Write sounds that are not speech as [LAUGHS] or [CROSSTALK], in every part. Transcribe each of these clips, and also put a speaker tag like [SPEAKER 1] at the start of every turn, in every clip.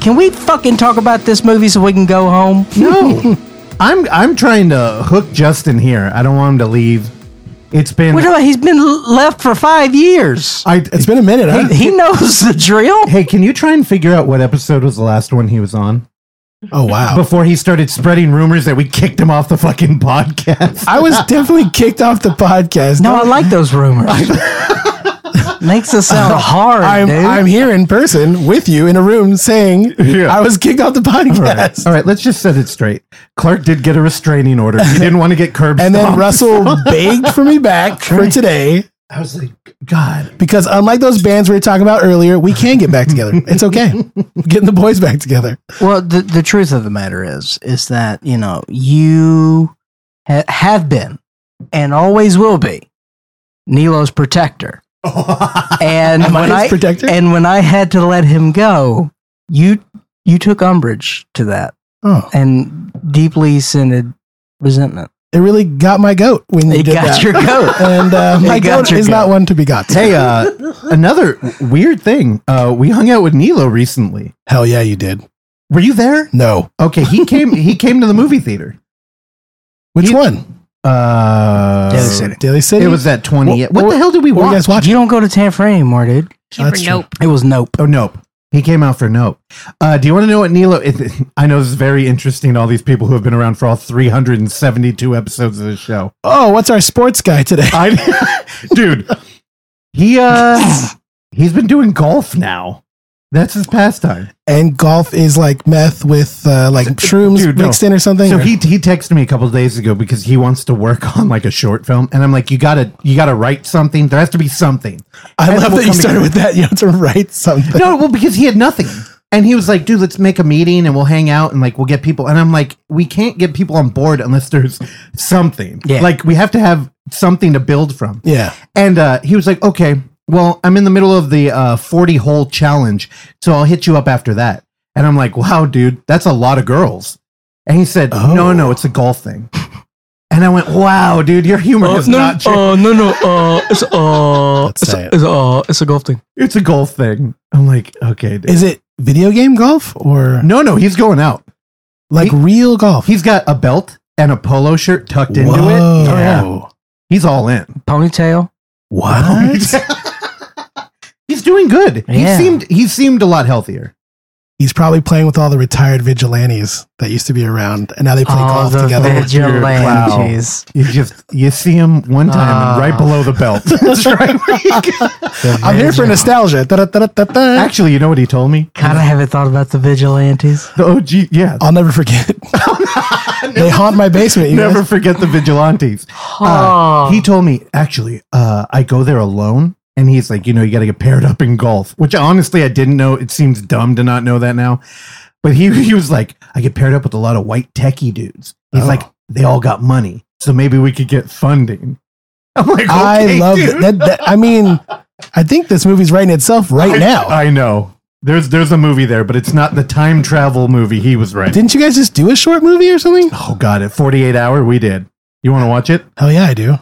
[SPEAKER 1] Can we fucking talk about this movie so we can go home?
[SPEAKER 2] No. [LAUGHS] I'm I'm trying to hook Justin here. I don't want him to leave. It's been
[SPEAKER 1] What about he's been l- left for five
[SPEAKER 3] [LAUGHS]
[SPEAKER 1] years?
[SPEAKER 2] I
[SPEAKER 3] It's been a minute, huh?
[SPEAKER 1] He knows the drill.
[SPEAKER 2] Hey, can you try and figure out what episode was the last one he was on
[SPEAKER 3] Oh wow.
[SPEAKER 2] before he started spreading rumors that we kicked him off the fucking
[SPEAKER 3] [LAUGHS]
[SPEAKER 2] podcast?
[SPEAKER 3] I was definitely kicked off the podcast.
[SPEAKER 1] No, I like those rumors. [LAUGHS] Makes us
[SPEAKER 3] [LAUGHS]
[SPEAKER 1] sound hard,
[SPEAKER 3] I'm,
[SPEAKER 1] dude.
[SPEAKER 3] I'm here in person with you in a room saying
[SPEAKER 2] Yeah.
[SPEAKER 3] I was kicked off the podcast.
[SPEAKER 2] All right, let's just set it straight. Clark did get a restraining order. He didn't want to get curbed.
[SPEAKER 3] And then Russell begged for me back for today
[SPEAKER 2] I was like,
[SPEAKER 3] [LAUGHS]
[SPEAKER 2] God,
[SPEAKER 3] because unlike those bands we were talking about earlier, we can get back together. It's okay. We're getting the boys back together.
[SPEAKER 1] well, the, the truth of the matter is, is that you know you ha- have been and always will be Nilo's protector.
[SPEAKER 3] [LAUGHS]
[SPEAKER 1] and
[SPEAKER 3] Am I
[SPEAKER 1] when
[SPEAKER 3] his
[SPEAKER 1] I
[SPEAKER 3] protector?
[SPEAKER 1] and when I had to let him go, you you took umbrage to that
[SPEAKER 3] Oh,
[SPEAKER 1] and deeply scented resentment.
[SPEAKER 3] it really got my goat when you
[SPEAKER 1] It
[SPEAKER 3] did
[SPEAKER 1] got
[SPEAKER 3] that.
[SPEAKER 1] your goat.
[SPEAKER 3] [LAUGHS] and uh, my
[SPEAKER 1] It got
[SPEAKER 3] goat
[SPEAKER 1] your
[SPEAKER 3] is
[SPEAKER 1] goat.
[SPEAKER 3] not one to be got.
[SPEAKER 2] hey, uh, another weird thing. Uh, we hung out with Nilo recently.
[SPEAKER 3] Hell yeah, you did.
[SPEAKER 2] Were you there?
[SPEAKER 3] No.
[SPEAKER 2] Okay, he came. he came to the movie theater.
[SPEAKER 3] Which one?
[SPEAKER 2] Uh,
[SPEAKER 1] Daily City.
[SPEAKER 3] Daily City.
[SPEAKER 2] It was that twenty.
[SPEAKER 3] What-
[SPEAKER 2] What, the hell did we
[SPEAKER 3] What were you
[SPEAKER 2] watch?
[SPEAKER 3] guys watching?
[SPEAKER 1] You don't go to Tanfray anymore, dude.
[SPEAKER 4] Came for
[SPEAKER 3] That's true.
[SPEAKER 4] nope.
[SPEAKER 1] It was nope.
[SPEAKER 2] Oh, nope. He came out for nope. Uh, do you want to know what Nilo? It, [LAUGHS] I know this is very interesting. to All these people who have been around for all 372 episodes of this show. [LAUGHS]
[SPEAKER 3] Oh, what's our sports guy today?
[SPEAKER 2] I, dude, he uh, he's been doing golf now. That's his pastime.
[SPEAKER 3] [LAUGHS] and golf is like meth with uh, like shrooms
[SPEAKER 2] dude, no.
[SPEAKER 3] mixed in or something.
[SPEAKER 2] So
[SPEAKER 3] or-
[SPEAKER 2] he he texted me a couple of days ago because he wants to work [LAUGHS] on like a short film, and I'm like, you gotta you gotta write something. There has to be something.
[SPEAKER 3] [LAUGHS] I
[SPEAKER 2] and
[SPEAKER 3] love
[SPEAKER 2] we'll
[SPEAKER 3] that you
[SPEAKER 2] come
[SPEAKER 3] started
[SPEAKER 2] together.
[SPEAKER 3] with that. You have to write
[SPEAKER 2] [LAUGHS]
[SPEAKER 3] something.
[SPEAKER 2] no, well, because he had nothing. And he was like, dude, let's make a meeting and we'll hang out and like we'll get people. And I'm like, we can't get people on board unless there's something.
[SPEAKER 1] Yeah.
[SPEAKER 2] Like we have to have something to build from.
[SPEAKER 3] Yeah.
[SPEAKER 2] And uh, he was like, okay, well, I'm in the middle of the uh, 40 hole challenge. So I'll hit you up after that. And I'm like, wow, dude, that's a lot of girls. And he said,
[SPEAKER 3] Oh.
[SPEAKER 2] no, no, it's a golf thing. And I went, wow, dude, your humor
[SPEAKER 1] Oh,
[SPEAKER 5] Uh,
[SPEAKER 2] is
[SPEAKER 5] no,
[SPEAKER 2] not changed.
[SPEAKER 5] uh, no, no, uh, it's uh,
[SPEAKER 3] Let's
[SPEAKER 5] it's,
[SPEAKER 3] say it.
[SPEAKER 5] it's, uh, it's a golf thing.
[SPEAKER 2] it's a golf thing. I'm like, okay, dude.
[SPEAKER 3] Is it video game golf or
[SPEAKER 2] no, no, he's going out.
[SPEAKER 3] like
[SPEAKER 2] he-
[SPEAKER 3] real golf?
[SPEAKER 2] He's got a belt and a polo shirt tucked into
[SPEAKER 3] Whoa.
[SPEAKER 2] it. Oh, Yeah. He's all in.
[SPEAKER 1] Ponytail.
[SPEAKER 2] [LAUGHS]
[SPEAKER 3] What?
[SPEAKER 2] He's doing good.
[SPEAKER 1] Yeah.
[SPEAKER 2] He seemed he seemed a lot healthier.
[SPEAKER 3] [LAUGHS] He's probably playing with all the retired vigilantes that used to be around, and now they play
[SPEAKER 1] Oh,
[SPEAKER 3] golf
[SPEAKER 1] the
[SPEAKER 3] together.
[SPEAKER 1] vigilantes.
[SPEAKER 2] You just you see him one time and
[SPEAKER 3] Ah.
[SPEAKER 2] right below the
[SPEAKER 3] [LAUGHS]
[SPEAKER 2] belt. That's right.
[SPEAKER 3] I'm here for nostalgia. Da-da-da-da-da.
[SPEAKER 2] Actually, you know what he told me?
[SPEAKER 1] God, I haven't thought about the vigilantes.
[SPEAKER 2] The OG, yeah.
[SPEAKER 3] I'll never forget.
[SPEAKER 2] [LAUGHS]
[SPEAKER 3] they haunt my basement. You
[SPEAKER 2] Never
[SPEAKER 3] guys.
[SPEAKER 2] forget the vigilantes. Uh,
[SPEAKER 3] Um,
[SPEAKER 2] he told me actually, uh, I go there alone, and he's like, you know, you got to get paired up in golf. Which honestly, I didn't know. It seems dumb to not know that now. But he [LAUGHS] he was like, I get paired up with a lot of white techie dudes. He's
[SPEAKER 3] Oh.
[SPEAKER 2] like, they all got money, so maybe we could get funding. [LAUGHS] I'm like,
[SPEAKER 3] I
[SPEAKER 2] okay,
[SPEAKER 3] love
[SPEAKER 2] dude.
[SPEAKER 3] it. That, that. I mean, I think this movie's writing
[SPEAKER 2] [LAUGHS]
[SPEAKER 3] itself right now.
[SPEAKER 2] I know. There's there's a movie there, but it's not the time travel movie he was right.
[SPEAKER 3] Didn't you guys just do a short movie or something?
[SPEAKER 2] oh god, at 48 hour we did. You want to watch it?
[SPEAKER 3] Hell yeah, I do.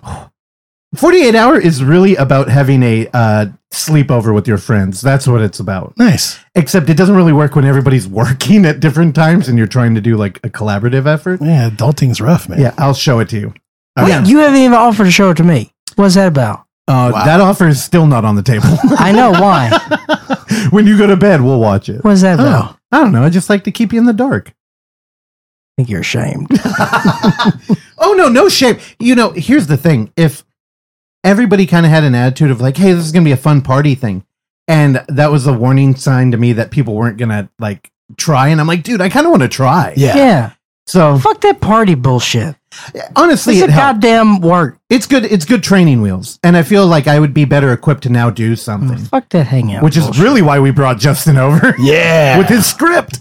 [SPEAKER 2] 48 hour is really about having a uh, sleepover with your friends. That's what it's about.
[SPEAKER 3] Nice.
[SPEAKER 2] Except it doesn't really work when everybody's [LAUGHS] working at different times and you're trying to do like a collaborative effort.
[SPEAKER 3] Yeah, adulting's rough, man.
[SPEAKER 2] Yeah, I'll show it to you.
[SPEAKER 1] Wait, you haven't even offered to show it to me. What's that about?
[SPEAKER 2] Uh,
[SPEAKER 3] Wow.
[SPEAKER 2] That offer is still not on the table. [LAUGHS]
[SPEAKER 1] I know why.
[SPEAKER 2] when you go to bed, we'll watch it.
[SPEAKER 1] What's
[SPEAKER 3] [LAUGHS] Oh.
[SPEAKER 1] that about? I
[SPEAKER 2] I don't know. I just like to keep you in the dark.
[SPEAKER 1] think you're ashamed.
[SPEAKER 2] Oh no, no shame. You know, here's the thing: if everybody kind of had an attitude of like, "Hey, this is gonna be a fun party thing," and that was a warning sign to me that people weren't gonna like try, and I'm like, dude, I kind of want to try.
[SPEAKER 3] Yeah.
[SPEAKER 1] Yeah.
[SPEAKER 2] So
[SPEAKER 1] Fuck that party bullshit.
[SPEAKER 2] honestly,
[SPEAKER 1] It's a
[SPEAKER 2] it helped.
[SPEAKER 1] goddamn work.
[SPEAKER 2] it's good. It's good training wheels, and I feel like I would be better equipped to now do something,
[SPEAKER 1] Fuck that hangout.
[SPEAKER 2] which is
[SPEAKER 1] Mm. bullshit.
[SPEAKER 2] really why we brought Justin over [LAUGHS]
[SPEAKER 3] Yeah.
[SPEAKER 2] with his script.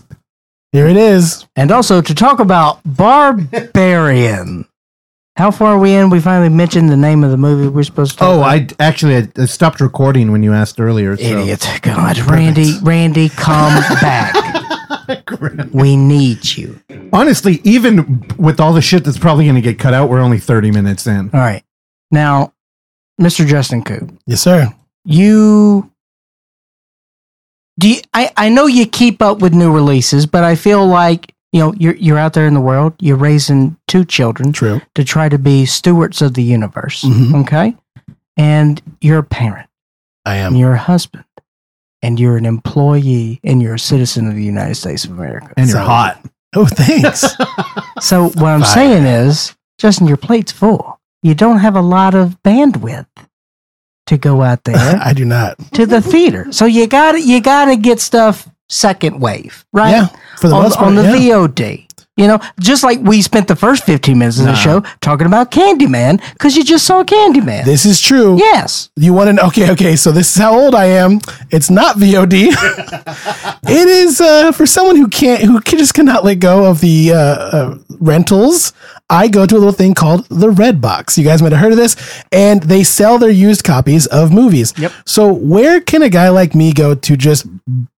[SPEAKER 3] Here it is.
[SPEAKER 1] And also to talk about Barbarian. How far are we in? We finally mentioned the name of the movie we're supposed to.
[SPEAKER 2] Oh, I actually I, I stopped recording when you asked earlier. So.
[SPEAKER 1] idiot! God, Randy, Randy, come
[SPEAKER 2] [LAUGHS]
[SPEAKER 1] back. We need you.
[SPEAKER 2] Honestly, even with all the shit that's probably going to get cut out, we're only 30 minutes in.
[SPEAKER 1] All right, now, Mr. Justin Coop,
[SPEAKER 3] Yes, sir.
[SPEAKER 1] you do you, I, I know you keep up with new releases, but I feel like you know you're you're out there in the world. You're raising two children
[SPEAKER 3] True.
[SPEAKER 1] to try to be stewards of the universe.
[SPEAKER 3] Mhm.
[SPEAKER 1] Okay, and you're a parent,
[SPEAKER 3] I am.
[SPEAKER 1] and you're a husband, and you're an employee, and you're a citizen of the United States of America.
[SPEAKER 2] and you're
[SPEAKER 3] So-
[SPEAKER 2] hot.
[SPEAKER 3] Oh, thanks.
[SPEAKER 1] So what I'm
[SPEAKER 3] Fire.
[SPEAKER 1] saying is, Justin, your plate's full. You don't have a lot of bandwidth to go out
[SPEAKER 3] [LAUGHS]
[SPEAKER 1] there
[SPEAKER 3] I do not.
[SPEAKER 1] to the theater. So you got to you got to get stuff second wave, right?
[SPEAKER 3] Yeah, for the
[SPEAKER 1] on,
[SPEAKER 3] most part.
[SPEAKER 1] on the
[SPEAKER 3] yeah.
[SPEAKER 1] VOD. You know, just like we spent the first 15 minutes of the
[SPEAKER 2] Nah.
[SPEAKER 1] show talking about Candyman because you just saw Candyman.
[SPEAKER 3] This is true.
[SPEAKER 1] yes.
[SPEAKER 3] You want to know? Okay, okay. So this is how old I am. It's not VOD. it is uh, for someone who can't, who can, just cannot let go of the uh, uh, rentals. I go to a little thing called the Red Box. You guys might have heard of this, and they sell their used copies of movies. Yep. So where can a guy like me go to just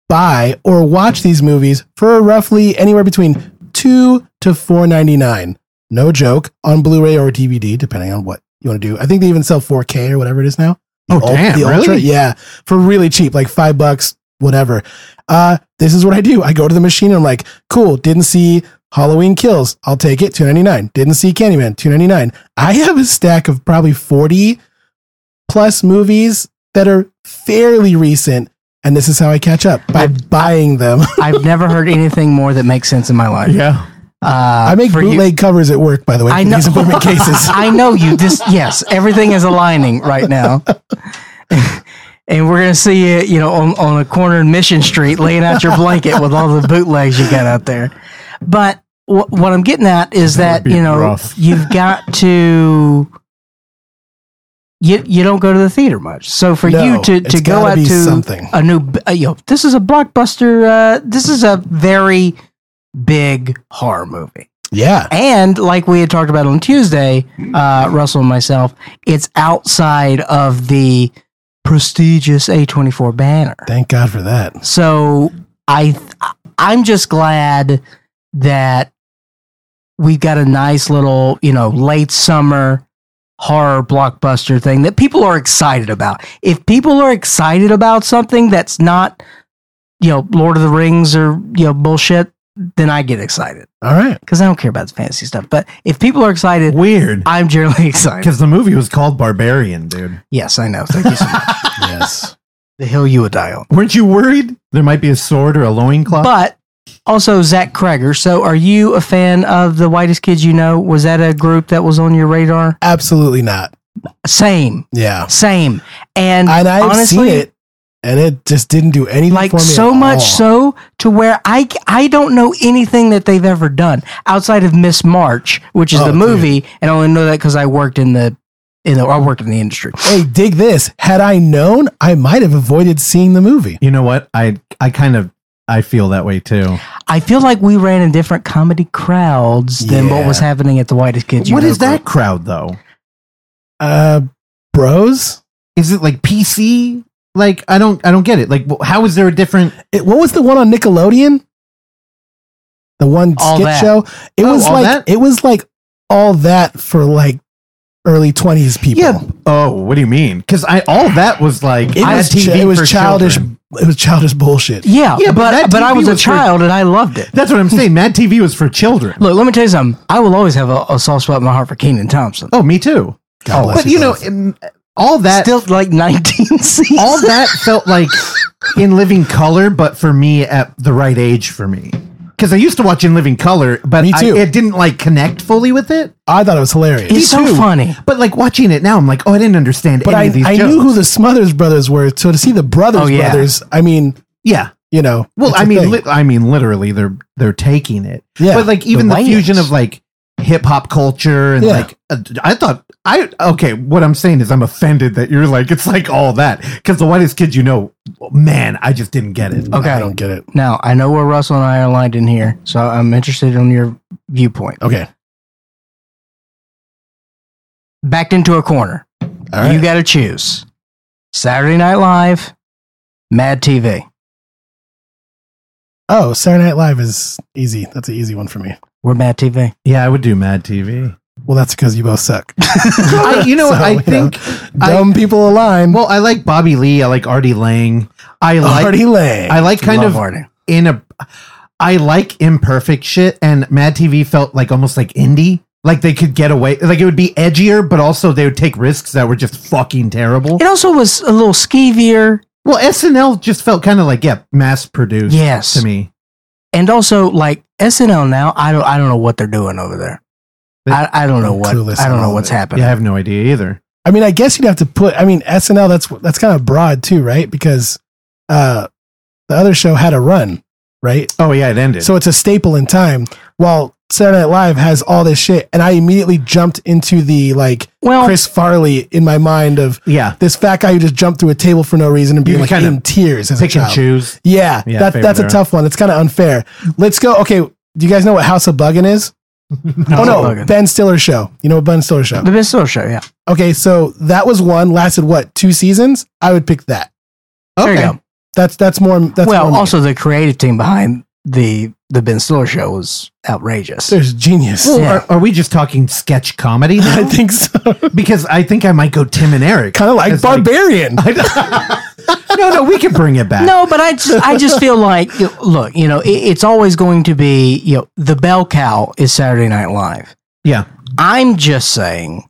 [SPEAKER 3] buy or watch these movies for roughly anywhere between two to four ninety nine? No joke on Blu-ray or DVD, depending on what you want to do. I think they even sell 4K or whatever it is now.
[SPEAKER 2] Oh,
[SPEAKER 3] Ul-
[SPEAKER 2] damn,
[SPEAKER 3] the
[SPEAKER 2] really?
[SPEAKER 3] yeah, for really cheap, like five bucks, whatever. Uh, this is what I do. I go to the machine and I'm like, cool, didn't see Halloween Kills. I'll take it, two ninety nine. Didn't see Candyman, two ninety nine. I have a stack of probably forty plus movies that are fairly recent, and this is how I catch up by buying them.
[SPEAKER 1] I've never heard anything more that makes sense in my life.
[SPEAKER 2] Yeah.
[SPEAKER 1] Uh,
[SPEAKER 3] [LAUGHS] I make
[SPEAKER 1] for you-
[SPEAKER 3] bootleg covers at work, by the way.
[SPEAKER 1] I
[SPEAKER 3] for
[SPEAKER 1] know. [LAUGHS]
[SPEAKER 3] these important cases.
[SPEAKER 1] I know you. This, yes, everything is aligning right now. [LAUGHS] And we're gonna see you, you know, on, on a corner in Mission Street, laying out your blanket with all the bootlegs you got out there. But wh- what I'm getting at is that,
[SPEAKER 2] That would be
[SPEAKER 1] you know
[SPEAKER 2] rough.
[SPEAKER 1] you've got to you you don't go to the theater much. So for
[SPEAKER 3] No,
[SPEAKER 1] you to
[SPEAKER 3] it's
[SPEAKER 1] to go
[SPEAKER 3] gotta
[SPEAKER 1] out
[SPEAKER 3] be
[SPEAKER 1] to
[SPEAKER 3] something.
[SPEAKER 1] a new, b- uh, you know, this is a blockbuster. Uh, this is a very big horror movie.
[SPEAKER 3] yeah.
[SPEAKER 1] And like we had talked about on Tuesday, uh, Russell and myself, it's outside of the prestigious A24 banner.
[SPEAKER 3] Thank God for that.
[SPEAKER 1] So I, I'm just glad that we've got a nice little, you know, late summer horror blockbuster thing that people are excited about. If people are excited about something that's not, you know, Lord of the Rings or you know bullshit, then I get excited
[SPEAKER 3] All right.
[SPEAKER 1] because I don't care about the fantasy stuff. But if people are excited,
[SPEAKER 2] Weird.
[SPEAKER 1] I'm generally [LAUGHS] excited.
[SPEAKER 2] Because the movie was called Barbarian, dude.
[SPEAKER 1] Yes, I know. Thank you so much.
[SPEAKER 3] Yes.
[SPEAKER 1] the hill you would die on.
[SPEAKER 2] Weren't you worried there might be a sword or a loincloth?
[SPEAKER 1] But also Zach Kreger. So are you a fan of the whitest kids you know? Was that a group that was on your radar?
[SPEAKER 3] [LAUGHS] Absolutely not.
[SPEAKER 1] Same,
[SPEAKER 3] Yeah.
[SPEAKER 1] same. And,
[SPEAKER 3] And I've
[SPEAKER 1] honestly,
[SPEAKER 3] seen it, and it just didn't do anything
[SPEAKER 1] like
[SPEAKER 3] for me.
[SPEAKER 1] so
[SPEAKER 3] at
[SPEAKER 1] much
[SPEAKER 3] all.
[SPEAKER 1] so to where I I don't know anything that they've ever done outside of Miss March, which is
[SPEAKER 3] Oh,
[SPEAKER 1] the
[SPEAKER 3] dude.
[SPEAKER 1] movie, and I only know that because I worked in the in the I worked in the industry.
[SPEAKER 3] Hey, dig this. Had I known, I might have avoided seeing the movie.
[SPEAKER 2] you know what? I I kind of I feel that way too.
[SPEAKER 1] I feel like we ran in different comedy crowds than what
[SPEAKER 3] Yeah.
[SPEAKER 1] was happening at the whitest kids. You
[SPEAKER 2] What
[SPEAKER 1] Know
[SPEAKER 2] is
[SPEAKER 1] group.
[SPEAKER 2] that crowd though?
[SPEAKER 3] Uh, bros.
[SPEAKER 2] Is it like PC? Like I don't I don't get it. Like wh- how is there a different?
[SPEAKER 3] It, what was the one on Nickelodeon? The one
[SPEAKER 1] All
[SPEAKER 3] skit
[SPEAKER 1] That.
[SPEAKER 3] show. It
[SPEAKER 2] Oh,
[SPEAKER 3] was
[SPEAKER 2] All
[SPEAKER 3] like
[SPEAKER 2] That?
[SPEAKER 3] it was like all that for like early twenties people.
[SPEAKER 2] Yeah. Oh, what do you mean? Because I all that was like
[SPEAKER 3] It
[SPEAKER 2] that
[SPEAKER 3] was, chi- it
[SPEAKER 2] for
[SPEAKER 3] was childish.
[SPEAKER 2] children.
[SPEAKER 3] It was childish bullshit.
[SPEAKER 1] Yeah,
[SPEAKER 2] Yeah, but
[SPEAKER 1] but
[SPEAKER 2] that
[SPEAKER 1] but, I
[SPEAKER 2] TV
[SPEAKER 1] was a
[SPEAKER 2] was for-
[SPEAKER 1] child and I loved it.
[SPEAKER 2] That's what I'm saying. Mad TV was for children.
[SPEAKER 1] Look, let me tell you something. I will always have a, a soft spot in my heart for Keenan Thompson.
[SPEAKER 2] Oh, me too.
[SPEAKER 3] God bless
[SPEAKER 2] but you know,
[SPEAKER 3] both.
[SPEAKER 2] um, all that
[SPEAKER 1] Still like 19 seasons.
[SPEAKER 2] [LAUGHS] all that felt like in living color, but for me at the right age for me. Because I used to watch in living color, but
[SPEAKER 3] Me too.
[SPEAKER 2] I, it didn't like connect fully with it.
[SPEAKER 3] I thought it was hilarious.
[SPEAKER 1] it's so
[SPEAKER 2] too.
[SPEAKER 1] funny.
[SPEAKER 2] But like watching it now, I'm like, oh, I didn't understand
[SPEAKER 3] but
[SPEAKER 2] any
[SPEAKER 3] I,
[SPEAKER 2] of these
[SPEAKER 3] I
[SPEAKER 2] jokes.
[SPEAKER 3] knew who the Smothers Brothers were. So to see the Brothers
[SPEAKER 1] Oh, yeah.
[SPEAKER 3] Brothers, I mean,
[SPEAKER 2] yeah.
[SPEAKER 3] you know.
[SPEAKER 2] Well,
[SPEAKER 3] it's a
[SPEAKER 2] I mean,
[SPEAKER 3] thing.
[SPEAKER 2] li- I mean, literally, they're they're taking it.
[SPEAKER 3] yeah.
[SPEAKER 2] but like even
[SPEAKER 1] the
[SPEAKER 2] the, fusion
[SPEAKER 1] Wayans.
[SPEAKER 2] of like hip hop culture and
[SPEAKER 3] Yeah.
[SPEAKER 2] like uh, I thought I okay. What I'm saying is I'm offended that you're like it's like all that because the whitest kids you know, man, I just didn't get it. Oh,
[SPEAKER 1] Okay.
[SPEAKER 3] I don't get it.
[SPEAKER 1] Now, I know where Russell and I are aligned in here, so I'm interested on your viewpoint.
[SPEAKER 3] Okay.
[SPEAKER 1] Backed into a corner.
[SPEAKER 3] All right.
[SPEAKER 1] You got to choose Saturday Night Live, Mad TV.
[SPEAKER 3] oh, Saturday Night Live is easy. That's an easy one for me.
[SPEAKER 1] We're Mad TV.
[SPEAKER 2] Yeah, I would do Mad TV.
[SPEAKER 3] Well, that's because you both suck.
[SPEAKER 2] [LAUGHS] I, you know,
[SPEAKER 3] [LAUGHS] So,
[SPEAKER 2] I
[SPEAKER 3] you know,
[SPEAKER 2] think I-
[SPEAKER 3] Dumb people align.
[SPEAKER 2] well, I like Bobby Lee. I like Artie Lang. I like
[SPEAKER 3] Artie Lang.
[SPEAKER 2] I like kind
[SPEAKER 1] Love
[SPEAKER 2] of
[SPEAKER 1] Arnie.
[SPEAKER 2] in a I like imperfect shit and Mad TV felt like almost like indie. Like they could get away like it would be edgier, but also they would take risks that were just fucking terrible.
[SPEAKER 1] It also was a little skeevier.
[SPEAKER 2] Well, SNL just felt kind of like yeah, mass produced
[SPEAKER 1] Yes.
[SPEAKER 2] to me.
[SPEAKER 1] and also like SNL now, I don't I don't know what they're doing over there.
[SPEAKER 2] They-
[SPEAKER 1] I, I don't know
[SPEAKER 3] I'm
[SPEAKER 1] what
[SPEAKER 3] clueless
[SPEAKER 1] I
[SPEAKER 3] on
[SPEAKER 1] don't know
[SPEAKER 3] all
[SPEAKER 1] what's
[SPEAKER 3] of it.
[SPEAKER 1] happening.
[SPEAKER 2] Yeah, I have no idea either.
[SPEAKER 3] I mean, I guess you'd have to put. I mean, SNL. That's that's kind of broad too, right? Because uh, the other show had a run, right?
[SPEAKER 2] Oh yeah, it ended.
[SPEAKER 3] So it's a staple in time. While Saturday Night Live has all this shit, and I immediately jumped into the like
[SPEAKER 1] Well,
[SPEAKER 3] Chris Farley in my mind of
[SPEAKER 2] yeah,
[SPEAKER 3] this fat guy who just jumped through a table for no reason and being
[SPEAKER 2] You
[SPEAKER 3] like
[SPEAKER 2] kinda
[SPEAKER 3] in tears as a
[SPEAKER 2] pick and
[SPEAKER 3] child.
[SPEAKER 2] choose.
[SPEAKER 3] Yeah,
[SPEAKER 2] Yeah,
[SPEAKER 3] that,
[SPEAKER 2] favorite
[SPEAKER 3] that's a
[SPEAKER 2] era.
[SPEAKER 3] tough one. It's kind of unfair. Let's go. Okay, do you guys know what House of Buggin is? oh
[SPEAKER 1] of
[SPEAKER 3] [LAUGHS] no,
[SPEAKER 1] Buggin.
[SPEAKER 3] Ben Stiller show. You know what Ben Stiller show?
[SPEAKER 1] the best Soul show, yeah.
[SPEAKER 3] Okay, so that was one lasted what two seasons? I would pick that.
[SPEAKER 1] There
[SPEAKER 2] Okay.
[SPEAKER 1] you go.
[SPEAKER 3] That's that's more. That's
[SPEAKER 1] well,
[SPEAKER 3] more me.
[SPEAKER 1] also the creative team behind the the Ben Stiller show was outrageous.
[SPEAKER 3] there's genius.
[SPEAKER 2] Well,
[SPEAKER 1] Yeah.
[SPEAKER 2] are, are we just talking sketch comedy?
[SPEAKER 3] [LAUGHS] I
[SPEAKER 2] now?
[SPEAKER 3] [LAUGHS] think so.
[SPEAKER 2] because I think I might go Tim and Eric.
[SPEAKER 3] kind of like
[SPEAKER 2] It's like-
[SPEAKER 1] [LAUGHS]
[SPEAKER 3] Barbarian.
[SPEAKER 2] [LAUGHS] no, no, we can bring it back.
[SPEAKER 1] No, but
[SPEAKER 2] [LAUGHS]
[SPEAKER 1] I just I just feel like you know, look, you know, it, it's always going to be you know the bell cow is Saturday Night Live.
[SPEAKER 2] Yeah.
[SPEAKER 1] I'm just saying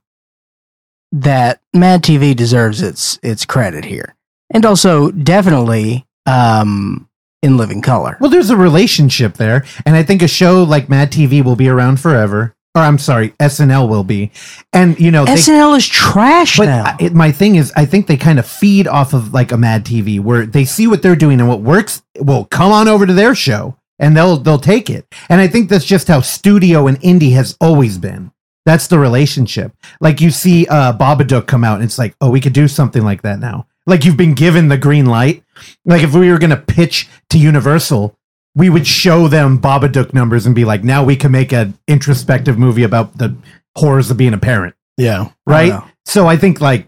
[SPEAKER 1] that Mad TV deserves its its credit here, and also definitely um, in Living Color.
[SPEAKER 2] Well, there's a relationship there, and I think a show like Mad TV will be around forever. Or I'm sorry, SNL will be, and you know, they,
[SPEAKER 1] SNL is trash
[SPEAKER 2] but
[SPEAKER 1] now.
[SPEAKER 2] I- it, my thing is, I think they kind of feed off of like a Mad TV where they see what they're doing and what works. Well, come on over to their show, and they'll they'll take it. And I think that's just how studio and indie has always been. That's the relationship. Like you see uh, Babadook come out, and it's like, oh, we could do something like that now. Like you've been given the green light. Like if we were gonna pitch to Universal, we would show them Babadook numbers and be like, now we can make an introspective movie about the horrors of being a parent,
[SPEAKER 3] yeah,
[SPEAKER 2] right?
[SPEAKER 1] know.
[SPEAKER 2] So I think like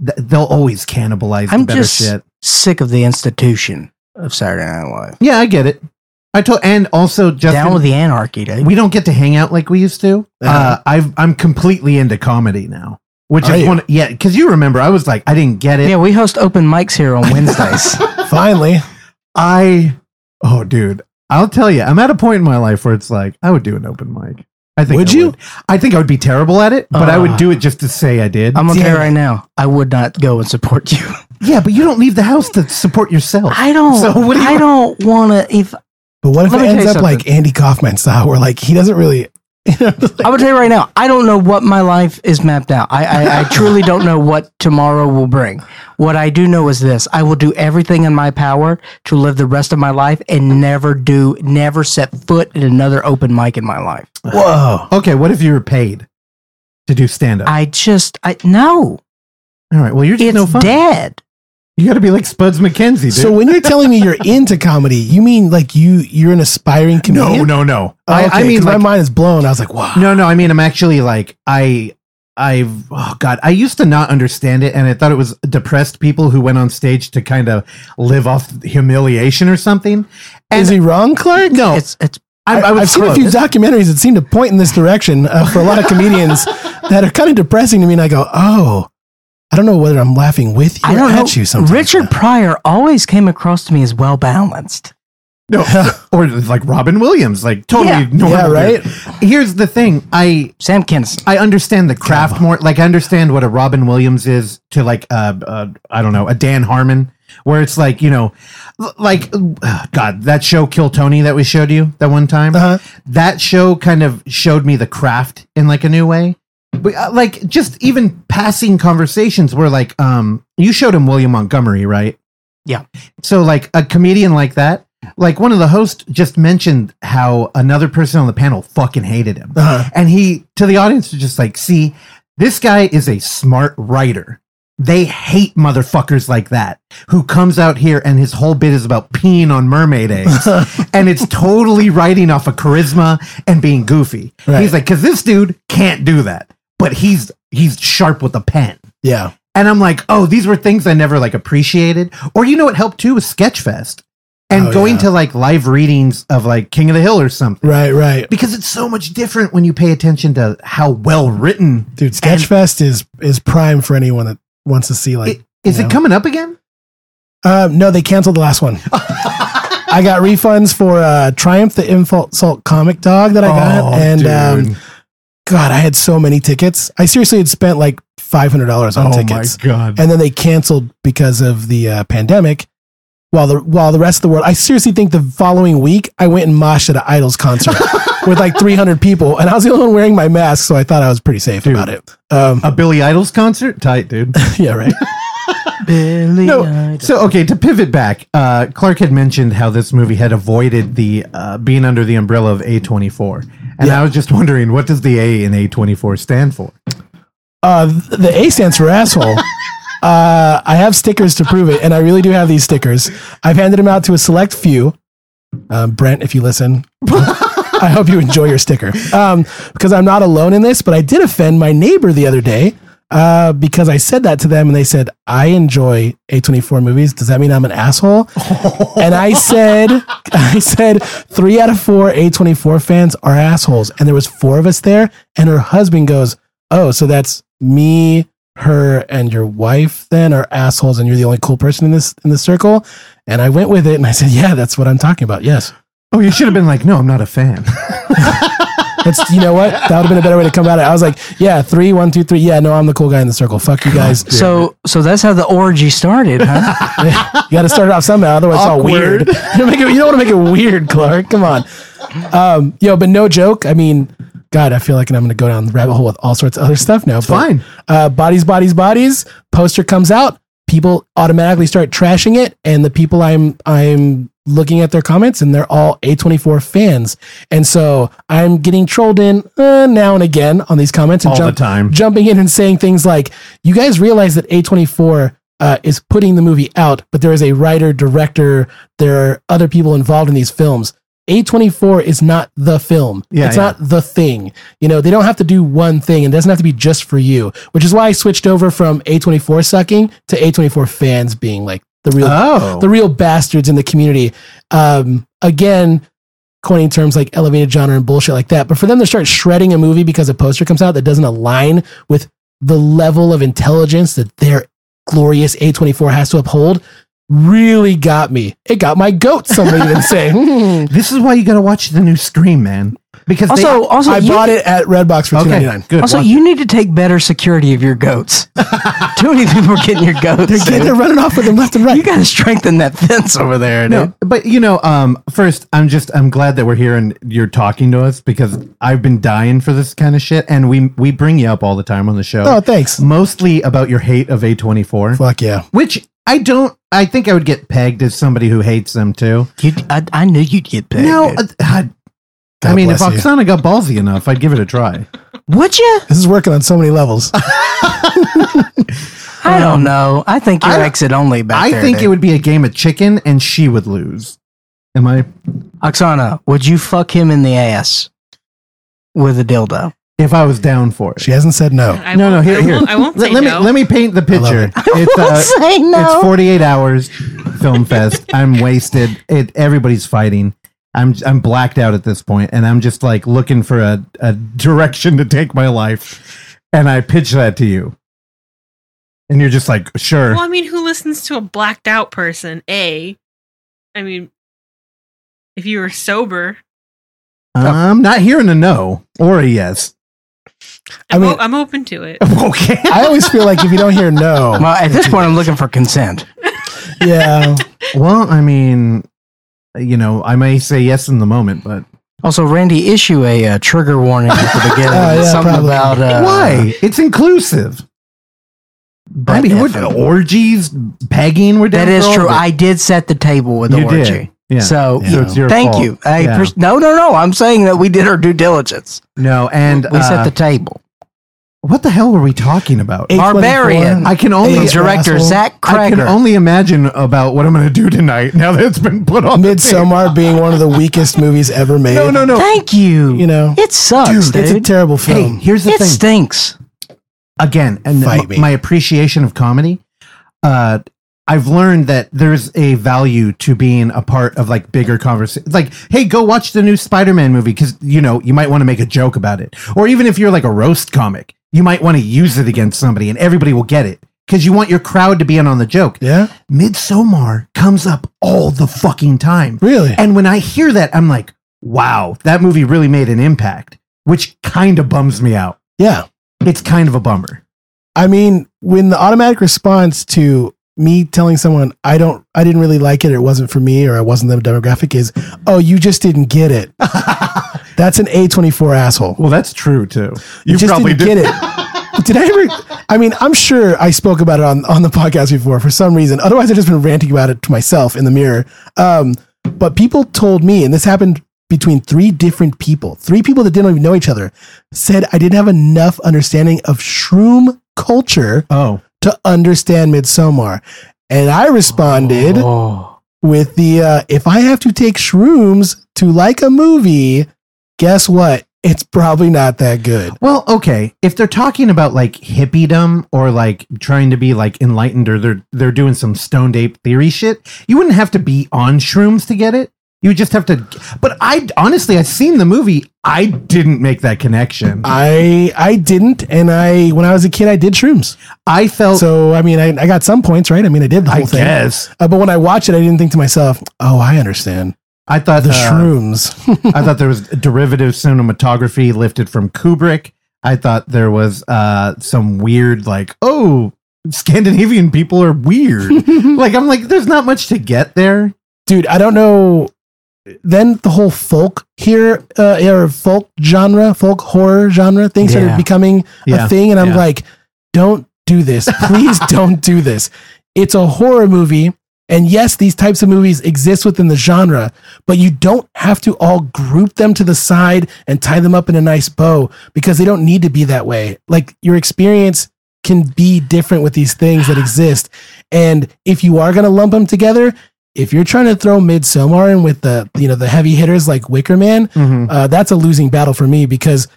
[SPEAKER 2] th- they'll always cannibalize the
[SPEAKER 1] I'm
[SPEAKER 2] better
[SPEAKER 1] just-
[SPEAKER 2] shit.
[SPEAKER 1] Sick of the institution of Saturday Night Live.
[SPEAKER 2] Yeah, I get it. I told, and also
[SPEAKER 1] Down
[SPEAKER 2] Justin,
[SPEAKER 1] with the anarchy, dude.
[SPEAKER 2] we don't get to hang out like we used to.
[SPEAKER 3] Uh-huh.
[SPEAKER 2] Uh, I've I'm completely into comedy now, which
[SPEAKER 3] Are
[SPEAKER 2] is
[SPEAKER 3] you?
[SPEAKER 2] one. Yeah, because you remember, I was like, I didn't get it.
[SPEAKER 1] yeah, we host open mics here on Wednesdays. [LAUGHS]
[SPEAKER 3] finally.
[SPEAKER 2] [LAUGHS] I oh dude, I'll tell you, I'm at a point in my life where it's like I would do an open mic. I think
[SPEAKER 3] Would
[SPEAKER 2] I
[SPEAKER 3] you?
[SPEAKER 2] I think I would be terrible at it, but I
[SPEAKER 1] Ah.
[SPEAKER 2] would do it just to say I did.
[SPEAKER 1] I'm okay
[SPEAKER 3] Damn it.
[SPEAKER 1] right now. I would not go and support you.
[SPEAKER 2] yeah, but you don't leave the house to support yourself.
[SPEAKER 1] I don't.
[SPEAKER 2] So what do you-
[SPEAKER 1] I don't want to. If
[SPEAKER 3] But what if
[SPEAKER 1] Let
[SPEAKER 3] it
[SPEAKER 1] me tell
[SPEAKER 3] ends
[SPEAKER 1] you
[SPEAKER 3] up like Andy Kaufman style, where like he doesn't really.
[SPEAKER 1] I would tell you right now, I don't know what my life is mapped out. I, I, I truly don't know what tomorrow will bring. What I do know is this: I will do everything in my power to live the rest of my life and never do, never set foot in another open mic in my life.
[SPEAKER 3] [LAUGHS] Whoa.
[SPEAKER 2] Okay, what if you were paid to do stand up?
[SPEAKER 1] I just, I no,
[SPEAKER 2] All right, well you're just
[SPEAKER 1] it's
[SPEAKER 2] no fun.
[SPEAKER 1] dead.
[SPEAKER 2] You got to be like Spuds McKenzie, dude.
[SPEAKER 3] So when you're telling me
[SPEAKER 2] [LAUGHS]
[SPEAKER 3] you're into comedy, you mean like you you're an aspiring comedian?
[SPEAKER 2] no, no, no.
[SPEAKER 3] Oh,
[SPEAKER 2] I,
[SPEAKER 3] okay,
[SPEAKER 2] I mean,
[SPEAKER 3] 'cause
[SPEAKER 2] like,
[SPEAKER 3] my mind is blown. I was like, wow.
[SPEAKER 2] no, no. I mean, I'm actually like I. I've oh god, I used to not understand it, and I thought it was depressed people who went on stage to kind of live off humiliation or something. And
[SPEAKER 3] is he wrong, Clark?
[SPEAKER 2] no,
[SPEAKER 1] It's it's
[SPEAKER 2] I, I
[SPEAKER 3] I've
[SPEAKER 2] was
[SPEAKER 3] seen a
[SPEAKER 2] close.
[SPEAKER 3] few documentaries that seem to point in this direction uh, for a lot of comedians that are kind of depressing to me. And I go, oh, I don't know whether I'm laughing with you
[SPEAKER 1] I
[SPEAKER 3] or
[SPEAKER 1] don't
[SPEAKER 3] at
[SPEAKER 1] know.
[SPEAKER 3] you sometimes.
[SPEAKER 1] Richard Pryor always came across to me as well balanced.
[SPEAKER 2] no, [LAUGHS] or like Robin Williams, like totally
[SPEAKER 1] Yeah.
[SPEAKER 2] normal.
[SPEAKER 3] Yeah,
[SPEAKER 2] dude.
[SPEAKER 3] right?
[SPEAKER 2] Here's the thing, I
[SPEAKER 1] Sam Kinison.
[SPEAKER 2] I understand the craft more. Like I understand what a Robin Williams is to like uh, uh I don't know a Dan Harmon, where it's like you know, l- like uh, God that show Kill Tony that we showed you that one time.
[SPEAKER 3] Uh-huh.
[SPEAKER 2] That show kind of showed me the craft in like a new way. But, uh, like just even passing conversations where like um you showed him William Montgomery right?
[SPEAKER 1] Yeah.
[SPEAKER 2] So like a comedian like that. Like one of the hosts just mentioned how another person on the panel fucking hated him.
[SPEAKER 3] Uh-huh.
[SPEAKER 2] And he, to the audience, was just like, see, this guy is a smart writer. They hate motherfuckers like that who comes out here and his whole bit is about peeing on mermaid
[SPEAKER 3] [LAUGHS]
[SPEAKER 2] eggs. and it's totally writing off of charisma and being goofy.
[SPEAKER 3] Right.
[SPEAKER 2] He's like, cause this dude can't do that, but he's, he's sharp with a pen.
[SPEAKER 3] Yeah.
[SPEAKER 2] And I'm like, oh, these were things I never like appreciated. Or you know what helped too was Sketchfest and
[SPEAKER 3] Oh,
[SPEAKER 2] going
[SPEAKER 3] yeah.
[SPEAKER 2] to like live readings of like King of the Hill or something
[SPEAKER 3] Right, right.
[SPEAKER 2] because it's so much different when you pay attention to how well written.
[SPEAKER 3] Dude, Sketchfest is is prime for anyone that wants to see like
[SPEAKER 2] It, is
[SPEAKER 3] Yeah.
[SPEAKER 2] it coming up again?
[SPEAKER 3] Uh, no, they canceled the last
[SPEAKER 2] [LAUGHS]
[SPEAKER 3] one. I got refunds for uh, Triumph the Insult Comic Dog that I
[SPEAKER 2] Oh,
[SPEAKER 3] got, and um, God, I had so many tickets. I seriously had spent like five hundred dollars on
[SPEAKER 2] oh
[SPEAKER 3] tickets,
[SPEAKER 2] my god,
[SPEAKER 3] and then they canceled because of the uh, pandemic. While the while the rest of the world, I seriously think the following week I went and moshed at an
[SPEAKER 2] [LAUGHS]
[SPEAKER 3] Idols concert with like three hundred people, and I was the only one wearing my mask, so I thought I was pretty safe
[SPEAKER 2] Dude.
[SPEAKER 3] about it. Um,
[SPEAKER 2] [LAUGHS] a Billy Idol's concert, tight,
[SPEAKER 3] [LAUGHS]
[SPEAKER 2] dude.
[SPEAKER 3] yeah, right.
[SPEAKER 1] Billy
[SPEAKER 2] No,
[SPEAKER 1] Idol.
[SPEAKER 2] So okay, to pivot back, uh, Clark had mentioned how this movie had avoided the uh, being under the umbrella of A twenty four, and I was just wondering what does the A in A twenty four stand for?
[SPEAKER 3] Uh, th- the A stands for asshole. Uh, I have stickers to prove it, and I really do have these stickers. I've handed them out to a select few. Um, Brent, if you listen, I hope you enjoy your sticker um, because I'm not alone in this. But I did offend my neighbor the other day uh, because I said that to them, and they said, "I enjoy A24 movies. Does that mean I'm an asshole?" and I said, [LAUGHS] "I said three out of four A24 fans are assholes." And there was four of us there, and her husband goes, "Oh, so that's me." her and your wife then are assholes and you're the only cool person in this in this circle and i went with it and i said yeah that's what i'm talking about yes
[SPEAKER 2] Oh, you should have been like, no, I'm not a fan.
[SPEAKER 3] That's you know what? That would have been a better way to come at it. I was like, yeah, three, one, two, three. Yeah, no, I'm the cool guy in the circle. Fuck you guys. you
[SPEAKER 1] So, so that's how the orgy started,
[SPEAKER 2] [LAUGHS]
[SPEAKER 1] huh?
[SPEAKER 3] got to start it off somehow, otherwise
[SPEAKER 2] Awkward.
[SPEAKER 3] it's all weird. [LAUGHS] you, make it, you don't want to make it weird, Clark. Come on. Um, yo, but no joke. I mean, God, I feel like I'm going to go down the rabbit hole with all sorts of other stuff now. [LAUGHS] but,
[SPEAKER 2] Fine.
[SPEAKER 3] Uh, bodies, bodies, bodies. Poster comes out. People automatically start trashing it, and the people I'm I'm looking at their comments, and they're all A24 fans, and so I'm getting trolled in uh, now and again on these comments and
[SPEAKER 2] All the
[SPEAKER 3] jump-
[SPEAKER 2] time.
[SPEAKER 3] jumping in and saying things like, "You guys realize that A24 uh, is putting the movie out, but there is a writer, director, there are other people involved in these films. A24 is not the film.
[SPEAKER 2] Yeah,
[SPEAKER 3] it's
[SPEAKER 2] yeah.
[SPEAKER 3] not the thing. You know, they don't have to do one thing. It doesn't have to be just for you, which is why I switched over from A24 sucking to A24 fans being like the real
[SPEAKER 2] Oh,
[SPEAKER 3] the real bastards in the community. Um, again, coining terms like elevated genre and bullshit like that. But for them to start shredding a movie because a poster comes out that doesn't align with the level of intelligence that their glorious A24 has to uphold really got me. It got my goat, somebody
[SPEAKER 2] [LAUGHS]
[SPEAKER 3] even saying. Hmm.
[SPEAKER 2] this is why you got to watch the new Scream, man, because they-
[SPEAKER 1] Also, also,
[SPEAKER 3] I
[SPEAKER 1] you,
[SPEAKER 3] bought it at Redbox for two ninety
[SPEAKER 2] okay,
[SPEAKER 3] nine.
[SPEAKER 2] good.
[SPEAKER 1] also,
[SPEAKER 2] Watch-
[SPEAKER 1] you need to take better security of your
[SPEAKER 2] [LAUGHS]
[SPEAKER 1] goats. Too many people are getting your goats. dude.
[SPEAKER 3] They're running off with them left and
[SPEAKER 1] You
[SPEAKER 3] right.
[SPEAKER 1] got to strengthen that fence over there, dude.
[SPEAKER 2] No, but you know, um, first, I'm just I'm glad that we're here and you're talking to us because I've been dying for this kind of shit, and we we bring you up all the time on the show,
[SPEAKER 3] Oh, thanks.
[SPEAKER 2] mostly about your hate of A24,
[SPEAKER 3] Fuck yeah.
[SPEAKER 2] which I don't. I think I would get pegged as somebody who hates them too.
[SPEAKER 1] You, I, I knew you'd get paid.
[SPEAKER 2] no,
[SPEAKER 1] dude.
[SPEAKER 2] uh, I, I
[SPEAKER 3] God
[SPEAKER 2] mean, if
[SPEAKER 3] bless you.
[SPEAKER 2] Oksana got ballsy enough, I'd give it a
[SPEAKER 3] [LAUGHS]
[SPEAKER 2] try.
[SPEAKER 1] would you?
[SPEAKER 3] This is working on so
[SPEAKER 2] [LAUGHS]
[SPEAKER 3] many levels.
[SPEAKER 1] I don't know. I think you're
[SPEAKER 2] I-
[SPEAKER 1] exit only back
[SPEAKER 2] I
[SPEAKER 1] there.
[SPEAKER 2] think
[SPEAKER 1] dude.
[SPEAKER 2] it would be a game of chicken, and she would lose. Am I?
[SPEAKER 1] Oksana, would you fuck him in the ass with a dildo?
[SPEAKER 2] If I was down for it.
[SPEAKER 3] She hasn't said no.
[SPEAKER 4] I
[SPEAKER 2] no, no.
[SPEAKER 4] won't-
[SPEAKER 2] Here,
[SPEAKER 4] I
[SPEAKER 2] here.
[SPEAKER 4] Won't, I won't
[SPEAKER 2] let,
[SPEAKER 4] say
[SPEAKER 2] let me
[SPEAKER 4] no.
[SPEAKER 2] let me paint the
[SPEAKER 3] love
[SPEAKER 2] picture.
[SPEAKER 3] it.
[SPEAKER 1] [LAUGHS]
[SPEAKER 3] [LAUGHS]
[SPEAKER 2] It's, uh,
[SPEAKER 1] say
[SPEAKER 2] It's 48 hours film
[SPEAKER 3] [LAUGHS]
[SPEAKER 2] fest. I'm wasted. It everybody's fighting. I'm I'm blacked out at this point and I'm just like looking for a, a direction to take my life. And I pitch that to you. And you're just like, sure.
[SPEAKER 4] Well, I mean, who listens to a blacked out person? A. I mean, if you were sober,
[SPEAKER 2] I'm not hearing a no or a yes. [LAUGHS]
[SPEAKER 3] I
[SPEAKER 4] I'm,
[SPEAKER 3] mean-
[SPEAKER 4] o- I'm open to it.
[SPEAKER 2] Okay.
[SPEAKER 3] I always feel like if you don't hear no,
[SPEAKER 1] well, at this point, I'm looking for consent.
[SPEAKER 3] yeah.
[SPEAKER 2] [LAUGHS] Well, I mean, you know, I may say yes in the moment, but
[SPEAKER 1] Also, Randy, issue a uh, trigger warning at the beginning.
[SPEAKER 3] Oh, yeah,
[SPEAKER 1] Something
[SPEAKER 3] probably.
[SPEAKER 1] about uh,
[SPEAKER 2] why? It's inclusive. I
[SPEAKER 1] butt
[SPEAKER 2] mean, we're-
[SPEAKER 1] effing.
[SPEAKER 2] orgies, pegging, we're down
[SPEAKER 1] That is
[SPEAKER 2] for all
[SPEAKER 1] true.
[SPEAKER 2] of it.
[SPEAKER 1] I did set the table with the
[SPEAKER 2] You
[SPEAKER 1] orgy.
[SPEAKER 2] did. Yeah.
[SPEAKER 1] So,
[SPEAKER 3] Yeah. So
[SPEAKER 2] it's your
[SPEAKER 1] thank
[SPEAKER 2] fault.
[SPEAKER 1] you. I
[SPEAKER 2] Yeah.
[SPEAKER 1] appreci- no, no, no. I'm saying that we did our due diligence.
[SPEAKER 2] No, and
[SPEAKER 1] we
[SPEAKER 2] uh,
[SPEAKER 1] set the table.
[SPEAKER 2] what the hell were we talking about?
[SPEAKER 3] Eight-
[SPEAKER 1] Barbarian.
[SPEAKER 2] I can only
[SPEAKER 3] Hey,
[SPEAKER 1] The
[SPEAKER 3] you
[SPEAKER 1] director,
[SPEAKER 3] asshole.
[SPEAKER 1] Zach
[SPEAKER 2] I can
[SPEAKER 1] Cracker.
[SPEAKER 2] only imagine about what I'm going to do tonight. [LAUGHS] Now that it's been put on the tape.
[SPEAKER 3] [LAUGHS] Midsummer being one of the weakest movies ever made.
[SPEAKER 2] No, no, no.
[SPEAKER 1] Thank you.
[SPEAKER 3] You know,
[SPEAKER 1] it sucks,
[SPEAKER 3] dude,
[SPEAKER 1] dude.
[SPEAKER 3] it's a terrible
[SPEAKER 2] Hey,
[SPEAKER 3] film.
[SPEAKER 2] here's the
[SPEAKER 1] it
[SPEAKER 2] thing.
[SPEAKER 1] stinks.
[SPEAKER 2] Again, and
[SPEAKER 3] Fight
[SPEAKER 2] m-
[SPEAKER 3] me.
[SPEAKER 2] my appreciation of comedy. Uh, I've learned that there's a value to being a part of like bigger conversation. Like, hey, go watch the new Spider-Man movie because you know you might want to make a joke about it, or even if you're like a roast comic, you might want to use it against somebody, and everybody will get it. because you want your crowd to be in on the joke.
[SPEAKER 3] Yeah.
[SPEAKER 2] Midsommar comes up all the fucking time.
[SPEAKER 3] Really?
[SPEAKER 2] And when I hear that, I'm like, wow, that movie really made an impact, which kind of bums me out.
[SPEAKER 3] Yeah.
[SPEAKER 2] It's kind of a bummer. [LAUGHS]
[SPEAKER 3] I mean, when the automatic response to me telling someone I don't, I didn't really like it, or it wasn't for me, or I wasn't the demographic is, oh, you just didn't get it. That's an A twenty four asshole.
[SPEAKER 2] Well, that's true too.
[SPEAKER 3] You just didn't get it. Did I ever? I mean, I'm sure I spoke about it on, on the podcast before for some reason. Otherwise, I've just been ranting about it to myself in the mirror. Um, but people told me, and this happened between three different people, three people that didn't even know each other, said I didn't have enough understanding of shroom culture
[SPEAKER 2] Oh,
[SPEAKER 3] to understand Midsommar. And I responded
[SPEAKER 5] Oh.
[SPEAKER 3] with the uh, if I have to take shrooms to like a movie, guess what? It's probably not that good.
[SPEAKER 2] well, okay. If they're talking about like hippiedom or like trying to be like enlightened or they're they're doing some stoned ape theory shit, you wouldn't have to be on shrooms to get it. You would just have to. But I honestly, I've seen the movie. I didn't make that connection. I,
[SPEAKER 3] I I didn't, and I when I was a kid I did shrooms.
[SPEAKER 2] felt.
[SPEAKER 3] So I mean I, I got some points right. I mean I did the
[SPEAKER 2] I
[SPEAKER 3] whole thing.
[SPEAKER 2] guess
[SPEAKER 3] Uh, but when I watched it, I didn't think to myself, "Oh, I understand
[SPEAKER 2] I thought uh,
[SPEAKER 3] the
[SPEAKER 2] the shroom.
[SPEAKER 3] shrooms."
[SPEAKER 2] I thought there was derivative cinematography lifted from Kubrick. I thought there was uh, some weird, like, oh, Scandinavian people are [LAUGHS] weird. like, I'm like, there's not much to get there.
[SPEAKER 3] Dude, I don't know. Then the whole folk here uh, or folk genre, folk horror genre thing started
[SPEAKER 2] Yeah.
[SPEAKER 3] becoming
[SPEAKER 2] Yeah.
[SPEAKER 3] a thing, and I'm
[SPEAKER 2] Yeah.
[SPEAKER 3] like, "Don't do this,
[SPEAKER 2] [LAUGHS]
[SPEAKER 3] please, don't do this." It's a horror movie. And yes, these types of movies exist within the genre, but you don't have to all group them to the side and tie them up in a nice bow because they don't need to be that way. Like your experience can be different with these things
[SPEAKER 2] [SIGHS]
[SPEAKER 3] that exist. And if you are going to lump them together, if you're trying to throw Midsommar in with the, you know, the heavy hitters like Wicker Man,
[SPEAKER 2] Mm-hmm.
[SPEAKER 3] uh, that's a losing battle for me because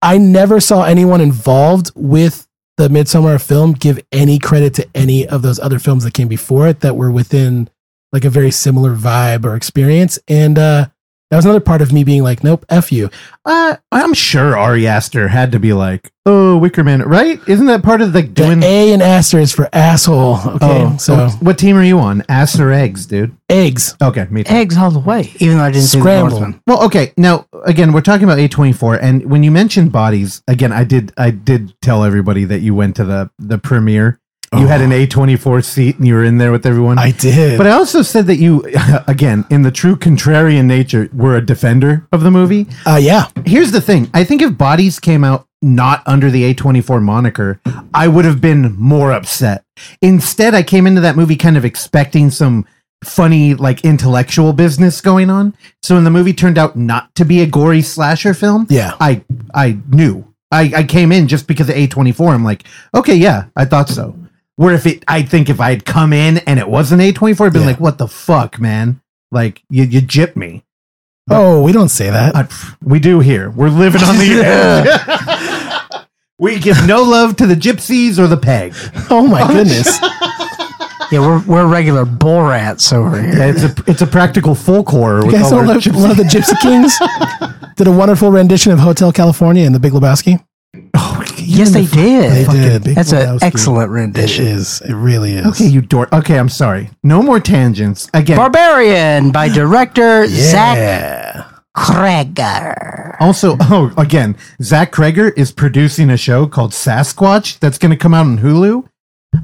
[SPEAKER 3] I never saw anyone involved with the Midsummer film give any credit to any of those other films that came before it that were within like a very similar vibe or experience. And uh, that was another part of me being like, nope, F you.
[SPEAKER 2] Uh, I'm sure Ari Aster had to be like, oh, Wickerman, right? Isn't that part of like
[SPEAKER 3] The
[SPEAKER 2] doing?
[SPEAKER 3] A and Aster is for asshole. Okay.
[SPEAKER 2] oh,
[SPEAKER 3] so
[SPEAKER 2] so what team are you on? Aster eggs, dude.
[SPEAKER 3] eggs.
[SPEAKER 2] Okay, me too.
[SPEAKER 1] Eggs all the way. Even though I didn't see the
[SPEAKER 3] Scramble.
[SPEAKER 1] Northman.
[SPEAKER 2] Well, okay. Now, again, we're talking about A24, and when you mentioned bodies, again, I did, I did tell everybody that you went to the the premiere. You had an A24 seat, and you were in there with everyone.
[SPEAKER 3] I did.
[SPEAKER 2] but I also said that you, [LAUGHS] again, in the true contrarian nature, were a defender of the movie.
[SPEAKER 3] uh, yeah.
[SPEAKER 2] Here's the thing: I think if Bodies came out not under the A24 moniker, I would have been more upset. Instead, I came into that movie kind of expecting some funny, like intellectual business going on. So when the movie turned out not to be a gory slasher film,
[SPEAKER 3] Yeah.
[SPEAKER 2] I I knew. I, I came in just because of A24. I'm like, okay, yeah, I thought so. Where if it, I think if I had come in and it wasn't A24, I'd been
[SPEAKER 3] Yeah.
[SPEAKER 2] like, what the fuck, man? Like, you, you gypped me.
[SPEAKER 3] Oh, we don't say that.
[SPEAKER 2] Uh, pff, we do here. We're living on [LAUGHS] the edge. [LAUGHS] we give no love to the gypsies or the peg.
[SPEAKER 3] Oh [LAUGHS] my goodness.
[SPEAKER 1] Yeah, we're we're regular bull rats over here.
[SPEAKER 2] Yeah, it's a it's a practical folk horror
[SPEAKER 3] You
[SPEAKER 2] with
[SPEAKER 3] guys
[SPEAKER 2] all
[SPEAKER 3] don't
[SPEAKER 2] our [LAUGHS]
[SPEAKER 3] love,
[SPEAKER 2] gypsies.
[SPEAKER 3] love the Gypsy [LAUGHS] Kings? did a wonderful rendition of Hotel California and the Big Lebowski.
[SPEAKER 1] yes, they
[SPEAKER 3] They
[SPEAKER 1] did.
[SPEAKER 3] did. Big
[SPEAKER 1] That's an
[SPEAKER 3] Lebowski.
[SPEAKER 1] excellent
[SPEAKER 3] It
[SPEAKER 1] rendition.
[SPEAKER 3] is. It really is.
[SPEAKER 2] Okay, you dork. Okay, I'm sorry. No more tangents.
[SPEAKER 1] [LAUGHS]
[SPEAKER 2] Again,
[SPEAKER 1] Barbarian by director Zach
[SPEAKER 3] Yeah.
[SPEAKER 1] Kreger.
[SPEAKER 2] also, [LAUGHS] oh, again, Zach Kreger is producing a show called Sasquatch that's going to come out on Hulu.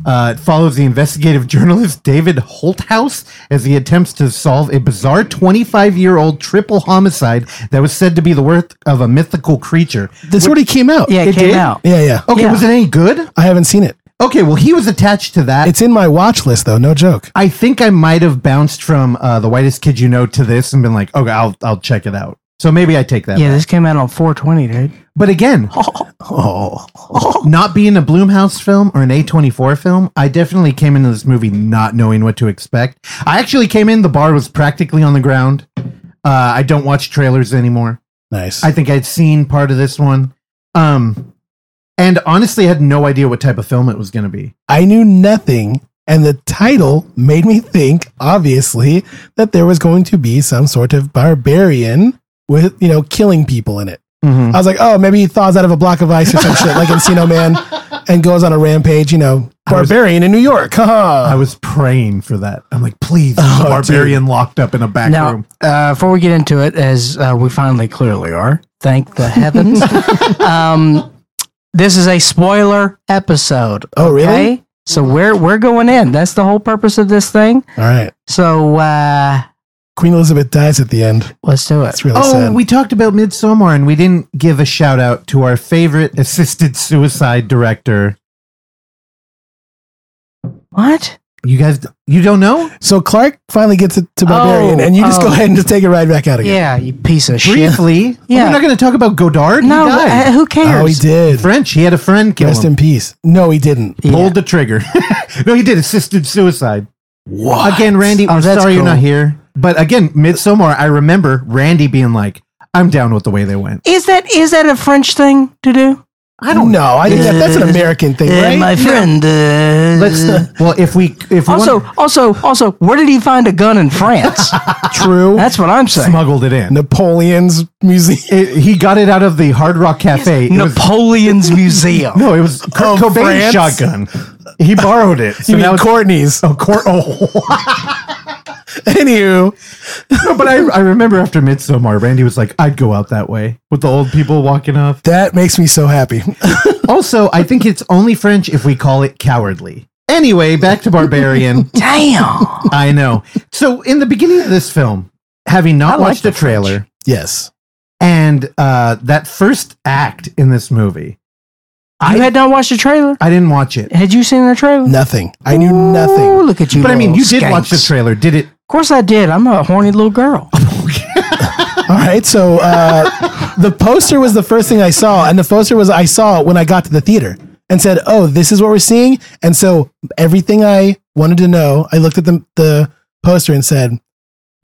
[SPEAKER 2] Uh, it follows the investigative [LAUGHS] journalist David Holthouse as he attempts to solve a bizarre 25 year old triple homicide that was said to be the work of a mythical creature.
[SPEAKER 3] This already came out.
[SPEAKER 1] Yeah, it, came
[SPEAKER 2] did?
[SPEAKER 1] out.
[SPEAKER 3] Yeah, yeah.
[SPEAKER 2] Okay,
[SPEAKER 1] Yeah.
[SPEAKER 2] was it any good?
[SPEAKER 3] I haven't seen it.
[SPEAKER 2] Okay, well, he was attached to that.
[SPEAKER 3] It's in my watch list though, no joke.
[SPEAKER 2] I think I might have bounced from uh, the whitest kid you know to this and been like, okay, I'll I'll check it out. So maybe I take that.
[SPEAKER 1] Yeah, this came out on 420, dude.
[SPEAKER 2] But again,
[SPEAKER 3] Oh.
[SPEAKER 2] not being a Bloomhouse film or an A24 film, I definitely came into this movie not knowing what to expect. I actually came in, the bar was practically on the ground. Uh, I don't watch trailers anymore.
[SPEAKER 3] Nice.
[SPEAKER 2] I think I'd seen part of this one. Um, and honestly, had no idea what type of film it was going to be.
[SPEAKER 3] I knew nothing and the title made me think obviously that there was going to be some sort of barbarian with, Mm-hmm. you know, killing people in it. I was like, "Oh, maybe he thaws out of a block of ice or some shit like Encino Man." and goes on a rampage, you know,
[SPEAKER 2] I was-
[SPEAKER 3] barbarian in New York. [LAUGHS]
[SPEAKER 2] I
[SPEAKER 3] Haha.
[SPEAKER 2] was praying for that. I'm like, please,
[SPEAKER 3] Oh,
[SPEAKER 2] the barbarian locked up in a back
[SPEAKER 1] Now,
[SPEAKER 2] room.
[SPEAKER 1] uh, before we get into it, as uh, we finally clearly are, thank the [LAUGHS] heavens. um, this is a spoiler episode.
[SPEAKER 3] Oh, really?
[SPEAKER 1] Okay, so we're we're going in. That's the whole purpose of this thing.
[SPEAKER 3] All right.
[SPEAKER 1] So uh,
[SPEAKER 3] Queen Elizabeth dies at the end.
[SPEAKER 1] let's do it.
[SPEAKER 3] That's really
[SPEAKER 2] oh,
[SPEAKER 3] sad.
[SPEAKER 2] we talked about Midsommar and we didn't give a shout out to our favorite assisted suicide director.
[SPEAKER 1] What?
[SPEAKER 2] You guys, you don't know?
[SPEAKER 3] so Clark finally gets it to Barbarian,
[SPEAKER 1] Oh,
[SPEAKER 3] and you just go
[SPEAKER 1] oh.
[SPEAKER 3] ahead and just take it right back out again.
[SPEAKER 1] Yeah, you piece of shit.
[SPEAKER 2] Briefly,
[SPEAKER 1] Yeah.
[SPEAKER 2] we're not going to talk about Godard.
[SPEAKER 1] No,
[SPEAKER 2] he
[SPEAKER 1] uh,
[SPEAKER 2] died.
[SPEAKER 1] who cares?
[SPEAKER 3] Oh, he did.
[SPEAKER 2] French. He had a friend kill
[SPEAKER 3] Rest
[SPEAKER 2] him.
[SPEAKER 3] in peace. No, he didn't.
[SPEAKER 1] Yeah.
[SPEAKER 2] Pulled the trigger. [LAUGHS] no, he did assisted suicide.
[SPEAKER 3] What?
[SPEAKER 2] Again, Randy,
[SPEAKER 1] Oh,
[SPEAKER 2] I'm sorry
[SPEAKER 1] that's
[SPEAKER 2] you're not
[SPEAKER 1] cool.
[SPEAKER 2] here. But again, Midsommar, I remember Randy being like, I'm down with the way they went.
[SPEAKER 1] Is that is that a French thing to do?
[SPEAKER 3] I don't know. I think that, that's an American thing,
[SPEAKER 1] Uh,
[SPEAKER 3] right?
[SPEAKER 1] my
[SPEAKER 3] [LAUGHS]
[SPEAKER 1] friend. Uh,
[SPEAKER 2] Let's well, if we if we
[SPEAKER 1] also,
[SPEAKER 2] wanna-
[SPEAKER 1] also, also, where did he find a gun in
[SPEAKER 2] [LAUGHS]
[SPEAKER 1] France?
[SPEAKER 3] True.
[SPEAKER 1] That's what I'm saying.
[SPEAKER 2] smuggled it in.
[SPEAKER 3] Napoleon's museum.
[SPEAKER 2] It- he got it out of the Hard Rock Cafe. It was- [LAUGHS]
[SPEAKER 1] Napoleon's Museum.
[SPEAKER 2] no, it was Kurt
[SPEAKER 3] Of
[SPEAKER 2] Cobain's
[SPEAKER 3] France?
[SPEAKER 2] shotgun. He borrowed it. So
[SPEAKER 3] [LAUGHS] You
[SPEAKER 2] now
[SPEAKER 3] mean
[SPEAKER 2] it's-
[SPEAKER 3] Courtney's?
[SPEAKER 2] oh, Cor- oh.
[SPEAKER 3] [LAUGHS] Anywho,
[SPEAKER 2] [LAUGHS] No, but I, I remember after Midsommar, Randy was like, I'd go out that way with the old people walking off.
[SPEAKER 3] that makes me so happy. [LAUGHS]
[SPEAKER 2] Also, I think it's only French if we call it cowardly. Anyway, back to
[SPEAKER 1] [LAUGHS]
[SPEAKER 2] Barbarian.
[SPEAKER 1] Damn.
[SPEAKER 2] I know. So, in the beginning of this film, having not
[SPEAKER 1] I like
[SPEAKER 2] watched the
[SPEAKER 1] the French.
[SPEAKER 2] trailer
[SPEAKER 3] yes.
[SPEAKER 2] and uh, that first act in this movie, I
[SPEAKER 1] you had not watched the trailer.
[SPEAKER 2] I didn't watch it.
[SPEAKER 1] Had you seen the trailer?
[SPEAKER 3] Nothing. I knew
[SPEAKER 1] Ooh,
[SPEAKER 3] nothing.
[SPEAKER 1] look at you.
[SPEAKER 2] But I mean,
[SPEAKER 1] little
[SPEAKER 2] you did
[SPEAKER 1] skanks.
[SPEAKER 2] watch the trailer. Did it?
[SPEAKER 1] Of course, I did. I'm a horny little girl.
[SPEAKER 3] All right. So uh, the poster was the first thing I saw, and the poster was I saw when I got to the theater and said, "Oh, this is what we're seeing." And so everything I wanted to know, I looked at the the poster and said,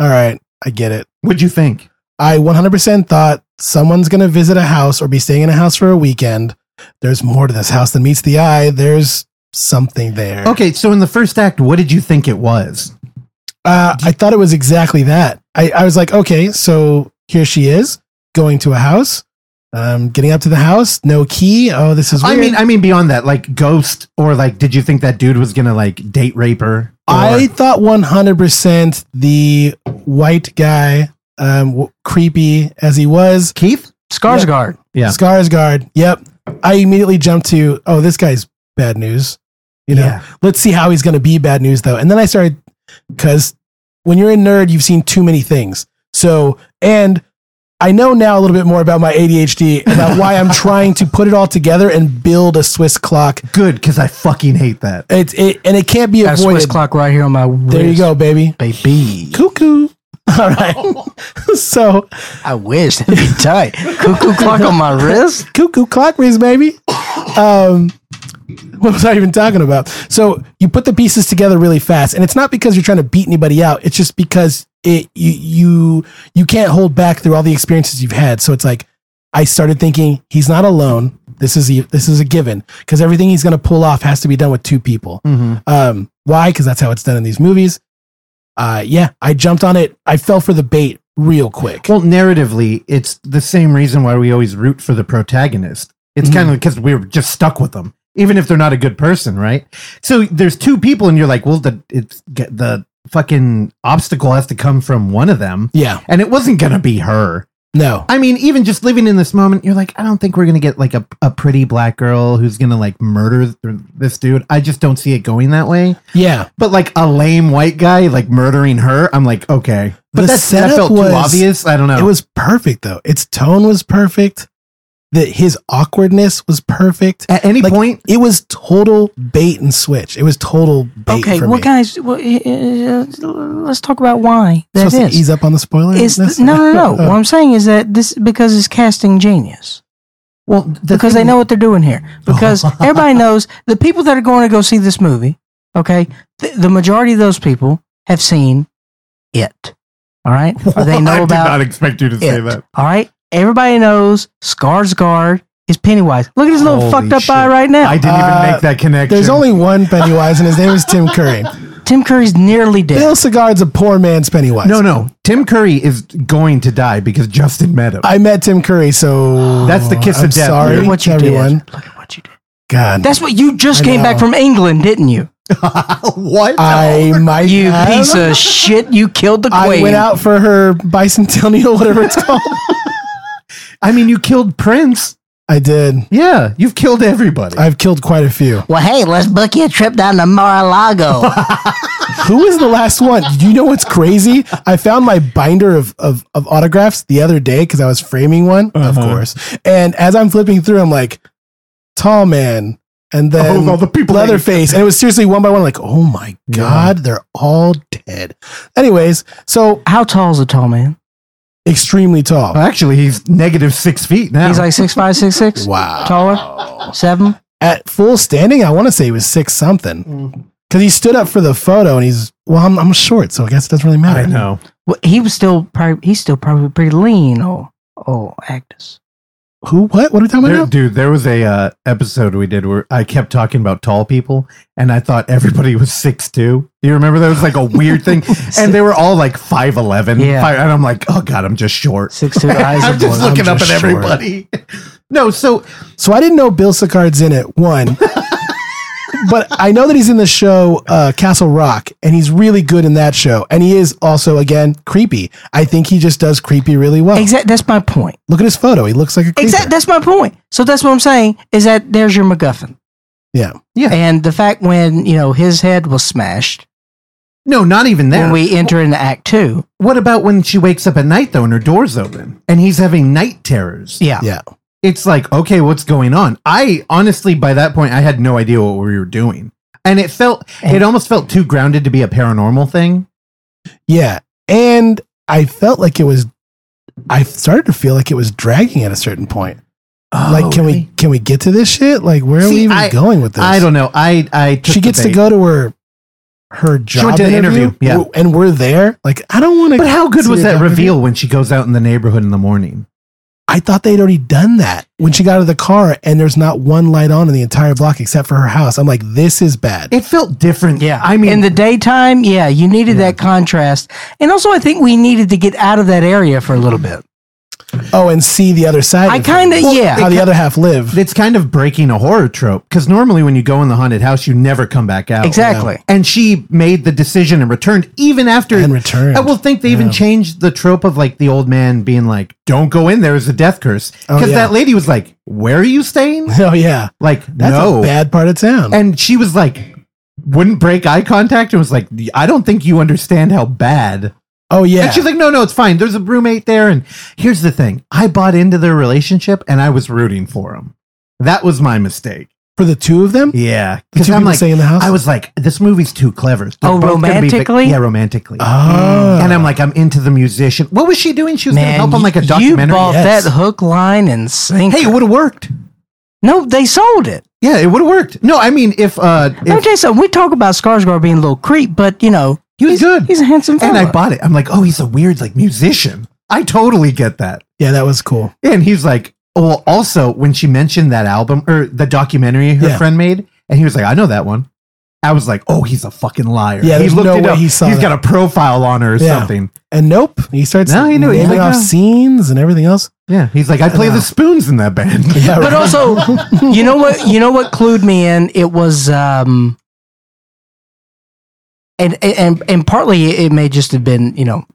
[SPEAKER 3] "All right, I get it."
[SPEAKER 2] What'd you think?
[SPEAKER 3] I 100% thought someone's going to visit a house or be staying in a house for a weekend. There's more to this house than meets the eye. There's something there.
[SPEAKER 2] Okay, so in the first act, what did you think it was?
[SPEAKER 3] Uh, I thought it was exactly that. I, I was like, okay, so here she is going to a house, um, getting up to the house, no key. Oh, this is weird.
[SPEAKER 2] I mean, I mean beyond that, like ghost, or like, did you think that dude was gonna like date rape her? Or-
[SPEAKER 3] I thought 100% the white guy, um, w- creepy as he was,
[SPEAKER 2] Keith.
[SPEAKER 1] Skarsgård.
[SPEAKER 2] Yeah.
[SPEAKER 3] Skarsgård. Yep. I immediately jumped to, oh, this guy's bad news. You know,
[SPEAKER 2] Yeah.
[SPEAKER 3] let's see how he's going to be bad news though. And then I started because when you're a nerd, you've seen too many things. So, and I know now a little bit more about my ADHD about why I'm trying to put it all together and build a Swiss clock.
[SPEAKER 2] Good, because I fucking hate that.
[SPEAKER 3] It's it, and it can't be
[SPEAKER 1] Got a Swiss
[SPEAKER 3] avoided.
[SPEAKER 1] clock right here on my. Wrist.
[SPEAKER 3] There you go, baby.
[SPEAKER 1] baby.
[SPEAKER 3] Cuckoo. [LAUGHS] All right. so
[SPEAKER 1] I wish that'd be
[SPEAKER 2] [LAUGHS]
[SPEAKER 1] tight. Cuckoo clock on my wrist.
[SPEAKER 3] cuckoo clock rings, baby. Um, what was I even talking about? So you put the pieces together really fast, and it's not because you're trying to beat anybody out. It's just because it you you you can't hold back through all the experiences you've had. So it's like I started thinking he's not alone. This is a, this is a given because everything he's going to pull off has to be done with two people. Um, why? Because that's how it's done in these movies. Uh, yeah, I jumped on it. I fell for the bait real quick.
[SPEAKER 2] Well, narratively, it's the same reason why we always root for the protagonist. It's
[SPEAKER 3] Mm-hmm.
[SPEAKER 2] kind of because we're just stuck with them, even if they're not a good person, right? So there's two people, and you're like, well, the it's get the fucking obstacle has to come from one of them,
[SPEAKER 3] Yeah,
[SPEAKER 2] and it wasn't gonna be her.
[SPEAKER 3] no,
[SPEAKER 2] I mean, even just living in this moment, you're like, I don't think we're gonna get like a, a pretty black girl who's gonna like murder th- this dude. I just don't see it going that way.
[SPEAKER 3] yeah.
[SPEAKER 2] But like a lame white guy like murdering her, I'm like, okay. But
[SPEAKER 3] The
[SPEAKER 2] that's, that
[SPEAKER 3] setup
[SPEAKER 2] felt
[SPEAKER 3] was-
[SPEAKER 2] too obvious. I don't
[SPEAKER 1] Oh.
[SPEAKER 2] know.
[SPEAKER 3] It was perfect though. Its tone was perfect. That his awkwardness was perfect.
[SPEAKER 2] at any
[SPEAKER 3] like-
[SPEAKER 2] point.
[SPEAKER 3] It was total bait and switch. It was total bait.
[SPEAKER 1] Okay,
[SPEAKER 3] for
[SPEAKER 1] well,
[SPEAKER 3] me.
[SPEAKER 1] guys, well, uh, uh, let's talk about why that
[SPEAKER 3] Supposed to
[SPEAKER 1] is.
[SPEAKER 3] ease up on the Oh, spoiler.
[SPEAKER 1] It's- no, no,
[SPEAKER 3] [LAUGHS]
[SPEAKER 1] no. what I'm saying is that this because it's casting genius.
[SPEAKER 2] Well, the
[SPEAKER 1] because they
[SPEAKER 2] thing-
[SPEAKER 1] know what they're doing
[SPEAKER 3] [LAUGHS]
[SPEAKER 1] here. Because everybody knows the people that are going to go see this movie, okay, th- the majority of those people have seen it. All
[SPEAKER 3] [LAUGHS]
[SPEAKER 1] right? Or they know about
[SPEAKER 2] expect you to
[SPEAKER 1] it. All right? Everybody knows Skarsgård is Pennywise. Look at his little
[SPEAKER 2] Holy
[SPEAKER 1] fucked up
[SPEAKER 2] shit.
[SPEAKER 1] eye right now.
[SPEAKER 2] I didn't
[SPEAKER 3] Uh,
[SPEAKER 2] even make that connection.
[SPEAKER 3] There's only one Pennywise, and his name is
[SPEAKER 1] [LAUGHS]
[SPEAKER 3] Tim Curry.
[SPEAKER 1] Tim Curry's nearly dead.
[SPEAKER 3] Bill Cigar's a poor man's Pennywise.
[SPEAKER 2] no, no. Tim Curry is going to die because Justin met him.
[SPEAKER 3] I met Tim Curry, so
[SPEAKER 2] That's the kiss
[SPEAKER 3] I'm
[SPEAKER 2] of death.
[SPEAKER 3] Sorry,
[SPEAKER 1] Look at what you
[SPEAKER 3] everyone.
[SPEAKER 1] did. Look at what you did.
[SPEAKER 3] God.
[SPEAKER 1] That's what you just
[SPEAKER 3] I
[SPEAKER 1] came back
[SPEAKER 3] know.
[SPEAKER 1] from England, didn't you?
[SPEAKER 2] what?
[SPEAKER 3] I might
[SPEAKER 1] You
[SPEAKER 3] have.
[SPEAKER 1] piece of shit! You killed the
[SPEAKER 3] I
[SPEAKER 1] queen.
[SPEAKER 3] went out for her bicentennial, [LAUGHS] whatever it's called.
[SPEAKER 2] I mean, you killed Prince.
[SPEAKER 3] I did.
[SPEAKER 2] Yeah, you've killed everybody.
[SPEAKER 3] I've killed quite a few.
[SPEAKER 1] Well, hey, let's book you a trip down to Mar-a-Lago.
[SPEAKER 3] Who was the last one? Do you know what's crazy? I found my binder of, of, of autographs the other day because I was framing one, of
[SPEAKER 2] Uh-huh.
[SPEAKER 3] course. And as I'm flipping through, I'm like, tall man. And then
[SPEAKER 2] Oh, all the people that-
[SPEAKER 3] Leatherface. And it was seriously one by one, like, oh my
[SPEAKER 2] Yeah.
[SPEAKER 3] God, they're all dead. Anyways, so
[SPEAKER 1] [LAUGHS] How tall is a tall man?
[SPEAKER 3] extremely tall.
[SPEAKER 2] Well, actually, he's negative six feet now.
[SPEAKER 1] He's like six five, six six.
[SPEAKER 3] Wow.
[SPEAKER 1] Taller, seven.
[SPEAKER 3] At full standing, I want to say he was six something. Because he stood up for the photo and he's, well, I'm, I'm short, so I guess it doesn't really matter.
[SPEAKER 2] I know.
[SPEAKER 1] Well, he was still probably he's still probably pretty lean. Oh, oh, Agnes.
[SPEAKER 3] Who, what? What are we talking
[SPEAKER 2] There,
[SPEAKER 3] about?
[SPEAKER 2] dude, there was a uh, episode we did where I kept talking about tall people, and I thought everybody was six two. You remember that was like a weird
[SPEAKER 1] [LAUGHS]
[SPEAKER 2] thing, and they were all like 5'11",
[SPEAKER 1] Yeah.
[SPEAKER 2] five- and I'm like, oh god, I'm just
[SPEAKER 1] [LAUGHS]
[SPEAKER 2] short.
[SPEAKER 1] Six two eyes.
[SPEAKER 2] [LAUGHS] I'm
[SPEAKER 1] of
[SPEAKER 2] just
[SPEAKER 1] blue.
[SPEAKER 2] looking
[SPEAKER 3] I'm
[SPEAKER 2] up
[SPEAKER 3] just
[SPEAKER 2] at
[SPEAKER 3] short.
[SPEAKER 2] everybody. [LAUGHS] no, so
[SPEAKER 3] So I didn't know Bill Sicard's in
[SPEAKER 2] [LAUGHS]
[SPEAKER 3] it. One. But I know that he's in the show uh, Castle Rock, and he's really good in that show. And he is also, again, creepy. I think he just does creepy really well.
[SPEAKER 1] Exact. That's my point.
[SPEAKER 3] Look at his photo; he looks like a creeper.
[SPEAKER 1] Exact. That's my point. So that's what I'm saying is that there's your
[SPEAKER 2] [LAUGHS]
[SPEAKER 1] MacGuffin.
[SPEAKER 3] Yeah.
[SPEAKER 2] Yeah.
[SPEAKER 1] And the fact when you know his head was smashed
[SPEAKER 2] no, not even that.
[SPEAKER 1] when we enter into Act Two.
[SPEAKER 2] what about when she wakes up at night though, and her door's open, and he's having night terrors?
[SPEAKER 1] Yeah.
[SPEAKER 3] Yeah.
[SPEAKER 2] it's like, okay, what's going on? I honestly, by that point, I had no idea what we were doing. And it felt, it almost felt too grounded to be a paranormal thing.
[SPEAKER 3] Yeah, and I felt like it was. I started to feel like it was dragging at a certain point. like, can we can we get to this shit? Like, where are we
[SPEAKER 2] Oh, See,
[SPEAKER 3] even
[SPEAKER 2] I-
[SPEAKER 3] going with this?
[SPEAKER 2] I don't know. I, I, took
[SPEAKER 3] She
[SPEAKER 2] the
[SPEAKER 3] gets to
[SPEAKER 2] bait.
[SPEAKER 3] go to her her job
[SPEAKER 2] went to the
[SPEAKER 3] interview,
[SPEAKER 2] interview, yeah.
[SPEAKER 3] w- and we're there. Like, I don't want to.
[SPEAKER 2] But how good was that reveal when she goes out in the neighborhood in the morning?
[SPEAKER 3] I thought they'd already done that when she got out of the car, and there's not one light on in the entire block except for her house. I'm like, this is bad.
[SPEAKER 2] It felt different. I mean,
[SPEAKER 1] in the daytime, yeah, you needed that contrast, and also I think we needed to get out of that area for a little bit.
[SPEAKER 3] oh, and see the other side.
[SPEAKER 1] I
[SPEAKER 3] of
[SPEAKER 1] kind of,
[SPEAKER 3] it.
[SPEAKER 1] yeah,
[SPEAKER 3] how the other half live.
[SPEAKER 2] it's kind of breaking a horror trope because normally when you go in the haunted house, you never come back out.
[SPEAKER 1] exactly.
[SPEAKER 2] And she made the decision and returned even after
[SPEAKER 3] And returned.
[SPEAKER 2] I will think they even
[SPEAKER 3] Yeah.
[SPEAKER 2] changed the trope of like the old man being like, "Don't go in there is a death curse,"
[SPEAKER 3] Oh,
[SPEAKER 2] because
[SPEAKER 3] yeah.
[SPEAKER 2] that lady was like, "Where are you staying?"
[SPEAKER 3] [LAUGHS] Oh yeah,
[SPEAKER 2] Like,
[SPEAKER 3] that's
[SPEAKER 2] no,
[SPEAKER 3] a bad part of town.
[SPEAKER 2] and she was like, wouldn't break eye contact and was like, "I don't think you understand how bad."
[SPEAKER 3] oh yeah,
[SPEAKER 2] And she's like, "No, no, it's fine. There's a roommate there." And here's the thing: I bought into their relationship and I was rooting for him. That was my mistake.
[SPEAKER 3] for the two of them,
[SPEAKER 2] Yeah,
[SPEAKER 3] the
[SPEAKER 2] because
[SPEAKER 3] two
[SPEAKER 2] I'm
[SPEAKER 3] people
[SPEAKER 2] like,
[SPEAKER 3] staying in the house.
[SPEAKER 2] I was like, this movie's too clever. They're
[SPEAKER 1] Oh,
[SPEAKER 2] both gonna be vic-
[SPEAKER 1] romantically?
[SPEAKER 2] yeah, romantically.
[SPEAKER 3] Ah.
[SPEAKER 2] And I'm like, I'm into the musician. What was she doing? She was going to help on like a
[SPEAKER 1] you-
[SPEAKER 2] documentary.
[SPEAKER 1] You bought
[SPEAKER 3] Yes.
[SPEAKER 1] that hook, line, and sinker.
[SPEAKER 2] hey, it would have worked.
[SPEAKER 1] no, they sold it.
[SPEAKER 2] Yeah, it would have worked. No, I mean, if uh,
[SPEAKER 1] Let me
[SPEAKER 2] if
[SPEAKER 1] tell you something. We talk about Skarsgård being a little creep, but you know
[SPEAKER 2] he was good,
[SPEAKER 1] he's a handsome
[SPEAKER 2] and
[SPEAKER 1] fella.
[SPEAKER 2] I bought it. I'm like, oh, he's a weird like musician. I totally get that.
[SPEAKER 3] yeah, that was cool.
[SPEAKER 2] And he's like, oh, well, also when she mentioned that album or the documentary her
[SPEAKER 3] Yeah.
[SPEAKER 2] friend made, and he was like, I know that one. I was like, oh, he's a fucking liar.
[SPEAKER 3] Yeah,
[SPEAKER 2] he
[SPEAKER 3] there's no way
[SPEAKER 2] up.
[SPEAKER 3] he saw
[SPEAKER 2] He's
[SPEAKER 3] that.
[SPEAKER 2] got a profile on her or
[SPEAKER 3] Yeah.
[SPEAKER 2] something.
[SPEAKER 3] And nope, he starts
[SPEAKER 2] No, he knew it. He's
[SPEAKER 3] naming
[SPEAKER 2] like, "Oh."
[SPEAKER 3] off
[SPEAKER 2] no.
[SPEAKER 3] scenes and everything else.
[SPEAKER 2] Yeah, he's like, I play
[SPEAKER 3] Yeah.
[SPEAKER 2] the spoons in that band. [LAUGHS]
[SPEAKER 3] Yeah,
[SPEAKER 1] but
[SPEAKER 3] right.
[SPEAKER 1] also, you know what? You know what clued me in? It was, um, and and and partly it may just have been you know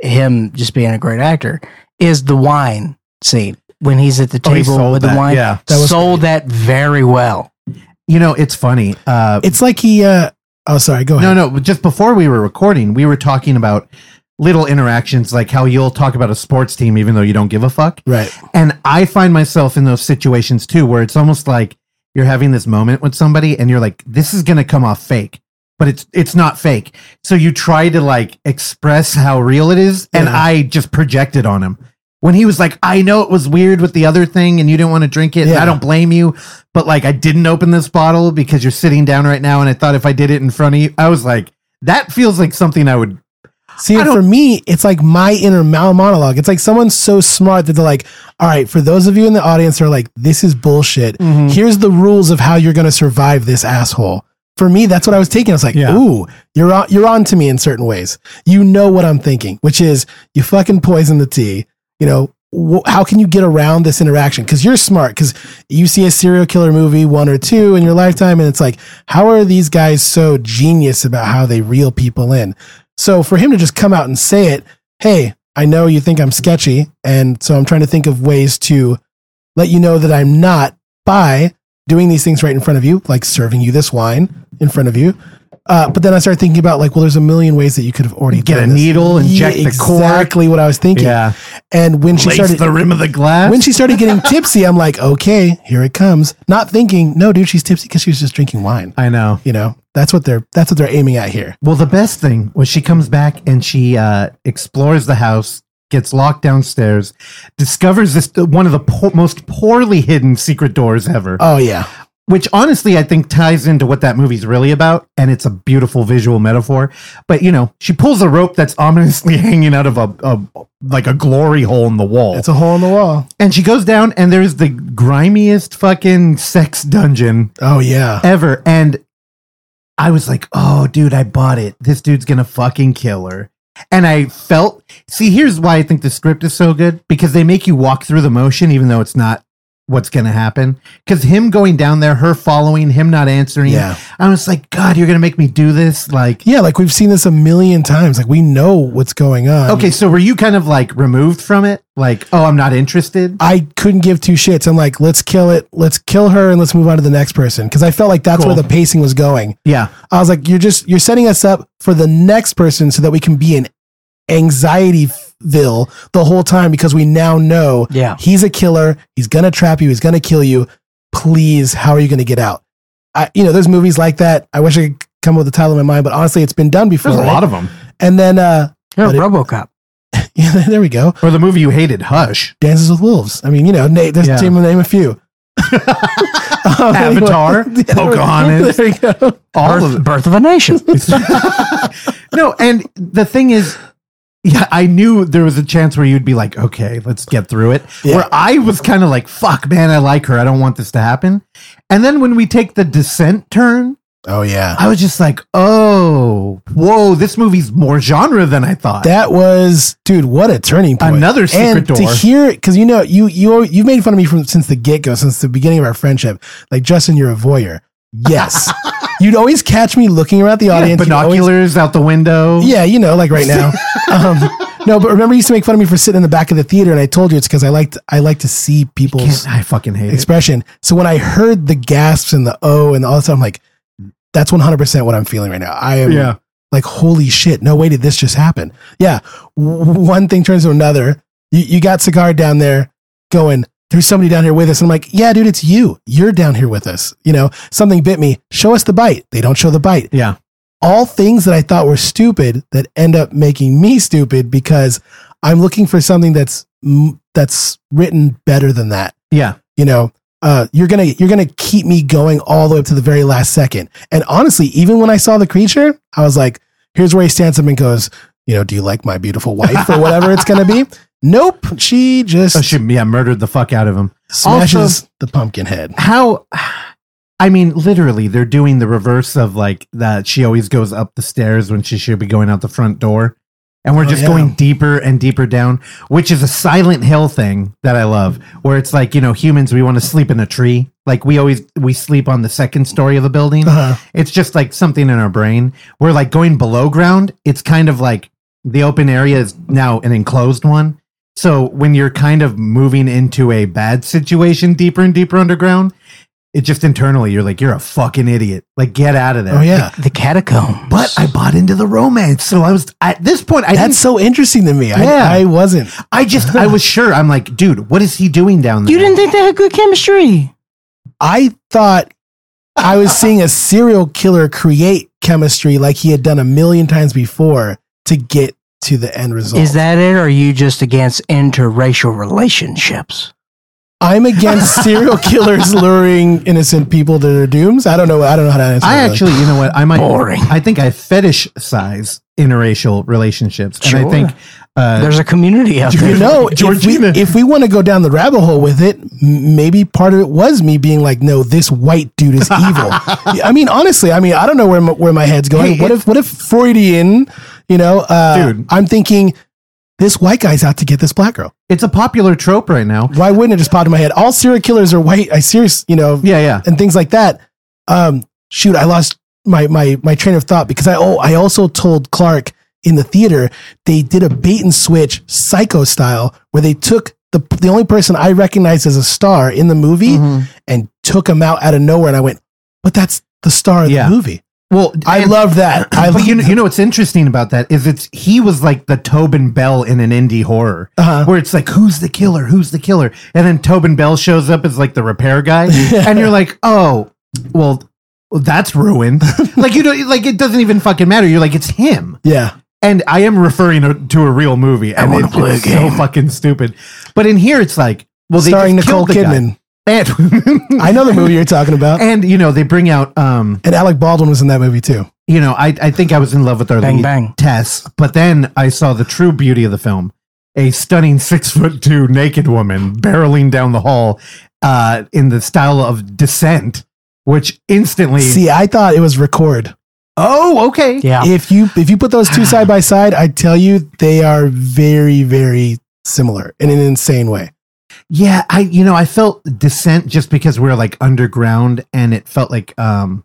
[SPEAKER 1] him just being a great actor. Is the wine scene when he's at the
[SPEAKER 2] Oh, he
[SPEAKER 1] table
[SPEAKER 2] sold
[SPEAKER 1] with
[SPEAKER 2] that,
[SPEAKER 1] the wine?
[SPEAKER 2] yeah.
[SPEAKER 3] That was-
[SPEAKER 1] sold that very well.
[SPEAKER 2] You know, it's funny. Uh,
[SPEAKER 3] it's like he. uh Oh, sorry. Go
[SPEAKER 2] no,
[SPEAKER 3] ahead.
[SPEAKER 2] no. but Just before we were recording, we were talking about little interactions, like how you'll talk about a sports team even though you don't give a fuck.
[SPEAKER 3] Right.
[SPEAKER 2] And I find myself in those situations too, where it's almost like you're having this moment with somebody, and you're like, "This is gonna come off fake," but it's it's not fake. So you try to like express how real it is, and
[SPEAKER 3] Yeah.
[SPEAKER 2] I just projected on him. When he was like, I know it was weird with the other thing and you didn't want to drink it, and
[SPEAKER 3] Yeah.
[SPEAKER 2] I don't blame you, but like I didn't open this bottle because you're sitting down right now and I thought if I did it in front of you, I was like, that feels like something I would
[SPEAKER 3] See,
[SPEAKER 2] I
[SPEAKER 3] and
[SPEAKER 2] don't-
[SPEAKER 3] for me, it's like my inner mal- monologue. It's like someone's so smart that they're like, "All right, for those of you in the audience who are like, this is bullshit.
[SPEAKER 2] Mm-hmm.
[SPEAKER 3] Here's the rules of how you're going to survive this asshole." For me, that's what I was taking. I was like,
[SPEAKER 2] Yeah.
[SPEAKER 3] "Ooh, you're on, you're on to me in certain ways. You know what I'm thinking, which is you fucking poison the tea. You know, wh- how can you get around this interaction? Because you're smart. Because you see a serial killer movie one or two in your lifetime, and it's like, how are these guys so genius about how they reel people in? So for him to just come out and say it, hey, I know you think I'm sketchy, and so I'm trying to think of ways to let you know that I'm not by doing these things right in front of you, like serving you this wine in front of you. Uh, but then I started thinking about like, well, there's a million ways that you could have already
[SPEAKER 2] Get a
[SPEAKER 3] done this.
[SPEAKER 2] needle, inject
[SPEAKER 3] Yeah,
[SPEAKER 2] the cork.
[SPEAKER 3] Exactly what I was thinking.
[SPEAKER 2] Yeah.
[SPEAKER 3] And when she
[SPEAKER 2] Lace
[SPEAKER 3] started
[SPEAKER 2] the rim of the glass.
[SPEAKER 3] when she started getting tipsy, I'm like, okay, here it comes. Not thinking, no, dude, she's tipsy because she was just drinking wine.
[SPEAKER 2] I know.
[SPEAKER 3] You know, that's what they're that's what they're aiming at here.
[SPEAKER 2] Well, the best thing was she comes back and she uh, explores the house, gets locked downstairs, discovers this one of the po- most poorly hidden secret doors ever, Uh,
[SPEAKER 3] Oh yeah,
[SPEAKER 2] which honestly I think ties into what that movie's really about, and it's a beautiful visual metaphor. But you know, she pulls a rope that's ominously [LAUGHS] hanging out of a, a like a glory hole in the wall,
[SPEAKER 3] it's a hole in the wall.
[SPEAKER 2] and she goes down, and there's the grimiest fucking sex dungeon
[SPEAKER 3] Oh yeah,
[SPEAKER 2] ever. And I was like, oh, dude, I bought it. This dude's going to fucking kill her. And I felt, see, here's why I think the script is so good because they make you walk through the motion, even though it's not what's going to happen. Because him going down there, her following, him not answering.
[SPEAKER 3] yeah,
[SPEAKER 2] I was like, God, you're going to make me do this. Like,
[SPEAKER 3] yeah. Like we've seen this a million times. Like we know what's going on.
[SPEAKER 2] okay, so were you kind of like removed from it? Like, oh, I'm not interested?
[SPEAKER 3] I couldn't give two shits. I'm like, let's kill it, let's kill her, and let's move on to the next person because I felt like that's
[SPEAKER 2] Cool.
[SPEAKER 3] where the pacing was going.
[SPEAKER 2] Yeah.
[SPEAKER 3] I was like, you're just you're setting us up for the next person so that we can be in anxietyville the whole time because we now know
[SPEAKER 1] Yeah.
[SPEAKER 3] he's a killer. He's gonna trap you. He's gonna kill you. Please, how are you gonna get out? I, you know, there's movies like that. I wish I could come up with the title in my mind, but honestly, it's been done before.
[SPEAKER 2] There's a
[SPEAKER 3] right?
[SPEAKER 2] lot of them.
[SPEAKER 3] and then, uh,
[SPEAKER 1] Yeah,
[SPEAKER 3] But it-
[SPEAKER 1] RoboCop.
[SPEAKER 3] yeah, [LAUGHS] there we go.
[SPEAKER 2] Or the movie you hated, Hush.
[SPEAKER 3] Dances with Wolves. I mean, you know, Nate, there's
[SPEAKER 2] Yeah.
[SPEAKER 3] to name
[SPEAKER 2] [LAUGHS]
[SPEAKER 3] a few. Um, anyway.
[SPEAKER 2] Avatar,
[SPEAKER 3] [LAUGHS] Yeah, there we-
[SPEAKER 2] Pocahontas.
[SPEAKER 3] [LAUGHS] There you go.
[SPEAKER 2] All of
[SPEAKER 1] Birth, Birth of a Nation.
[SPEAKER 2] [LAUGHS] no, and the thing is, yeah, I knew there was a chance where you'd be like, okay, let's get through it.
[SPEAKER 3] Yeah.
[SPEAKER 2] Where I was kind of like, fuck, man, I like her. I don't want this to happen. And then when we take the descent turn,
[SPEAKER 3] Oh yeah,
[SPEAKER 2] I was just like, oh, whoa, this movie's more genre than I thought.
[SPEAKER 3] that was, dude. What a turning point.
[SPEAKER 2] Another secret
[SPEAKER 3] and to
[SPEAKER 2] door.
[SPEAKER 3] hear it because you know you you you made fun of me from since the get go, since the beginning of our friendship. Like Justin, you're a voyeur.
[SPEAKER 2] [LAUGHS]
[SPEAKER 3] Yes, you'd always catch me looking around the audience. You'd always-
[SPEAKER 2] Binoculars out the window.
[SPEAKER 3] yeah, you know, like right now.
[SPEAKER 2] [LAUGHS]
[SPEAKER 3] um, no, but remember, you used to make fun of me for sitting in the back of the theater, and I told you it's because I liked I like to see people's
[SPEAKER 2] Can't- I fucking hate it.
[SPEAKER 3] expression. So when I heard the gasps and the oh and all that stuff, I'm like, that's 100 percent what I'm feeling right now. I am
[SPEAKER 2] Yeah.
[SPEAKER 3] like holy shit no way did this just happen yeah w- one thing turns to another you, you got cigar down there going there's somebody down here with us and i'm like yeah dude it's you you're down here with us you know something bit me show us the bite they don't show the bite
[SPEAKER 2] Yeah.
[SPEAKER 3] all things that i thought were stupid that end up making me stupid because i'm looking for something that's m- that's written better than that
[SPEAKER 2] Yeah.
[SPEAKER 3] you know uh, you're gonna you're gonna keep me going all the way up to the very last second and honestly even when i saw the creature i was like here's where he stands up and goes you know do you like my beautiful wife or whatever it's
[SPEAKER 2] [LAUGHS]
[SPEAKER 3] gonna be nope she just
[SPEAKER 2] Oh, she, yeah, murdered the fuck out of him.
[SPEAKER 3] smashes
[SPEAKER 2] Also-
[SPEAKER 3] the pumpkin
[SPEAKER 2] [LAUGHS]
[SPEAKER 3] head
[SPEAKER 2] how I mean, literally, they're doing the reverse of like that. She always goes up the stairs when she should be going out the front door. And we're
[SPEAKER 3] Oh,
[SPEAKER 2] just
[SPEAKER 3] yeah.
[SPEAKER 2] going deeper and deeper down, which is a Silent Hill thing that I love, where it's like, you know, humans, we want to sleep in a tree. Like we always, we sleep on the second story of a building.
[SPEAKER 3] uh-huh.
[SPEAKER 2] It's just like something in our brain. We're like going below ground. It's kind of like the open area is now an enclosed one. So when you're kind of moving into a bad situation deeper and deeper underground, it just internally you're like, you're a fucking idiot. Like get out of there.
[SPEAKER 3] oh yeah
[SPEAKER 1] The catacomb.
[SPEAKER 2] But I bought into the romance. So I was at this point I
[SPEAKER 3] that's
[SPEAKER 2] didn't,
[SPEAKER 3] so interesting to me
[SPEAKER 2] Yeah.
[SPEAKER 3] I, I wasn't
[SPEAKER 2] I just I was sure. I'm like, dude, what is he doing down there?
[SPEAKER 1] You didn't think they had good chemistry.
[SPEAKER 3] i thought i was seeing a serial killer create chemistry like he had done a million times before to get to the end result
[SPEAKER 1] Is that it, or are you just against interracial relationships?
[SPEAKER 3] I'm against serial killers luring innocent people to their dooms. I don't know. I don't know how to answer.
[SPEAKER 2] I
[SPEAKER 3] that.
[SPEAKER 2] actually, you know what? I might.
[SPEAKER 1] Boring.
[SPEAKER 2] I think I fetish size interracial relationships, and I
[SPEAKER 1] Sure.
[SPEAKER 2] think uh,
[SPEAKER 1] There's a community out there.
[SPEAKER 3] you know, if we,
[SPEAKER 2] Georgina.
[SPEAKER 3] if we want to go down the rabbit hole with it, m- maybe part of it was me being like, "No, this white dude
[SPEAKER 2] [LAUGHS]
[SPEAKER 3] is evil." I mean, honestly, I mean, I don't know where my, where my head's going.
[SPEAKER 2] Hey,
[SPEAKER 3] what
[SPEAKER 2] it-
[SPEAKER 3] if what if Freudian? You know, uh,
[SPEAKER 2] Dude.
[SPEAKER 3] I'm thinking this white guy's out to get this black girl.
[SPEAKER 2] It's a popular trope right now.
[SPEAKER 3] Why wouldn't it just pop in my head? All serial killers are white. I serious, you know,
[SPEAKER 2] Yeah, yeah.
[SPEAKER 3] and things like that. Um, shoot, I lost my my my train of thought because I oh I also told Clark in the theater they did a bait and switch psycho style where they took the the only person I recognized as a star in the movie
[SPEAKER 2] Mm-hmm.
[SPEAKER 3] and took him out out of nowhere and I went, but that's the star of
[SPEAKER 2] Yeah.
[SPEAKER 3] the movie.
[SPEAKER 2] Well,
[SPEAKER 3] I
[SPEAKER 2] and- [CLEARS THROAT]
[SPEAKER 3] love that. I
[SPEAKER 2] But
[SPEAKER 3] love
[SPEAKER 2] you know, you know what's interesting about that is it's he was like the Tobin Bell in an indie horror,
[SPEAKER 3] Uh-huh.
[SPEAKER 2] where it's like who's the killer, who's the killer, and then Tobin Bell shows up as like the repair guy, and you're like, oh, well, well, that's ruined. like you know, like it doesn't even fucking matter. You're like, it's him,
[SPEAKER 3] yeah.
[SPEAKER 2] and I am referring to- to a real movie, and
[SPEAKER 1] wanna
[SPEAKER 2] it's,
[SPEAKER 1] play a
[SPEAKER 2] it's so
[SPEAKER 1] game.
[SPEAKER 2] fucking stupid. But in here, it's like, well, they
[SPEAKER 3] starring
[SPEAKER 2] just
[SPEAKER 3] Nicole
[SPEAKER 2] killed the guy.
[SPEAKER 3] Kidman.
[SPEAKER 2] And- [LAUGHS]
[SPEAKER 3] I know the movie you're talking about.
[SPEAKER 2] and you know they bring out um
[SPEAKER 3] And Alec Baldwin was in that movie too.
[SPEAKER 2] you know, I, I think I was in love with our
[SPEAKER 1] Bang,
[SPEAKER 2] lead,
[SPEAKER 1] bang.
[SPEAKER 2] Tess, but then I saw the true beauty of the film: a stunning [LAUGHS] six foot two naked woman barreling down the hall, uh, in the style of Descent, which instantly.
[SPEAKER 3] See, I thought it was record.
[SPEAKER 2] oh, okay.
[SPEAKER 1] Yeah.
[SPEAKER 3] If you if you put those two side by side, I tell you they are very very similar in an insane way.
[SPEAKER 2] Yeah, I you know I felt Descent just because we are like underground, and it felt like um,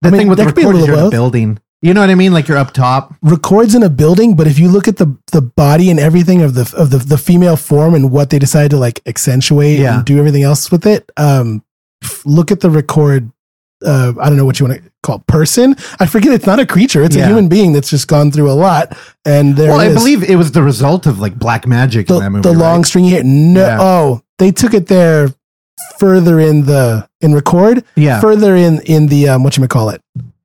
[SPEAKER 2] the
[SPEAKER 3] I mean,
[SPEAKER 2] thing with
[SPEAKER 3] that
[SPEAKER 2] the
[SPEAKER 3] could be a
[SPEAKER 2] record is
[SPEAKER 3] little
[SPEAKER 2] you're in a
[SPEAKER 3] both.
[SPEAKER 2] building. You know what I mean? Like you're up top.
[SPEAKER 3] Records in a building, but if you look at the the body and everything of the of the, the female form and what they decided to like accentuate
[SPEAKER 2] Yeah.
[SPEAKER 3] and do everything else with it, um, f- look at the record. Uh, I don't know what you want to call it, person. I forget it's not a creature; it's
[SPEAKER 2] Yeah.
[SPEAKER 3] a human being that's just gone through a lot. And there
[SPEAKER 2] well, I
[SPEAKER 3] it is.
[SPEAKER 2] believe it was the result of like black magic
[SPEAKER 3] the,
[SPEAKER 2] in that movie.
[SPEAKER 3] the
[SPEAKER 2] right?
[SPEAKER 3] long string here. No,
[SPEAKER 2] Yeah.
[SPEAKER 3] oh, they took it there further in the in record,
[SPEAKER 2] yeah.
[SPEAKER 3] further in in the um, what you call it.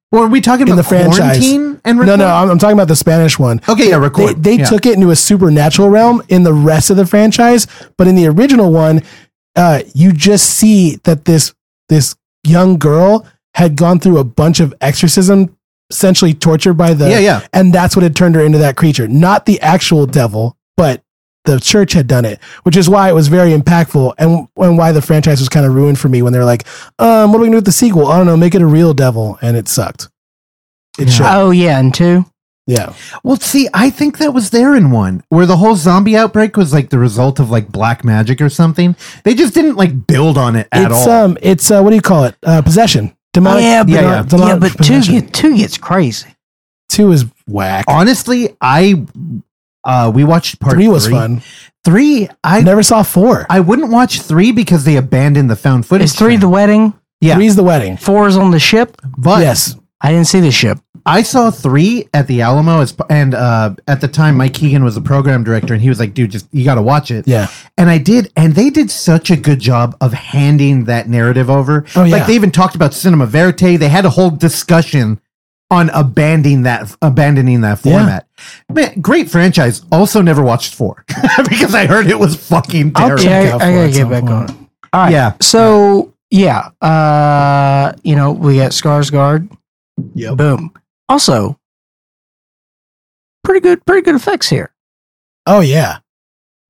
[SPEAKER 2] Or are we talking
[SPEAKER 3] In
[SPEAKER 2] about
[SPEAKER 3] the franchise.
[SPEAKER 2] quarantine and
[SPEAKER 3] No,
[SPEAKER 2] record?
[SPEAKER 3] no, I'm, I'm talking about the Spanish one.
[SPEAKER 2] Okay, yeah,
[SPEAKER 3] They,
[SPEAKER 2] record.
[SPEAKER 3] they
[SPEAKER 2] Yeah.
[SPEAKER 3] took it into a supernatural realm in the rest of the franchise, but in the original one, uh, you just see that this this young girl had gone through a bunch of exorcism, essentially tortured by the
[SPEAKER 2] yeah, yeah,
[SPEAKER 3] and that's what had turned her into that creature not the actual devil but the church had done it which is why it was very impactful and, and why the franchise was kind of ruined for me when they were like um, what are we gonna do with the sequel i don't know make it a real devil and it sucked
[SPEAKER 2] Yeah.
[SPEAKER 3] it
[SPEAKER 2] Uh,
[SPEAKER 3] should
[SPEAKER 1] Oh yeah, and two.
[SPEAKER 3] yeah
[SPEAKER 2] Well, see, I think that was there in one where the whole zombie outbreak was like the result of like black magic or something. They just didn't like build on it at
[SPEAKER 3] it's
[SPEAKER 2] all.
[SPEAKER 3] um it's uh, what do you call it uh, possession demonic
[SPEAKER 1] yeah, but,
[SPEAKER 2] yeah,
[SPEAKER 3] demonic-
[SPEAKER 2] yeah.
[SPEAKER 1] yeah,
[SPEAKER 3] demonic
[SPEAKER 1] but two
[SPEAKER 3] possession.
[SPEAKER 1] get, two gets crazy.
[SPEAKER 3] two is whack
[SPEAKER 2] Honestly, I uh we watched part
[SPEAKER 3] three was fun
[SPEAKER 2] Three,
[SPEAKER 3] i
[SPEAKER 2] I
[SPEAKER 3] never saw four
[SPEAKER 2] I wouldn't watch three because they abandoned the found footage.
[SPEAKER 1] Is three the
[SPEAKER 2] thing.
[SPEAKER 1] wedding?
[SPEAKER 2] yeah,
[SPEAKER 3] three's the wedding
[SPEAKER 1] Four is on the ship.
[SPEAKER 2] but
[SPEAKER 3] yes
[SPEAKER 1] I didn't see the ship.
[SPEAKER 2] I saw three at the Alamo, as, and uh, at the time Mike Keegan was the program director, and he was like, "Dude, just you got to watch it."
[SPEAKER 3] Yeah.
[SPEAKER 2] and I did, and they did such a good job of handing that narrative over.
[SPEAKER 3] Oh, yeah.
[SPEAKER 2] like they even talked about cinema verite. They had a whole discussion on abandoning that abandoning that
[SPEAKER 3] Yeah.
[SPEAKER 2] format. Man, great franchise. Also, never watched four [LAUGHS] because I heard it was fucking terrible.
[SPEAKER 1] Okay,
[SPEAKER 3] check
[SPEAKER 1] I,
[SPEAKER 3] out
[SPEAKER 1] I
[SPEAKER 3] four
[SPEAKER 1] gotta
[SPEAKER 3] at
[SPEAKER 1] get
[SPEAKER 3] some
[SPEAKER 1] back
[SPEAKER 3] point.
[SPEAKER 1] on it. All right.
[SPEAKER 2] Yeah.
[SPEAKER 1] So yeah, uh, you know we got Skarsgård.
[SPEAKER 3] Yep.
[SPEAKER 1] Boom. Also, pretty good, pretty good effects here.
[SPEAKER 3] oh yeah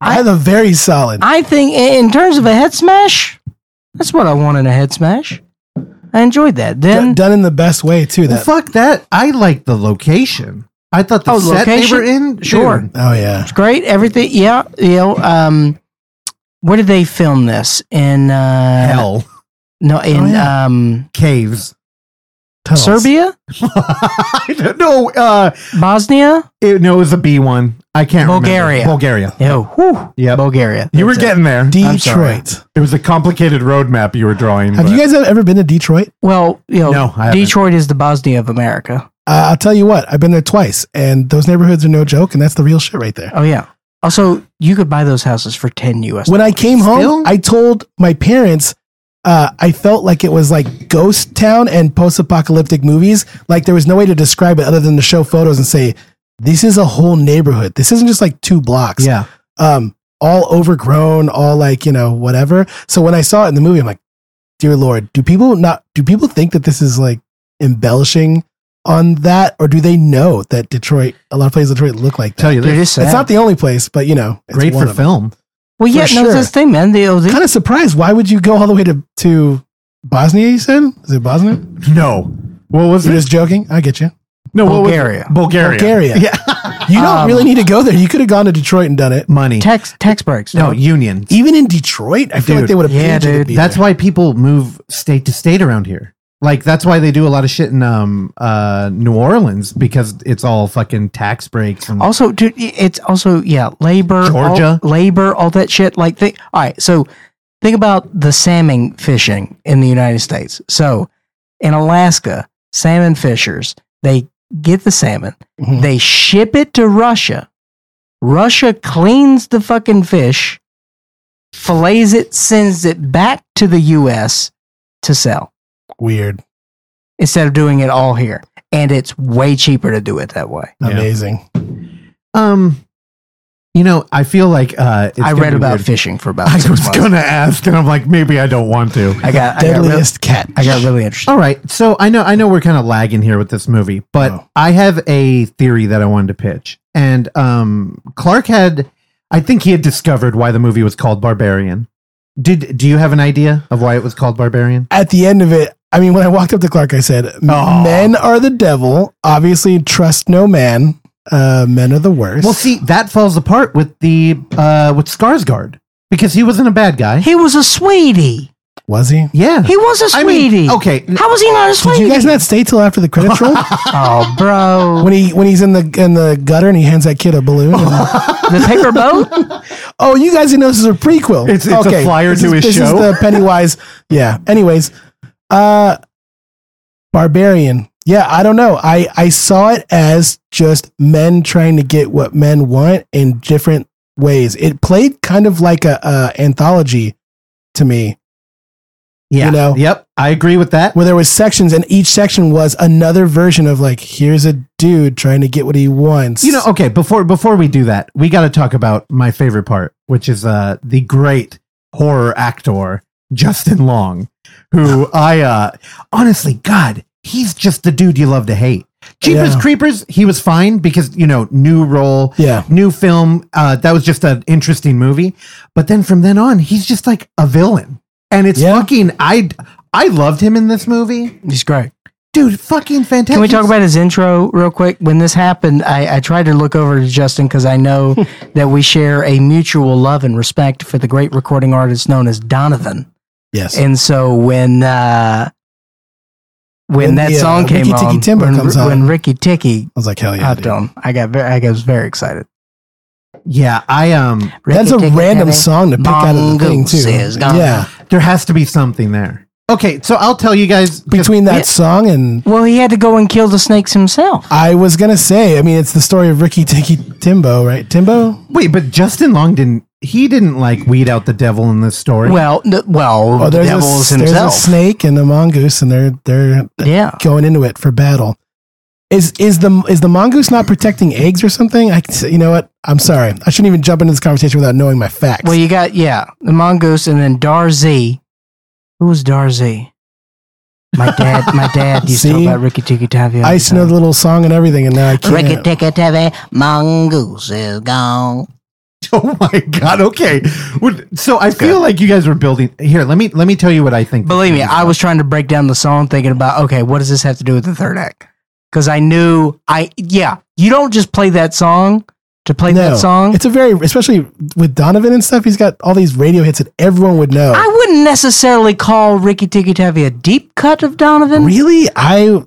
[SPEAKER 3] i
[SPEAKER 1] I-
[SPEAKER 3] have a very solid
[SPEAKER 1] I think i- in terms of a head smash, that's what I want in a head smash. I enjoyed that.
[SPEAKER 3] d-
[SPEAKER 1] Then
[SPEAKER 3] done in the best way too
[SPEAKER 2] Well,
[SPEAKER 3] that
[SPEAKER 2] fuck that. I like the location. I thought the
[SPEAKER 1] Oh,
[SPEAKER 2] set
[SPEAKER 1] location?
[SPEAKER 2] they were in.
[SPEAKER 1] Sure.
[SPEAKER 2] dude,
[SPEAKER 3] oh yeah
[SPEAKER 1] it's great. Everything. Yeah. You know. Um, where did they film this? In uh,
[SPEAKER 2] hell
[SPEAKER 1] No, in
[SPEAKER 3] Oh,
[SPEAKER 1] um,
[SPEAKER 2] caves. [LAUGHS]
[SPEAKER 3] Tunnels.
[SPEAKER 1] Serbia,
[SPEAKER 2] I don't know. Uh,
[SPEAKER 1] Bosnia.
[SPEAKER 2] it, no, it was a B one. I can't remember.
[SPEAKER 1] Bulgaria.
[SPEAKER 2] Bulgaria.
[SPEAKER 1] Yeah. Whew.
[SPEAKER 2] Yep.
[SPEAKER 1] Bulgaria.
[SPEAKER 2] You were
[SPEAKER 1] That's it.
[SPEAKER 2] getting there.
[SPEAKER 1] I'm sorry.
[SPEAKER 3] detroit
[SPEAKER 2] It was a complicated roadmap you were drawing.
[SPEAKER 3] Have
[SPEAKER 2] but-
[SPEAKER 3] you guys ever been to Detroit?
[SPEAKER 1] Well, you know,
[SPEAKER 2] No, I haven't.
[SPEAKER 1] Detroit is the Bosnia of America.
[SPEAKER 3] Uh, I'll tell you what, I've been there twice, and those neighborhoods are no joke, and that's the real shit right there.
[SPEAKER 1] Oh yeah. Also, you could buy those houses for ten US.
[SPEAKER 3] When I came
[SPEAKER 2] Still?
[SPEAKER 3] home, I told my parents uh, I felt like it was like ghost town and post apocalyptic movies. Like there was no way to describe it other than to show photos and say, this is a whole neighborhood. This isn't just like two blocks.
[SPEAKER 2] Yeah.
[SPEAKER 3] um, all overgrown, all like you know whatever. So when I saw it in the movie, I'm like, dear lord, do people not? Do people think that this is like embellishing on that, or do they know that Detroit? A lot of places in Detroit look like that.
[SPEAKER 2] Tell you
[SPEAKER 1] Dude,
[SPEAKER 2] this.
[SPEAKER 1] it's sad.
[SPEAKER 3] It's not the only place, but you know, it's
[SPEAKER 2] Great for film.
[SPEAKER 1] well, yeah,
[SPEAKER 3] for
[SPEAKER 1] no, it's this
[SPEAKER 3] sure.
[SPEAKER 1] thing, man. oh, The, the-
[SPEAKER 3] Kind of surprised. Why would you go all the way to to Bosnia? You said is it Bosnia?
[SPEAKER 2] No. What was
[SPEAKER 3] You're
[SPEAKER 2] it?
[SPEAKER 3] just joking. I get you.
[SPEAKER 2] No. What was it?
[SPEAKER 1] Bulgaria.
[SPEAKER 2] Bulgaria. [LAUGHS]
[SPEAKER 3] Bulgaria.
[SPEAKER 2] Yeah.
[SPEAKER 3] You don't
[SPEAKER 1] Um,
[SPEAKER 3] really need to go there. You could have gone to Detroit and done it.
[SPEAKER 2] money.
[SPEAKER 1] Tax tax breaks.
[SPEAKER 2] no, unions.
[SPEAKER 3] Even in Detroit, I feel like
[SPEAKER 2] Dude,
[SPEAKER 3] they would have
[SPEAKER 1] yeah,
[SPEAKER 3] paid you to
[SPEAKER 1] dude,
[SPEAKER 3] be
[SPEAKER 2] That's
[SPEAKER 3] there.
[SPEAKER 2] why people move state to state around here. Like that's why they do a lot of shit in um uh New Orleans because it's all fucking tax breaks and
[SPEAKER 1] Mm. Also, dude, it's also yeah, labor, all-
[SPEAKER 2] Georgia.
[SPEAKER 1] labor, all that shit. Like, think, all right, so think about the salmon fishing in the United States. So, in Alaska, salmon fishers they get the salmon,
[SPEAKER 2] Mm-hmm.
[SPEAKER 3] Mhm.
[SPEAKER 1] they ship it to Russia. Russia cleans the fucking fish, fillets it, sends it back to the U.S. to sell
[SPEAKER 3] weird.
[SPEAKER 1] instead of doing it all here, and it's way cheaper to do it that way.
[SPEAKER 2] Yeah.
[SPEAKER 3] Amazing.
[SPEAKER 2] um you know, I feel like uh it's
[SPEAKER 1] I
[SPEAKER 2] gonna
[SPEAKER 1] read
[SPEAKER 2] be
[SPEAKER 1] about
[SPEAKER 2] weird.
[SPEAKER 1] fishing for about.
[SPEAKER 2] [LAUGHS] I
[SPEAKER 1] six
[SPEAKER 2] was
[SPEAKER 1] months.
[SPEAKER 2] gonna ask and I'm like maybe I don't want to.
[SPEAKER 1] I got I got, real,
[SPEAKER 3] Deadliest cat.
[SPEAKER 1] I got really interested.
[SPEAKER 2] All right. So I know I know we're kind of lagging here with this movie, but
[SPEAKER 3] Oh.
[SPEAKER 2] I have a theory that I wanted to pitch. And um Clark had I think he had discovered why the movie was called Barbarian. Did do you have an idea of why it was called Barbarian?
[SPEAKER 3] At the end of it, I mean, when I walked up to Clark, I said,
[SPEAKER 2] Aw.
[SPEAKER 3] "Men are the devil. Obviously, trust no man. Uh, men are the worst."
[SPEAKER 2] Well, see, that falls apart with the uh with Skarsgård because he wasn't a bad guy.
[SPEAKER 1] He was a sweetie.
[SPEAKER 3] was he?
[SPEAKER 2] Yeah.
[SPEAKER 1] He was a
[SPEAKER 2] I
[SPEAKER 1] sweetie.
[SPEAKER 2] mean, okay.
[SPEAKER 1] How was he not a
[SPEAKER 3] Did
[SPEAKER 1] sweetie?
[SPEAKER 3] you guys not stay till after the credits
[SPEAKER 1] [LAUGHS]
[SPEAKER 2] [LAUGHS]
[SPEAKER 3] rolled?
[SPEAKER 1] oh, bro,
[SPEAKER 3] when he when he's in the in the gutter and he hands that kid a balloon. and-
[SPEAKER 2] [LAUGHS]
[SPEAKER 1] the paper boat.
[SPEAKER 3] oh, you guys didn't know this is a prequel.
[SPEAKER 2] It's- it's a flyer
[SPEAKER 3] this
[SPEAKER 2] to
[SPEAKER 3] is,
[SPEAKER 2] his
[SPEAKER 3] this
[SPEAKER 2] show.
[SPEAKER 3] Is the Pennywise. yeah. Anyways, uh, barbarian. Yeah, I don't know. I I saw it as just men trying to get what men want in different ways. It played kind of like a, a anthology to me,
[SPEAKER 2] Yeah.
[SPEAKER 3] You know.
[SPEAKER 2] Yep. I agree with that.
[SPEAKER 3] where there was sections and each section was another version of like, here's a dude trying to get what he wants.
[SPEAKER 2] You know, okay, before before we do that, we got to talk about my favorite part, which is uh the great horror actor Justin Long,
[SPEAKER 1] [LAUGHS]
[SPEAKER 2] who I uh honestly god, he's just the dude you love to hate. Jeepers
[SPEAKER 3] Yeah.
[SPEAKER 2] Creepers, he was fine because, you know, new role,
[SPEAKER 3] yeah.
[SPEAKER 2] new film, uh that was just an interesting movie, but then from then on, he's just like a villain. And it's
[SPEAKER 3] Yeah.
[SPEAKER 2] fucking I I loved him in this movie.
[SPEAKER 1] He's great.
[SPEAKER 2] Dude, fucking fantastic.
[SPEAKER 1] Can we talk about his intro real quick? When this happened, I, I tried to look over to Justin because I
[SPEAKER 3] [LAUGHS]
[SPEAKER 1] know that we share a mutual love and respect for the great recording artist known as Donovan.
[SPEAKER 3] Yes.
[SPEAKER 1] And so when uh, when,
[SPEAKER 3] When
[SPEAKER 1] that
[SPEAKER 3] the, uh,
[SPEAKER 1] song came
[SPEAKER 3] Rikki Tikki
[SPEAKER 1] on,
[SPEAKER 3] Timber
[SPEAKER 1] when,
[SPEAKER 3] comes
[SPEAKER 1] when
[SPEAKER 3] on.
[SPEAKER 1] Ricky Ticky
[SPEAKER 3] I was like, hell yeah.
[SPEAKER 1] hopped
[SPEAKER 3] dude.
[SPEAKER 1] on, I got very, I was very excited.
[SPEAKER 2] Yeah, I um
[SPEAKER 3] That's a
[SPEAKER 1] Ricky Ticky
[SPEAKER 3] random
[SPEAKER 1] Tavi.
[SPEAKER 3] song to pick out of the thing
[SPEAKER 1] Mongoose
[SPEAKER 3] too.
[SPEAKER 1] is gone.
[SPEAKER 3] Yeah,
[SPEAKER 2] There has to be something there. Okay, so I'll tell you guys.
[SPEAKER 3] between that
[SPEAKER 1] Yeah.
[SPEAKER 3] song and
[SPEAKER 1] Well, he had to go and kill the snakes himself.
[SPEAKER 3] I was gonna say, I mean, it's the story of Ricky Tikki Timbo, right? Timbo.
[SPEAKER 2] wait, but Justin Long didn't. He didn't like weed out the devil in this story.
[SPEAKER 1] Well, n- well,
[SPEAKER 3] Oh,
[SPEAKER 1] the
[SPEAKER 3] there's,
[SPEAKER 1] devil is
[SPEAKER 3] a, there's a
[SPEAKER 1] himself.
[SPEAKER 3] snake and a mongoose, and they're they're
[SPEAKER 1] Yeah,
[SPEAKER 3] going into it for battle. Is is the is the mongoose not protecting eggs or something? I you know what? I'm sorry. I shouldn't even jump into this conversation without knowing my facts.
[SPEAKER 1] Well, you got yeah the mongoose, and then Darzy. Who was Darzy? My dad.
[SPEAKER 3] [LAUGHS]
[SPEAKER 1] My dad used to talk
[SPEAKER 3] See?
[SPEAKER 1] about Ricky Tikki Tavi. all
[SPEAKER 3] I
[SPEAKER 1] the
[SPEAKER 3] used to know
[SPEAKER 1] time.
[SPEAKER 3] the little song and everything, and now I can't.
[SPEAKER 1] Ricky Tikki Tavi. Mongoose is gone.
[SPEAKER 2] [LAUGHS] oh my god. Okay. Would- So I feel like you guys were building. Here, let me let me tell you what I think.
[SPEAKER 1] Believe me, I was trying to break down the song, thinking about okay, what does this have to do with the third act? Because I knew I yeah, you don't just play that song to play
[SPEAKER 3] No,
[SPEAKER 1] that song.
[SPEAKER 3] It's a very, especially with Donovan and stuff. He's got all these radio hits that everyone would
[SPEAKER 2] Oh.
[SPEAKER 3] know.
[SPEAKER 1] I wouldn't necessarily call Ricky Tikki Tavi a deep cut of Donovan.
[SPEAKER 3] really i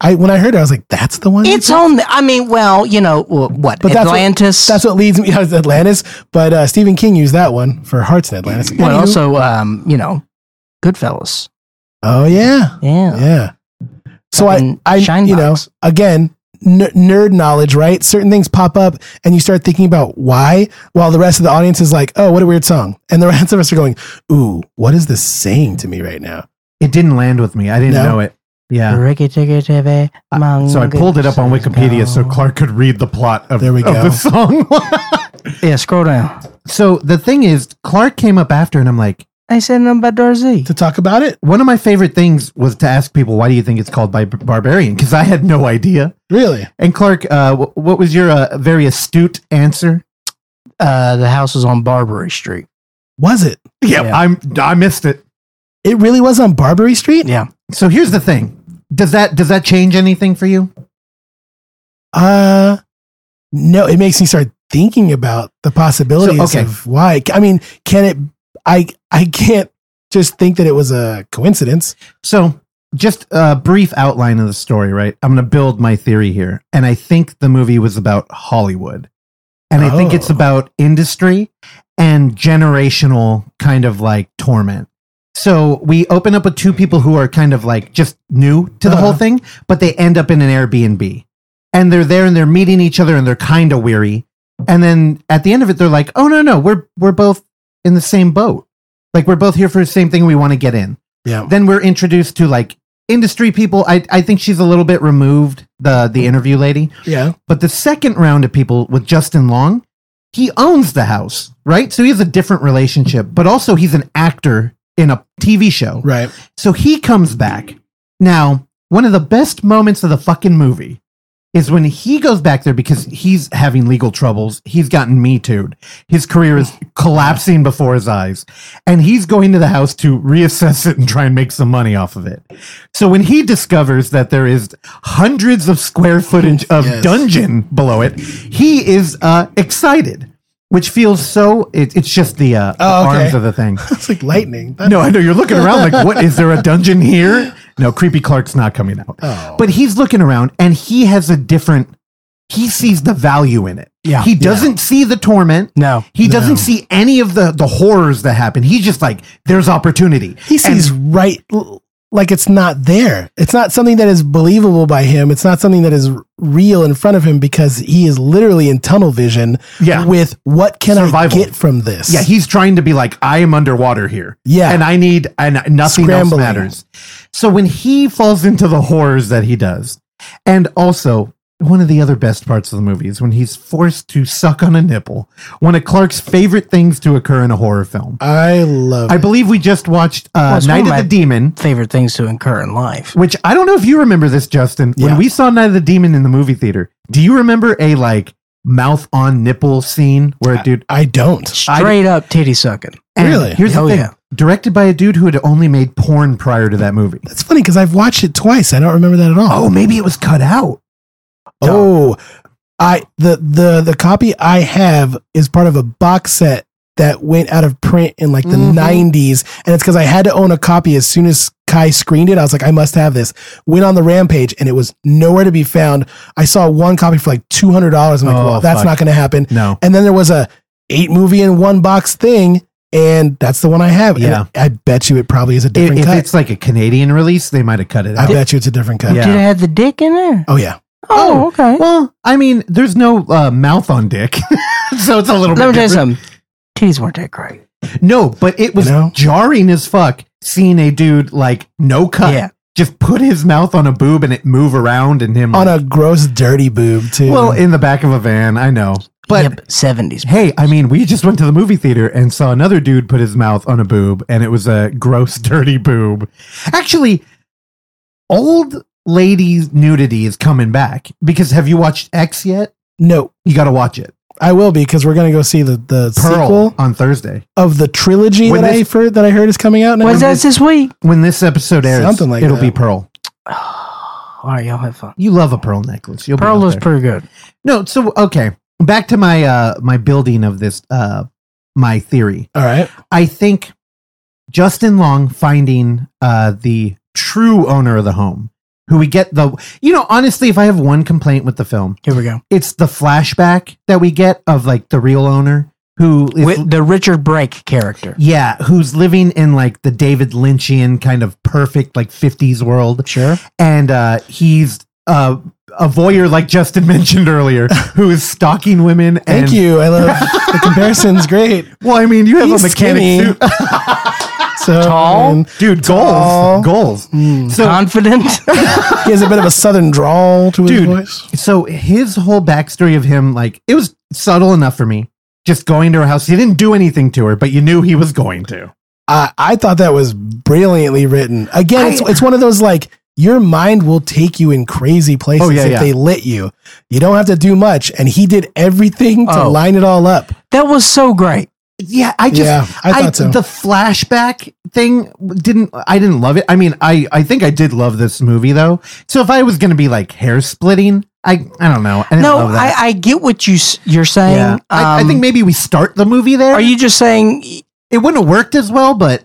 [SPEAKER 3] i when i heard it i was like that's the one
[SPEAKER 1] It's on. The, I mean, well, you know wh- what?
[SPEAKER 3] But that's what-
[SPEAKER 1] Atlantis.
[SPEAKER 3] that's what leads me [LAUGHS] out of atlantis but uh stephen king used that one for hearts in atlantis
[SPEAKER 1] well,
[SPEAKER 3] Anywho.
[SPEAKER 1] also, um, you know, Goodfellas.
[SPEAKER 3] oh yeah
[SPEAKER 1] Yeah.
[SPEAKER 3] yeah so i
[SPEAKER 1] Fucking
[SPEAKER 3] i you know
[SPEAKER 1] Shinebox.
[SPEAKER 3] again n- nerd knowledge right certain things pop up and you start thinking about why while the rest of the audience is like oh what a weird song and the [LAUGHS] rest of us are going ooh what is this saying to me right now
[SPEAKER 2] It didn't land with me. I didn't
[SPEAKER 3] No?
[SPEAKER 2] know it. Yeah.
[SPEAKER 1] Ricky Tikki Tavi.
[SPEAKER 2] So I pulled it up on
[SPEAKER 1] mongoose
[SPEAKER 2] Wikipedia so
[SPEAKER 1] gone.
[SPEAKER 2] Clark could read the plot of,
[SPEAKER 3] There we
[SPEAKER 2] of
[SPEAKER 3] go.
[SPEAKER 2] the song. [LAUGHS]
[SPEAKER 1] Yeah, scroll down.
[SPEAKER 2] so the thing is, Clark came up after, and I'm like,
[SPEAKER 1] I said nothing about Darzy.
[SPEAKER 3] to talk about it
[SPEAKER 2] one of my favorite things was to ask people, why do you think it's called by Barbarian? Because I had no idea.
[SPEAKER 3] really
[SPEAKER 2] And Clark, uh, wh- what was your uh, very astute answer?
[SPEAKER 1] Uh, the house was on Barbary Street.
[SPEAKER 3] was it
[SPEAKER 1] Yeah.
[SPEAKER 2] I'm. I missed it.
[SPEAKER 3] it really was on barbary street
[SPEAKER 1] Yeah.
[SPEAKER 2] So here's the thing: does that does that change anything for you?
[SPEAKER 3] Uh, no, it makes me start thinking about the possibilities
[SPEAKER 2] okay.
[SPEAKER 3] of why. I mean, can it? I I can't just think that it was a coincidence.
[SPEAKER 2] So, just a brief outline of the story, right? I'm going to build my theory here. And I think the movie was about Hollywood. And I think it's
[SPEAKER 3] Oh.
[SPEAKER 2] about industry and generational kind of like torment. So, we open up with two people who are kind of like just new to the whole
[SPEAKER 3] Uh-huh.
[SPEAKER 2] thing, but they end up in an Airbnb. And they're there and they're meeting each other and they're kind of weary. And then at the end of it they're like, "Oh no, no, we're we're both in the same boat. Like we're both here for the same thing we want to get in."
[SPEAKER 3] Yeah.
[SPEAKER 2] then we're introduced to like industry people. I, I think she's a little bit removed, the the interview lady.
[SPEAKER 3] Yeah.
[SPEAKER 2] But the second round of people with Justin Long, he owns the house, right? So he has a different relationship, but also he's an actor in a TV show.
[SPEAKER 3] Right. [LAUGHS]
[SPEAKER 2] So he comes back. Now, one of the best moments of the fucking movie is when he goes back there because he's having legal troubles. He's gotten me too'd. His career
[SPEAKER 3] [SIGHS]
[SPEAKER 2] is collapsing before his eyes. And he's going to the house to reassess it and try and make some money off of it. So when he discovers that there is hundreds of square footage of
[SPEAKER 3] Yes.
[SPEAKER 2] dungeon below it, he is uh, excited, which feels so. It, it's just the, uh,
[SPEAKER 3] Oh,
[SPEAKER 2] the
[SPEAKER 3] okay.
[SPEAKER 2] arms of the thing.
[SPEAKER 3] It's like lightning. That-
[SPEAKER 2] No, I know you're looking around like, what is there a dungeon here? No, creepy Clark's not coming out.
[SPEAKER 3] Oh.
[SPEAKER 2] But he's looking around and he has a different he sees the value in it.
[SPEAKER 1] Yeah.
[SPEAKER 2] He doesn't see the torment.
[SPEAKER 1] No.
[SPEAKER 2] He doesn't see any of the the horrors that happen. He's just like, there's opportunity.
[SPEAKER 3] he sees right l- like it's not there. It's not something that is believable by him. It's not something that is r- real in front of him because he is literally in tunnel vision
[SPEAKER 2] Yeah.
[SPEAKER 3] with what can
[SPEAKER 2] Survival.
[SPEAKER 3] I get from this?
[SPEAKER 2] Yeah, he's trying to be like, I am underwater here.
[SPEAKER 3] Yeah.
[SPEAKER 2] And I need, and nothing
[SPEAKER 3] Scrambling.
[SPEAKER 2] else matters. So when he falls into the horrors that he does, and also one of the other best parts of the movie is when he's forced to suck on a nipple, one of Clark's favorite things to occur in a horror film.
[SPEAKER 3] I love
[SPEAKER 2] I
[SPEAKER 3] it.
[SPEAKER 2] believe we just watched
[SPEAKER 1] Well,
[SPEAKER 2] uh,
[SPEAKER 1] it's one
[SPEAKER 2] Night
[SPEAKER 1] of
[SPEAKER 2] of
[SPEAKER 1] my-
[SPEAKER 2] the Demon,
[SPEAKER 1] Favorite things to incur in life.
[SPEAKER 2] which I don't know if you remember this, Justin.
[SPEAKER 3] Yeah.
[SPEAKER 2] When we saw Night of the Demon in the movie theater, do you remember a like mouth on nipple scene where
[SPEAKER 1] Uh,
[SPEAKER 2] a dude?
[SPEAKER 3] I don't.
[SPEAKER 1] Straight up titty sucking.
[SPEAKER 2] And
[SPEAKER 3] Really?
[SPEAKER 2] Here's
[SPEAKER 1] Hell
[SPEAKER 2] the thing.
[SPEAKER 1] yeah.
[SPEAKER 2] Directed by a dude who had only made porn prior to that movie.
[SPEAKER 3] That's funny because I've watched it twice. I don't remember that at all.
[SPEAKER 2] Oh, maybe it was cut out.
[SPEAKER 3] Oh, I the the the copy I have is part of a box set that went out of print in like the
[SPEAKER 2] Mhm.
[SPEAKER 3] 90s and it's cuz I had to own a copy as soon as Kai screened it I was like I must have this went on the rampage and it was nowhere to be found I saw one copy for like $200 I'm like
[SPEAKER 2] Oh,
[SPEAKER 3] well that's
[SPEAKER 2] fuck.
[SPEAKER 3] not going to happen
[SPEAKER 2] No.
[SPEAKER 3] and then there was a eight movie in one box thing and that's the one I have And
[SPEAKER 2] Yeah.
[SPEAKER 3] I bet you it probably is a
[SPEAKER 2] If,
[SPEAKER 3] different
[SPEAKER 2] if
[SPEAKER 3] cut
[SPEAKER 2] it's like a Canadian release, they might have cut it
[SPEAKER 3] I
[SPEAKER 2] out.
[SPEAKER 3] bet you it's a different cut
[SPEAKER 2] Yeah.
[SPEAKER 1] Did it have the dick in there?
[SPEAKER 3] oh yeah
[SPEAKER 1] Oh, okay.
[SPEAKER 2] Well, I mean, there's no uh, mouth on dick, [LAUGHS] so it's a little.
[SPEAKER 1] Let me
[SPEAKER 2] bit
[SPEAKER 1] tell you
[SPEAKER 2] different.
[SPEAKER 1] something. Titties weren't that great.
[SPEAKER 2] No, but it was
[SPEAKER 3] You know?
[SPEAKER 2] jarring as fuck seeing a dude like no cut,
[SPEAKER 1] Yeah.
[SPEAKER 2] just put his mouth on a boob and it move around and him
[SPEAKER 3] on a gross dirty boob too
[SPEAKER 2] Mm. well in the back of a van. I know, but
[SPEAKER 1] Yep, 70s.
[SPEAKER 2] Hey, I mean, we just went to the movie theater and saw another dude put his mouth on a boob, and it was a gross, [LAUGHS] dirty boob. Actually, old lady nudity is coming back because have you watched X yet?
[SPEAKER 3] no
[SPEAKER 2] You got to watch it.
[SPEAKER 3] I will be because we're gonna go see the the
[SPEAKER 2] Pearl
[SPEAKER 3] sequel
[SPEAKER 2] on Thursday.
[SPEAKER 3] of the trilogy
[SPEAKER 2] When
[SPEAKER 3] that I
[SPEAKER 2] this-
[SPEAKER 3] heard that I heard is coming out now.
[SPEAKER 1] Was that this week?
[SPEAKER 2] When this episode airs,
[SPEAKER 3] Something like
[SPEAKER 2] it'll
[SPEAKER 3] that.
[SPEAKER 2] be Pearl.
[SPEAKER 1] [SIGHS] All right, y'all have fun.
[SPEAKER 2] You love a pearl necklace. You'll be
[SPEAKER 1] Pearl
[SPEAKER 2] out
[SPEAKER 1] was
[SPEAKER 2] there.
[SPEAKER 1] pretty good.
[SPEAKER 2] no. So okay, back to my uh my building of this uh my theory.
[SPEAKER 3] All right.
[SPEAKER 2] I think Justin Long finding uh, the true owner of the home, who we get the, you know, honestly, if I have one complaint with the film,
[SPEAKER 1] Here we go.
[SPEAKER 2] it's the flashback that we get of like the real owner who is,
[SPEAKER 1] With the Richard Brake character.
[SPEAKER 2] yeah, who's living in like the David Lynchian kind of perfect like 50s world
[SPEAKER 1] Sure.
[SPEAKER 2] [LAUGHS] and uh, he's uh, a voyeur, like Justin [LAUGHS] mentioned earlier, who is stalking women.
[SPEAKER 3] Thank
[SPEAKER 2] and, [LAUGHS]
[SPEAKER 3] you. I love the comparison's great.
[SPEAKER 2] Well, I mean, you have
[SPEAKER 3] He's
[SPEAKER 2] a mechanic
[SPEAKER 3] skinny.
[SPEAKER 2] suit,
[SPEAKER 3] So
[SPEAKER 1] Tall.
[SPEAKER 3] and
[SPEAKER 2] dude.
[SPEAKER 3] Tall.
[SPEAKER 2] Goals, goals.
[SPEAKER 3] Mm.
[SPEAKER 2] So
[SPEAKER 1] Confident.
[SPEAKER 2] [LAUGHS]
[SPEAKER 3] he has a bit of a southern drawl to his
[SPEAKER 2] Dude.
[SPEAKER 3] voice.
[SPEAKER 2] so his whole backstory of him, like it was subtle enough for me. Just going to her house, he didn't do anything to her, but you knew he was going to.
[SPEAKER 3] I, I thought that was brilliantly written. Again, it's
[SPEAKER 2] I-
[SPEAKER 3] it's one of those like your mind will take you in crazy places
[SPEAKER 2] Oh, yeah,
[SPEAKER 3] if
[SPEAKER 2] yeah.
[SPEAKER 3] they let you. You don't have to do much, and he did everything to
[SPEAKER 1] Oh.
[SPEAKER 3] line it all up.
[SPEAKER 1] that was so great.
[SPEAKER 2] Yeah, I just
[SPEAKER 3] yeah, I thought so.
[SPEAKER 2] The flashback thing didn't. I didn't love it. I mean, I I think I did love this movie though. So if I was gonna be like hair splitting, I I don't know. I didn't
[SPEAKER 1] no,
[SPEAKER 2] love
[SPEAKER 1] I,
[SPEAKER 2] that.
[SPEAKER 1] I get what you s- you're saying.
[SPEAKER 2] yeah. I, I
[SPEAKER 1] Um,
[SPEAKER 2] think maybe we start the movie there.
[SPEAKER 1] are you just saying,
[SPEAKER 2] it wouldn't have worked as well, but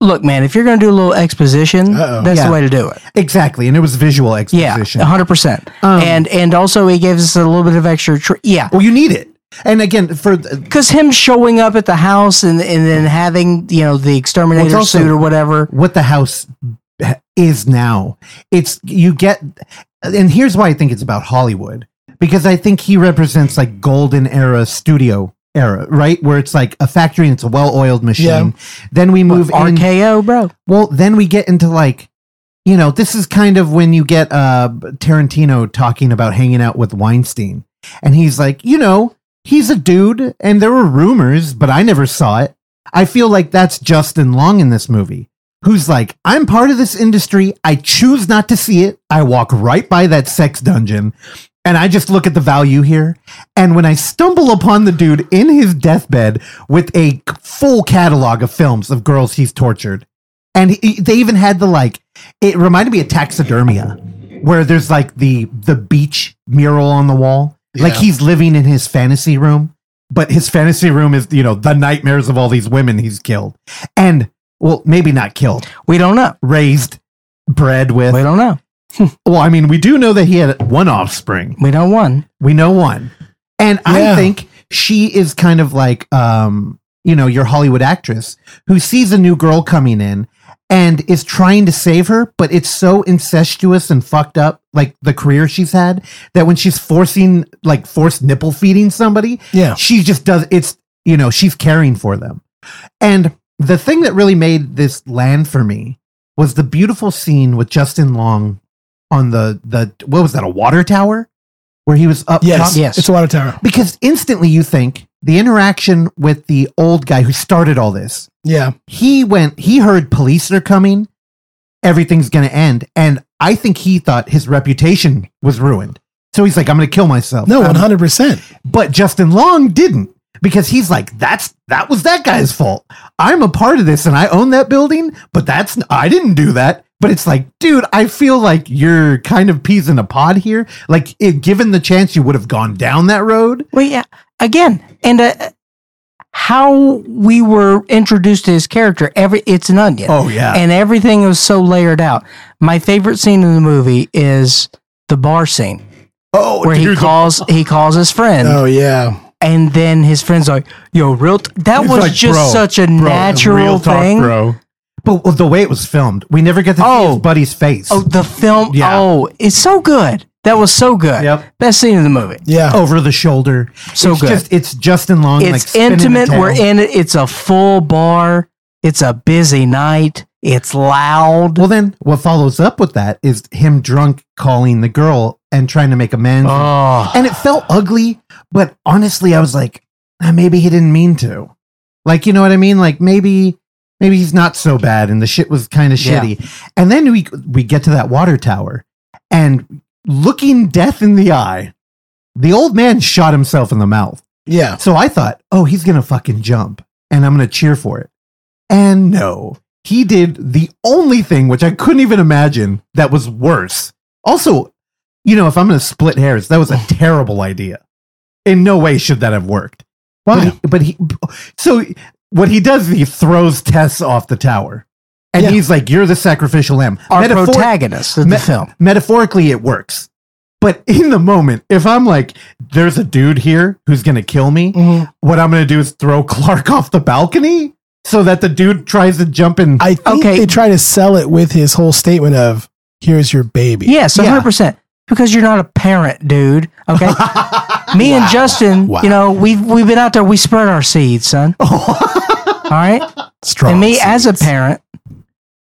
[SPEAKER 1] look, man, if you're going to do a little exposition,
[SPEAKER 3] Uh-oh.
[SPEAKER 1] that's
[SPEAKER 2] Yeah.
[SPEAKER 1] the way to do it.
[SPEAKER 2] exactly, and it was visual
[SPEAKER 1] Yeah,
[SPEAKER 2] exposition.
[SPEAKER 1] 100. percent
[SPEAKER 2] Um,
[SPEAKER 1] And and also he gives us a little bit of extra. Tr- yeah,
[SPEAKER 2] well, you need it. And again, for th-
[SPEAKER 1] because him showing up at the house and and then having you know the exterminator
[SPEAKER 2] Well, it's also-
[SPEAKER 1] suit or whatever.
[SPEAKER 2] what the house is now. It's you get, and here's why I think it's about Hollywood because I think he represents like golden era studio era, right? Where it's like a factory and it's a well oiled machine.
[SPEAKER 3] Yeah.
[SPEAKER 2] Then we move in-
[SPEAKER 1] RKO, bro.
[SPEAKER 2] Well, then we get into like, you know, this is kind of when you get uh Tarantino talking about hanging out with Weinstein. And he's like, you know, he's a dude and there were rumors, but I never saw it. I feel like that's Justin Long in this movie. Who's like, I'm part of this industry. I choose not to see it. I walk right by that sex dungeon and I just look at the value here. And when I stumble upon the dude in his deathbed with a c- full catalog of films of girls he's tortured, and he, they even had the like, it reminded me of taxidermia, where there's like the the beach mural on the wall, like
[SPEAKER 3] Yeah.
[SPEAKER 2] he's living in his fantasy room, but his fantasy room is you know the nightmares of all these women he's killed, and well maybe not killed,
[SPEAKER 1] We don't know.
[SPEAKER 2] raised, bred with.
[SPEAKER 1] We don't know.
[SPEAKER 2] Well, I mean, we do know that he had one offspring.
[SPEAKER 1] We know one.
[SPEAKER 2] We know one. And I
[SPEAKER 3] Yeah.
[SPEAKER 2] think she is kind of like um, you know, your Hollywood actress who sees a new girl coming in and is trying to save her, but it's so incestuous and fucked up, like the career she's had, that when she's forcing like forced nipple feeding somebody,
[SPEAKER 3] Yeah.
[SPEAKER 2] she just does it's you know she's caring for them and the thing that really made this land for me was the beautiful scene with justin long on the the what was that a water tower where he was up
[SPEAKER 3] Yes.
[SPEAKER 2] top
[SPEAKER 1] Yes.
[SPEAKER 3] It's a water tower.
[SPEAKER 2] because instantly you think the interaction with the old guy who started all this
[SPEAKER 3] Yeah.
[SPEAKER 2] he went he heard police are coming everything's gonna end and i think he thought his reputation was ruined so he's like i'm gonna kill myself Um,
[SPEAKER 3] No,
[SPEAKER 2] I'm-
[SPEAKER 3] 100%.
[SPEAKER 2] but Justin Long didn't because he's like, that's that was that guy's fault. I'm a part of this and I own that building, but that's I didn't do that. But it's like, dude, I feel like you're kind of peas in a pod here. Like, if given the chance, you would have gone down that road.
[SPEAKER 1] Well, yeah. Again, and uh, how we were introduced to his character. Every it's an onion,
[SPEAKER 2] Oh yeah,
[SPEAKER 1] and everything was so layered out. My favorite scene in the movie is the bar scene
[SPEAKER 2] oh,
[SPEAKER 1] where he calls he calls his friend,
[SPEAKER 3] Oh, yeah.
[SPEAKER 1] and then his friend's like, "Yo, real." T-. That
[SPEAKER 2] He's
[SPEAKER 1] was
[SPEAKER 2] like,
[SPEAKER 1] just
[SPEAKER 2] "Bro,
[SPEAKER 1] such a natural thing.
[SPEAKER 2] bro. But the way it was filmed, we never get to see
[SPEAKER 1] Oh.
[SPEAKER 2] his buddy's face.
[SPEAKER 1] Oh, the film.
[SPEAKER 2] Yeah.
[SPEAKER 1] Oh, it's so good. That was so good.
[SPEAKER 2] Yep.
[SPEAKER 1] Best scene in the movie.
[SPEAKER 3] Yeah.
[SPEAKER 2] over the shoulder.
[SPEAKER 1] So
[SPEAKER 2] it's
[SPEAKER 1] good.
[SPEAKER 2] Just, it's Justin Long. like,
[SPEAKER 1] it's
[SPEAKER 2] spinning the
[SPEAKER 1] intimate.
[SPEAKER 2] tail.
[SPEAKER 1] We're in it. It's a full bar. It's a busy night. It's loud.
[SPEAKER 2] Well, then what follows up with that is him drunk calling the girl and trying to make amends.
[SPEAKER 1] oh,
[SPEAKER 2] And it felt ugly, but honestly, I was like, "Ah, maybe he didn't mean to. Like, you know what I mean? Like, maybe, maybe he's not so bad, and the shit was kind of
[SPEAKER 1] Yeah.
[SPEAKER 2] shitty. And then we we get to that water tower, and looking death in the eye, the old man shot himself in the mouth.
[SPEAKER 3] Yeah.
[SPEAKER 2] So I thought, oh, he's going to fucking jump and I'm going to cheer for it. And no, he did the only thing which I couldn't even imagine that was worse. Also, you know, if I'm going to split hairs, that was
[SPEAKER 3] [SIGHS]
[SPEAKER 2] a terrible idea. In no way should that have worked.
[SPEAKER 3] Why?
[SPEAKER 2] But he, but he so what he does is he throws Tess off the tower. And
[SPEAKER 3] Yeah.
[SPEAKER 2] he's like, you're the sacrificial lamb.
[SPEAKER 1] our
[SPEAKER 2] Metaphor-
[SPEAKER 1] protagonist of
[SPEAKER 2] Me-
[SPEAKER 1] the film.
[SPEAKER 2] metaphorically it works but in the moment if i'm like there's a dude here who's gonna kill me
[SPEAKER 3] Mhm.
[SPEAKER 2] what i'm gonna do is throw [LAUGHS] clark off the balcony so that the dude tries to jump in
[SPEAKER 3] I think
[SPEAKER 1] Okay.
[SPEAKER 3] they try to sell it with his whole statement of, here's your baby.
[SPEAKER 1] Yes,
[SPEAKER 2] Yeah.
[SPEAKER 1] 100 percent. Because you're not a parent, dude. Okay.
[SPEAKER 2] [LAUGHS]
[SPEAKER 1] Me and Justin,
[SPEAKER 3] Wow.
[SPEAKER 1] you know, we've we've been out there. We spread our seeds,
[SPEAKER 2] [LAUGHS]
[SPEAKER 1] son. All right.
[SPEAKER 3] Strong.
[SPEAKER 1] and me as a
[SPEAKER 3] seeds.
[SPEAKER 1] parent,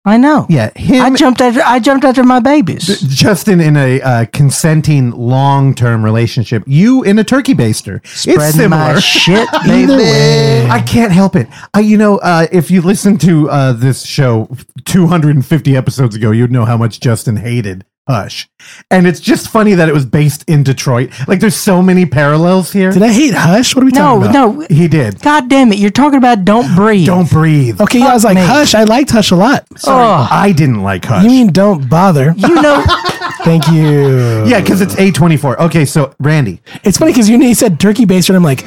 [SPEAKER 1] I know.
[SPEAKER 2] yeah him
[SPEAKER 1] I jumped after I jumped after my babies.
[SPEAKER 2] justin in a uh, consenting long-term relationship you in a turkey baster it's
[SPEAKER 1] Spread my
[SPEAKER 2] similar [LAUGHS]
[SPEAKER 1] shit,
[SPEAKER 3] Either way.
[SPEAKER 1] baby.
[SPEAKER 2] I can't help it. I, you know, uh, if you listen to uh, this show 250 episodes ago, you'd know how much Justin hated Hush. And it's just funny that it was based in Detroit. Like, there's so many parallels here.
[SPEAKER 3] Did I hate Hush? What are we
[SPEAKER 1] No,
[SPEAKER 3] talking about?
[SPEAKER 1] no.
[SPEAKER 2] he did.
[SPEAKER 1] God damn it! You're talking about don't breathe.
[SPEAKER 2] Don't breathe.
[SPEAKER 3] Okay, yeah, I was like,
[SPEAKER 1] me.
[SPEAKER 3] Hush, I liked Hush a lot.
[SPEAKER 1] Ugh.
[SPEAKER 2] I didn't like Hush.
[SPEAKER 3] You mean don't bother?
[SPEAKER 1] you know
[SPEAKER 3] [LAUGHS] Thank you.
[SPEAKER 2] Yeah, because it's A24. Okay, so Randy.
[SPEAKER 3] It's funny because you you said turkey baster, and I'm like,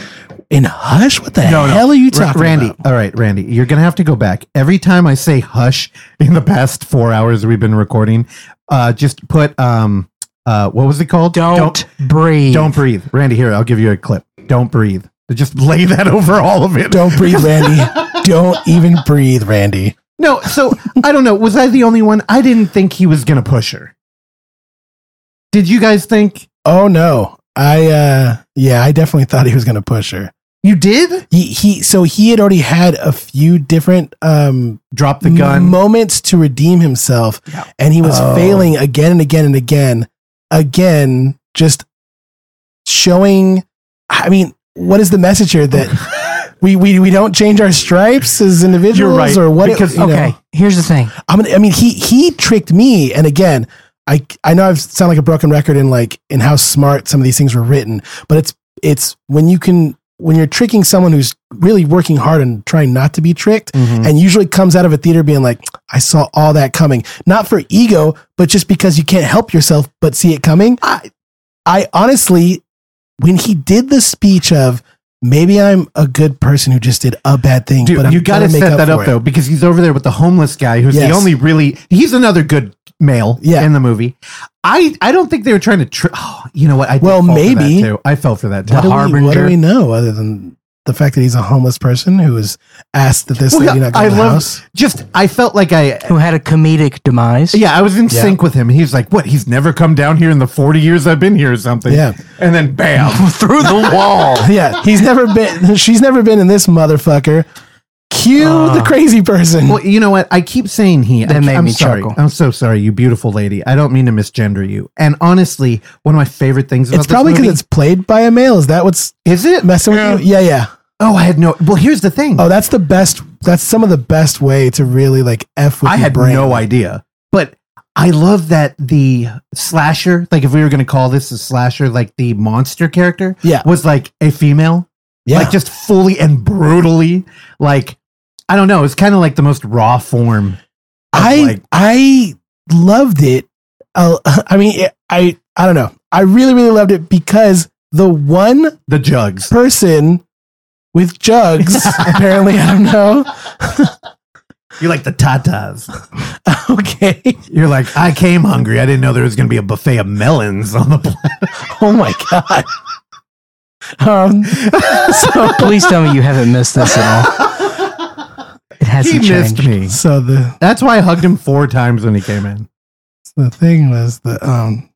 [SPEAKER 3] in hush? What the hell are you
[SPEAKER 2] Ra-
[SPEAKER 3] talking
[SPEAKER 2] Randy,
[SPEAKER 3] about?
[SPEAKER 2] all right, Randy, you're going to have to go back. Every time I say hush in the past four hours we've been recording, uh, just put, um, uh, what was it called?
[SPEAKER 1] Don't, breathe.
[SPEAKER 2] Don't breathe. Randy, here, I'll give you a clip. Don't breathe. Just lay that [LAUGHS] over all of it.
[SPEAKER 3] Don't
[SPEAKER 1] [LAUGHS]
[SPEAKER 3] breathe, Randy. Don't even breathe, Randy.
[SPEAKER 2] No, so I don't know. Was I the only one? I didn't think he was going to push her. Did you guys think
[SPEAKER 3] Oh no. I uh yeah, I definitely thought he was gonna push her.
[SPEAKER 2] you did?
[SPEAKER 3] He he so he had already had a few different um
[SPEAKER 2] Drop the gun.
[SPEAKER 3] moments to redeem himself
[SPEAKER 2] Yeah.
[SPEAKER 3] and he was
[SPEAKER 2] Oh.
[SPEAKER 3] failing again and again and again again just showing I mean, what is the message here that
[SPEAKER 2] [LAUGHS]
[SPEAKER 3] we, we we don't change our stripes as individuals
[SPEAKER 2] right,
[SPEAKER 3] or what it-
[SPEAKER 2] because-
[SPEAKER 3] you know?
[SPEAKER 1] okay, here's the thing.
[SPEAKER 3] I mean, I mean, he he tricked me, and again, I I know I've sound like a broken record in like in how smart some of these things were written, but it's it's when you can when you're tricking someone who's really working hard and trying not to be tricked,
[SPEAKER 2] Mhm.
[SPEAKER 3] and usually comes out of a theater being like, I saw all that coming, not for ego, but just because you can't help yourself but see it coming. I I honestly, when he did the speech of. Maybe I'm a good person who just did a bad thing,
[SPEAKER 2] Dude,
[SPEAKER 3] but I'm
[SPEAKER 2] you got to
[SPEAKER 3] gonna make
[SPEAKER 2] set that
[SPEAKER 3] for
[SPEAKER 2] up
[SPEAKER 3] it."
[SPEAKER 2] though, because he's over there with the homeless guy who's
[SPEAKER 3] Yes.
[SPEAKER 2] the only really. He's another good male
[SPEAKER 3] Yeah.
[SPEAKER 2] in the movie. I I don't think they were trying to. Tri- oh, you know what? I did
[SPEAKER 3] Well,
[SPEAKER 2] fall for that,
[SPEAKER 3] maybe.
[SPEAKER 2] too. I fell for that too.
[SPEAKER 3] what do, we, what do
[SPEAKER 1] harbinger.
[SPEAKER 3] we know other than the fact that he's a homeless person who was asked that this
[SPEAKER 2] Well,
[SPEAKER 3] lady
[SPEAKER 2] yeah,
[SPEAKER 3] not go
[SPEAKER 2] I
[SPEAKER 3] to the
[SPEAKER 2] love-
[SPEAKER 3] house? [LAUGHS]
[SPEAKER 2] Just I felt like I.
[SPEAKER 1] Who had a comedic demise?
[SPEAKER 2] Yeah, I was in
[SPEAKER 3] Yeah.
[SPEAKER 2] sync with him. He was like, "What? He's never come down here in the forty years I've been here, or something."
[SPEAKER 3] Yeah.
[SPEAKER 2] and then
[SPEAKER 3] [LAUGHS]
[SPEAKER 2] bam.
[SPEAKER 1] through
[SPEAKER 2] [LAUGHS]
[SPEAKER 1] the wall.
[SPEAKER 3] Yeah, he's never been. [LAUGHS] She's never been in this motherfucker. Cue the crazy person.
[SPEAKER 2] Uh. well, you know what? I keep saying he. I,
[SPEAKER 1] That made
[SPEAKER 2] am
[SPEAKER 1] me
[SPEAKER 2] sorry.
[SPEAKER 1] chuckle.
[SPEAKER 2] I'm so sorry, you beautiful lady. I don't mean to misgender you. And honestly, one of my favorite things about
[SPEAKER 3] it's probably because it's played by a male. Is that what's
[SPEAKER 2] it's is it?
[SPEAKER 3] messing with you? Yeah, yeah.
[SPEAKER 2] Oh, I had no. Well, here's the thing.
[SPEAKER 3] Oh, that's the best. That's some of the best way to really like f with
[SPEAKER 2] I
[SPEAKER 3] your
[SPEAKER 2] had
[SPEAKER 3] brain.
[SPEAKER 2] no idea. But I love that the slasher, like if we were going to call this a slasher, like the monster character,
[SPEAKER 3] Yeah.
[SPEAKER 2] was like a female,
[SPEAKER 3] Yeah,
[SPEAKER 2] like just fully and brutally, like I don't know, it's kind of like the most raw form. of,
[SPEAKER 3] I
[SPEAKER 2] like,
[SPEAKER 3] I loved it. Uh, [LAUGHS] I mean, it, I I don't know. I really really loved it because the one
[SPEAKER 2] the jugs.
[SPEAKER 3] person with [LAUGHS] jugs. apparently, I don't know. [LAUGHS]
[SPEAKER 2] You're like the tatas.
[SPEAKER 3] okay.
[SPEAKER 2] You're like I came hungry. I didn't know there was going to be a buffet of melons on the planet.
[SPEAKER 3] Oh my god. [LAUGHS]
[SPEAKER 2] [LAUGHS]
[SPEAKER 3] Um, [LAUGHS] so,
[SPEAKER 1] Please tell me you haven't missed this at all.
[SPEAKER 2] [LAUGHS]
[SPEAKER 1] It
[SPEAKER 2] He
[SPEAKER 1] hasn't
[SPEAKER 2] missed
[SPEAKER 1] changed.
[SPEAKER 2] me.
[SPEAKER 3] so the
[SPEAKER 2] That's why I hugged him four times when he came in.
[SPEAKER 3] the thing was the um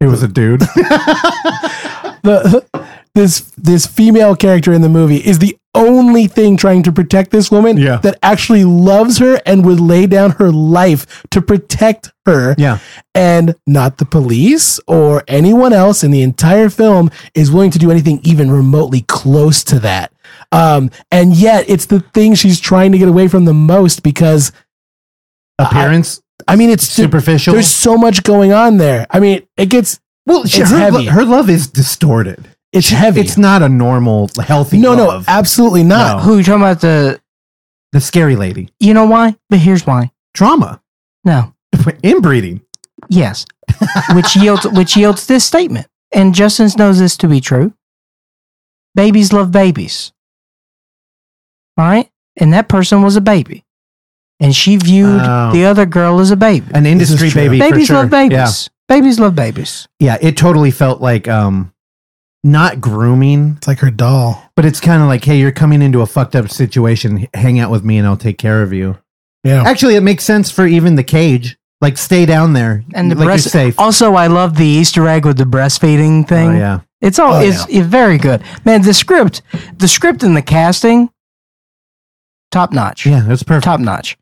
[SPEAKER 2] It was a
[SPEAKER 3] [LAUGHS]
[SPEAKER 2] dude.
[SPEAKER 3] the [LAUGHS] this this female character in the movie is the only thing trying to protect this woman
[SPEAKER 2] Yeah.
[SPEAKER 3] that actually loves her and would lay down her life to protect her.
[SPEAKER 2] yeah.
[SPEAKER 3] and not the police or anyone else in the entire film is willing to do anything even remotely close to that. Um, and yet it's the thing she's trying to get away from the most because [LAUGHS]
[SPEAKER 2] Appearance
[SPEAKER 3] I mean, it's
[SPEAKER 2] superficial.
[SPEAKER 3] there's so much going on there. I mean, it gets
[SPEAKER 2] Well, she,
[SPEAKER 3] It's
[SPEAKER 2] her,
[SPEAKER 3] heavy.
[SPEAKER 2] her love is distorted.
[SPEAKER 3] it's heavy.
[SPEAKER 2] It's not a normal, healthy
[SPEAKER 3] no,
[SPEAKER 2] love.
[SPEAKER 3] no, absolutely not.
[SPEAKER 2] No.
[SPEAKER 1] Who you talking about? The
[SPEAKER 2] the scary lady.
[SPEAKER 1] you know why? But here's why.
[SPEAKER 2] Trauma. [LAUGHS]
[SPEAKER 1] No.
[SPEAKER 2] Inbreeding. [LAUGHS]
[SPEAKER 1] Yes. which yields which yields this statement. And Justin knows this to be true. Babies love babies. All right? And that person was a baby. And she viewed
[SPEAKER 2] Oh.
[SPEAKER 1] the other girl as a baby.
[SPEAKER 2] An
[SPEAKER 3] is
[SPEAKER 2] industry
[SPEAKER 3] true.
[SPEAKER 2] baby. for
[SPEAKER 1] Babies
[SPEAKER 2] sure.
[SPEAKER 1] love babies. Babies love babies.
[SPEAKER 2] Yeah. yeah, it totally felt like um not grooming,
[SPEAKER 3] It's like her doll.
[SPEAKER 2] but it's kind of like, hey, you're coming into a fucked up situation. H- Hang out with me and I'll take care of you.
[SPEAKER 3] Yeah.
[SPEAKER 2] Actually, it makes sense for even the cage. Like, stay down there.
[SPEAKER 1] And the
[SPEAKER 2] like,
[SPEAKER 1] breast
[SPEAKER 2] you're safe.
[SPEAKER 1] Also, I love the Easter egg with the breastfeeding thing.
[SPEAKER 2] Oh, yeah.
[SPEAKER 1] It's all
[SPEAKER 3] Oh,
[SPEAKER 1] it's, it's very good. Man, the script, the script and the casting top notch.
[SPEAKER 2] Yeah, that's perfect.
[SPEAKER 1] Top notch.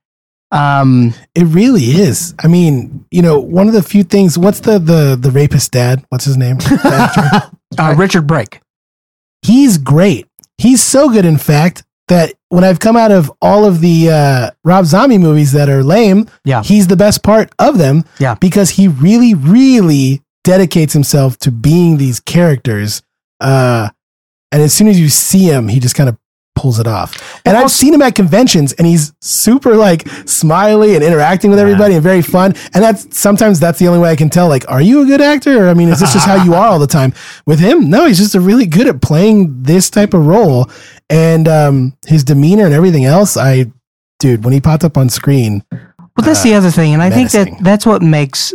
[SPEAKER 1] Um
[SPEAKER 3] It really is. I mean, you know, one of the few things. What's the the the rapist dad? What's his name? The
[SPEAKER 2] [LAUGHS]
[SPEAKER 3] actor?
[SPEAKER 1] uh, Richard Brake.
[SPEAKER 3] he's great. He's so good, in fact, that when I've come out of all of the uh, Rob Zombie movies that are lame,
[SPEAKER 1] Yeah.
[SPEAKER 3] he's the best part of them.
[SPEAKER 1] Yeah.
[SPEAKER 3] because he really, really dedicates himself to being these characters. Uh, and as soon as you see him, he just kind of pulls it off. And I've seen him at conventions and he's super like smiley and interacting with everybody and very fun. And that's sometimes that's the only way I can tell, like, are you a good actor? Or I mean, is this just how you are all the time? With him, no, he's just a really good at playing this type of role. And um, his demeanor and everything else, I dude, when he popped up on screen,
[SPEAKER 1] Well, that's
[SPEAKER 2] Uh,
[SPEAKER 1] the other thing, and I think
[SPEAKER 3] menacing.
[SPEAKER 1] that that's what makes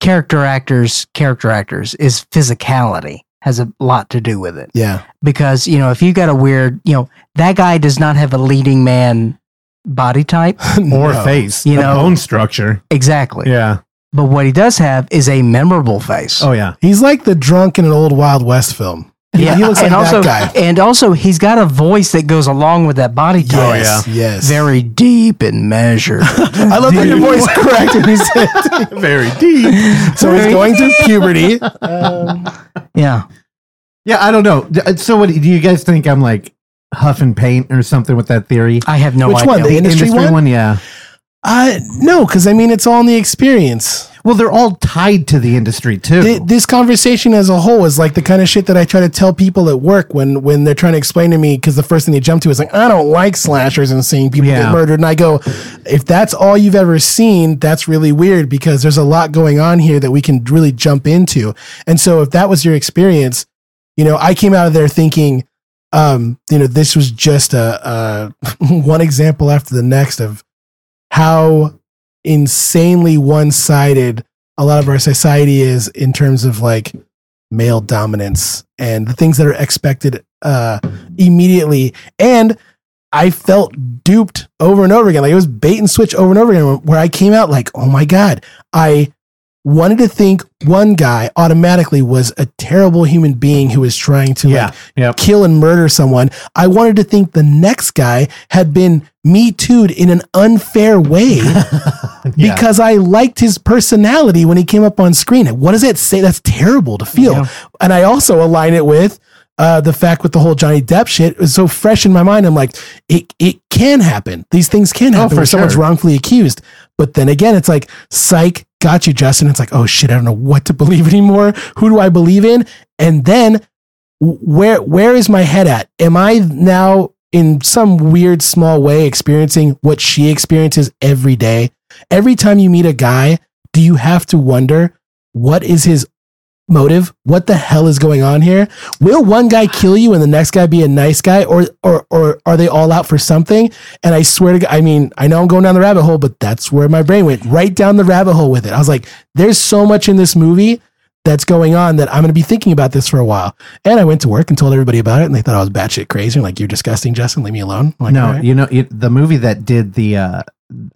[SPEAKER 1] character actors character actors is physicality has a lot to do with it
[SPEAKER 3] yeah. [LAUGHS]
[SPEAKER 1] because you know if you got a weird you know that guy does not have a leading man body
[SPEAKER 2] [LAUGHS]
[SPEAKER 1] type
[SPEAKER 2] Or
[SPEAKER 3] No.
[SPEAKER 2] face,
[SPEAKER 1] You
[SPEAKER 2] the
[SPEAKER 1] know.
[SPEAKER 2] bone structure.
[SPEAKER 1] exactly
[SPEAKER 2] Yeah.
[SPEAKER 1] but what he does have is a memorable face
[SPEAKER 2] Oh yeah.
[SPEAKER 3] He's like the drunk in an old Wild West film.
[SPEAKER 1] yeah
[SPEAKER 3] he looks like
[SPEAKER 1] and
[SPEAKER 3] that
[SPEAKER 1] also [LAUGHS]
[SPEAKER 3] guy.
[SPEAKER 1] and also he's got a voice that goes along with that body type
[SPEAKER 3] Yes, yes.
[SPEAKER 1] Oh, very deep and
[SPEAKER 3] [LAUGHS]
[SPEAKER 1] measured
[SPEAKER 3] I love
[SPEAKER 2] [LAUGHS]
[SPEAKER 3] that your voice [LAUGHS] correct when you said.
[SPEAKER 2] Very deep.
[SPEAKER 3] So he's going through puberty. Um,
[SPEAKER 1] yeah
[SPEAKER 2] Yeah, I don't know. D- uh, So what do you guys think I'm like huff and paint or something with that theory?
[SPEAKER 1] i have no
[SPEAKER 3] Which
[SPEAKER 1] idea
[SPEAKER 3] one? The industry one?
[SPEAKER 2] yeah.
[SPEAKER 3] Uh, no, because I mean, it's all in the experience.
[SPEAKER 2] Well, they're all tied to the industry too.
[SPEAKER 3] Th- this conversation as a whole is like the kind of shit that I try to tell people at work when when they're trying to explain to me because the first thing they jump to is like, I don't like slashers and seeing people
[SPEAKER 2] Yeah.
[SPEAKER 3] get murdered. And I go, if that's all you've ever seen, that's really weird because there's a lot going on here that we can really jump into. And so if that was your experience, you know, I came out of there thinking, um, you know, this was just a, a [LAUGHS] one example after the next of how insanely one-sided a lot of our society is in terms of like male dominance and the things that are expected uh immediately and i felt duped over and over again like it was bait and switch over and over again where i came out like oh my god i wanted to think one guy automatically was a terrible human being who was trying to like
[SPEAKER 2] yeah. Yep.
[SPEAKER 3] kill and murder someone. I wanted to think the next guy had been me too'd in an unfair way
[SPEAKER 2] Yeah.
[SPEAKER 3] because I liked his personality when he came up on screen. And What does that say? That's terrible to feel.
[SPEAKER 1] Yeah.
[SPEAKER 3] And I also align it with uh, the fact with the whole Johnny Depp shit It was so fresh in my mind. I'm like, it it can happen. These things can happen
[SPEAKER 2] Oh, for
[SPEAKER 3] where someone's
[SPEAKER 2] sure.
[SPEAKER 3] wrongfully accused. But then again, it's like, psych, got you, Justin. It's like, oh shit, I don't know what to believe [LAUGHS] anymore. Who do I believe in? And then where where is my head at? Am I now in some weird small way experiencing what she experiences every day? Every time you meet a guy, do you have to wonder what is his motive? What the hell is going on here? Will one guy kill you and the next guy be a nice guy or or or are they all out for something? And I swear to God, I mean, I know I'm going down the rabbit hole, but that's where my brain went, right down the rabbit hole with it. I was like, there's so much in this movie that's going on that I'm going to be thinking about this for a while. And I went to work and told everybody about it, and they thought I was batshit crazy. I'm like, you're disgusting, Justin. Leave me alone. I'm like,
[SPEAKER 2] no,
[SPEAKER 3] "All right."
[SPEAKER 2] you know it, the movie that did the uh,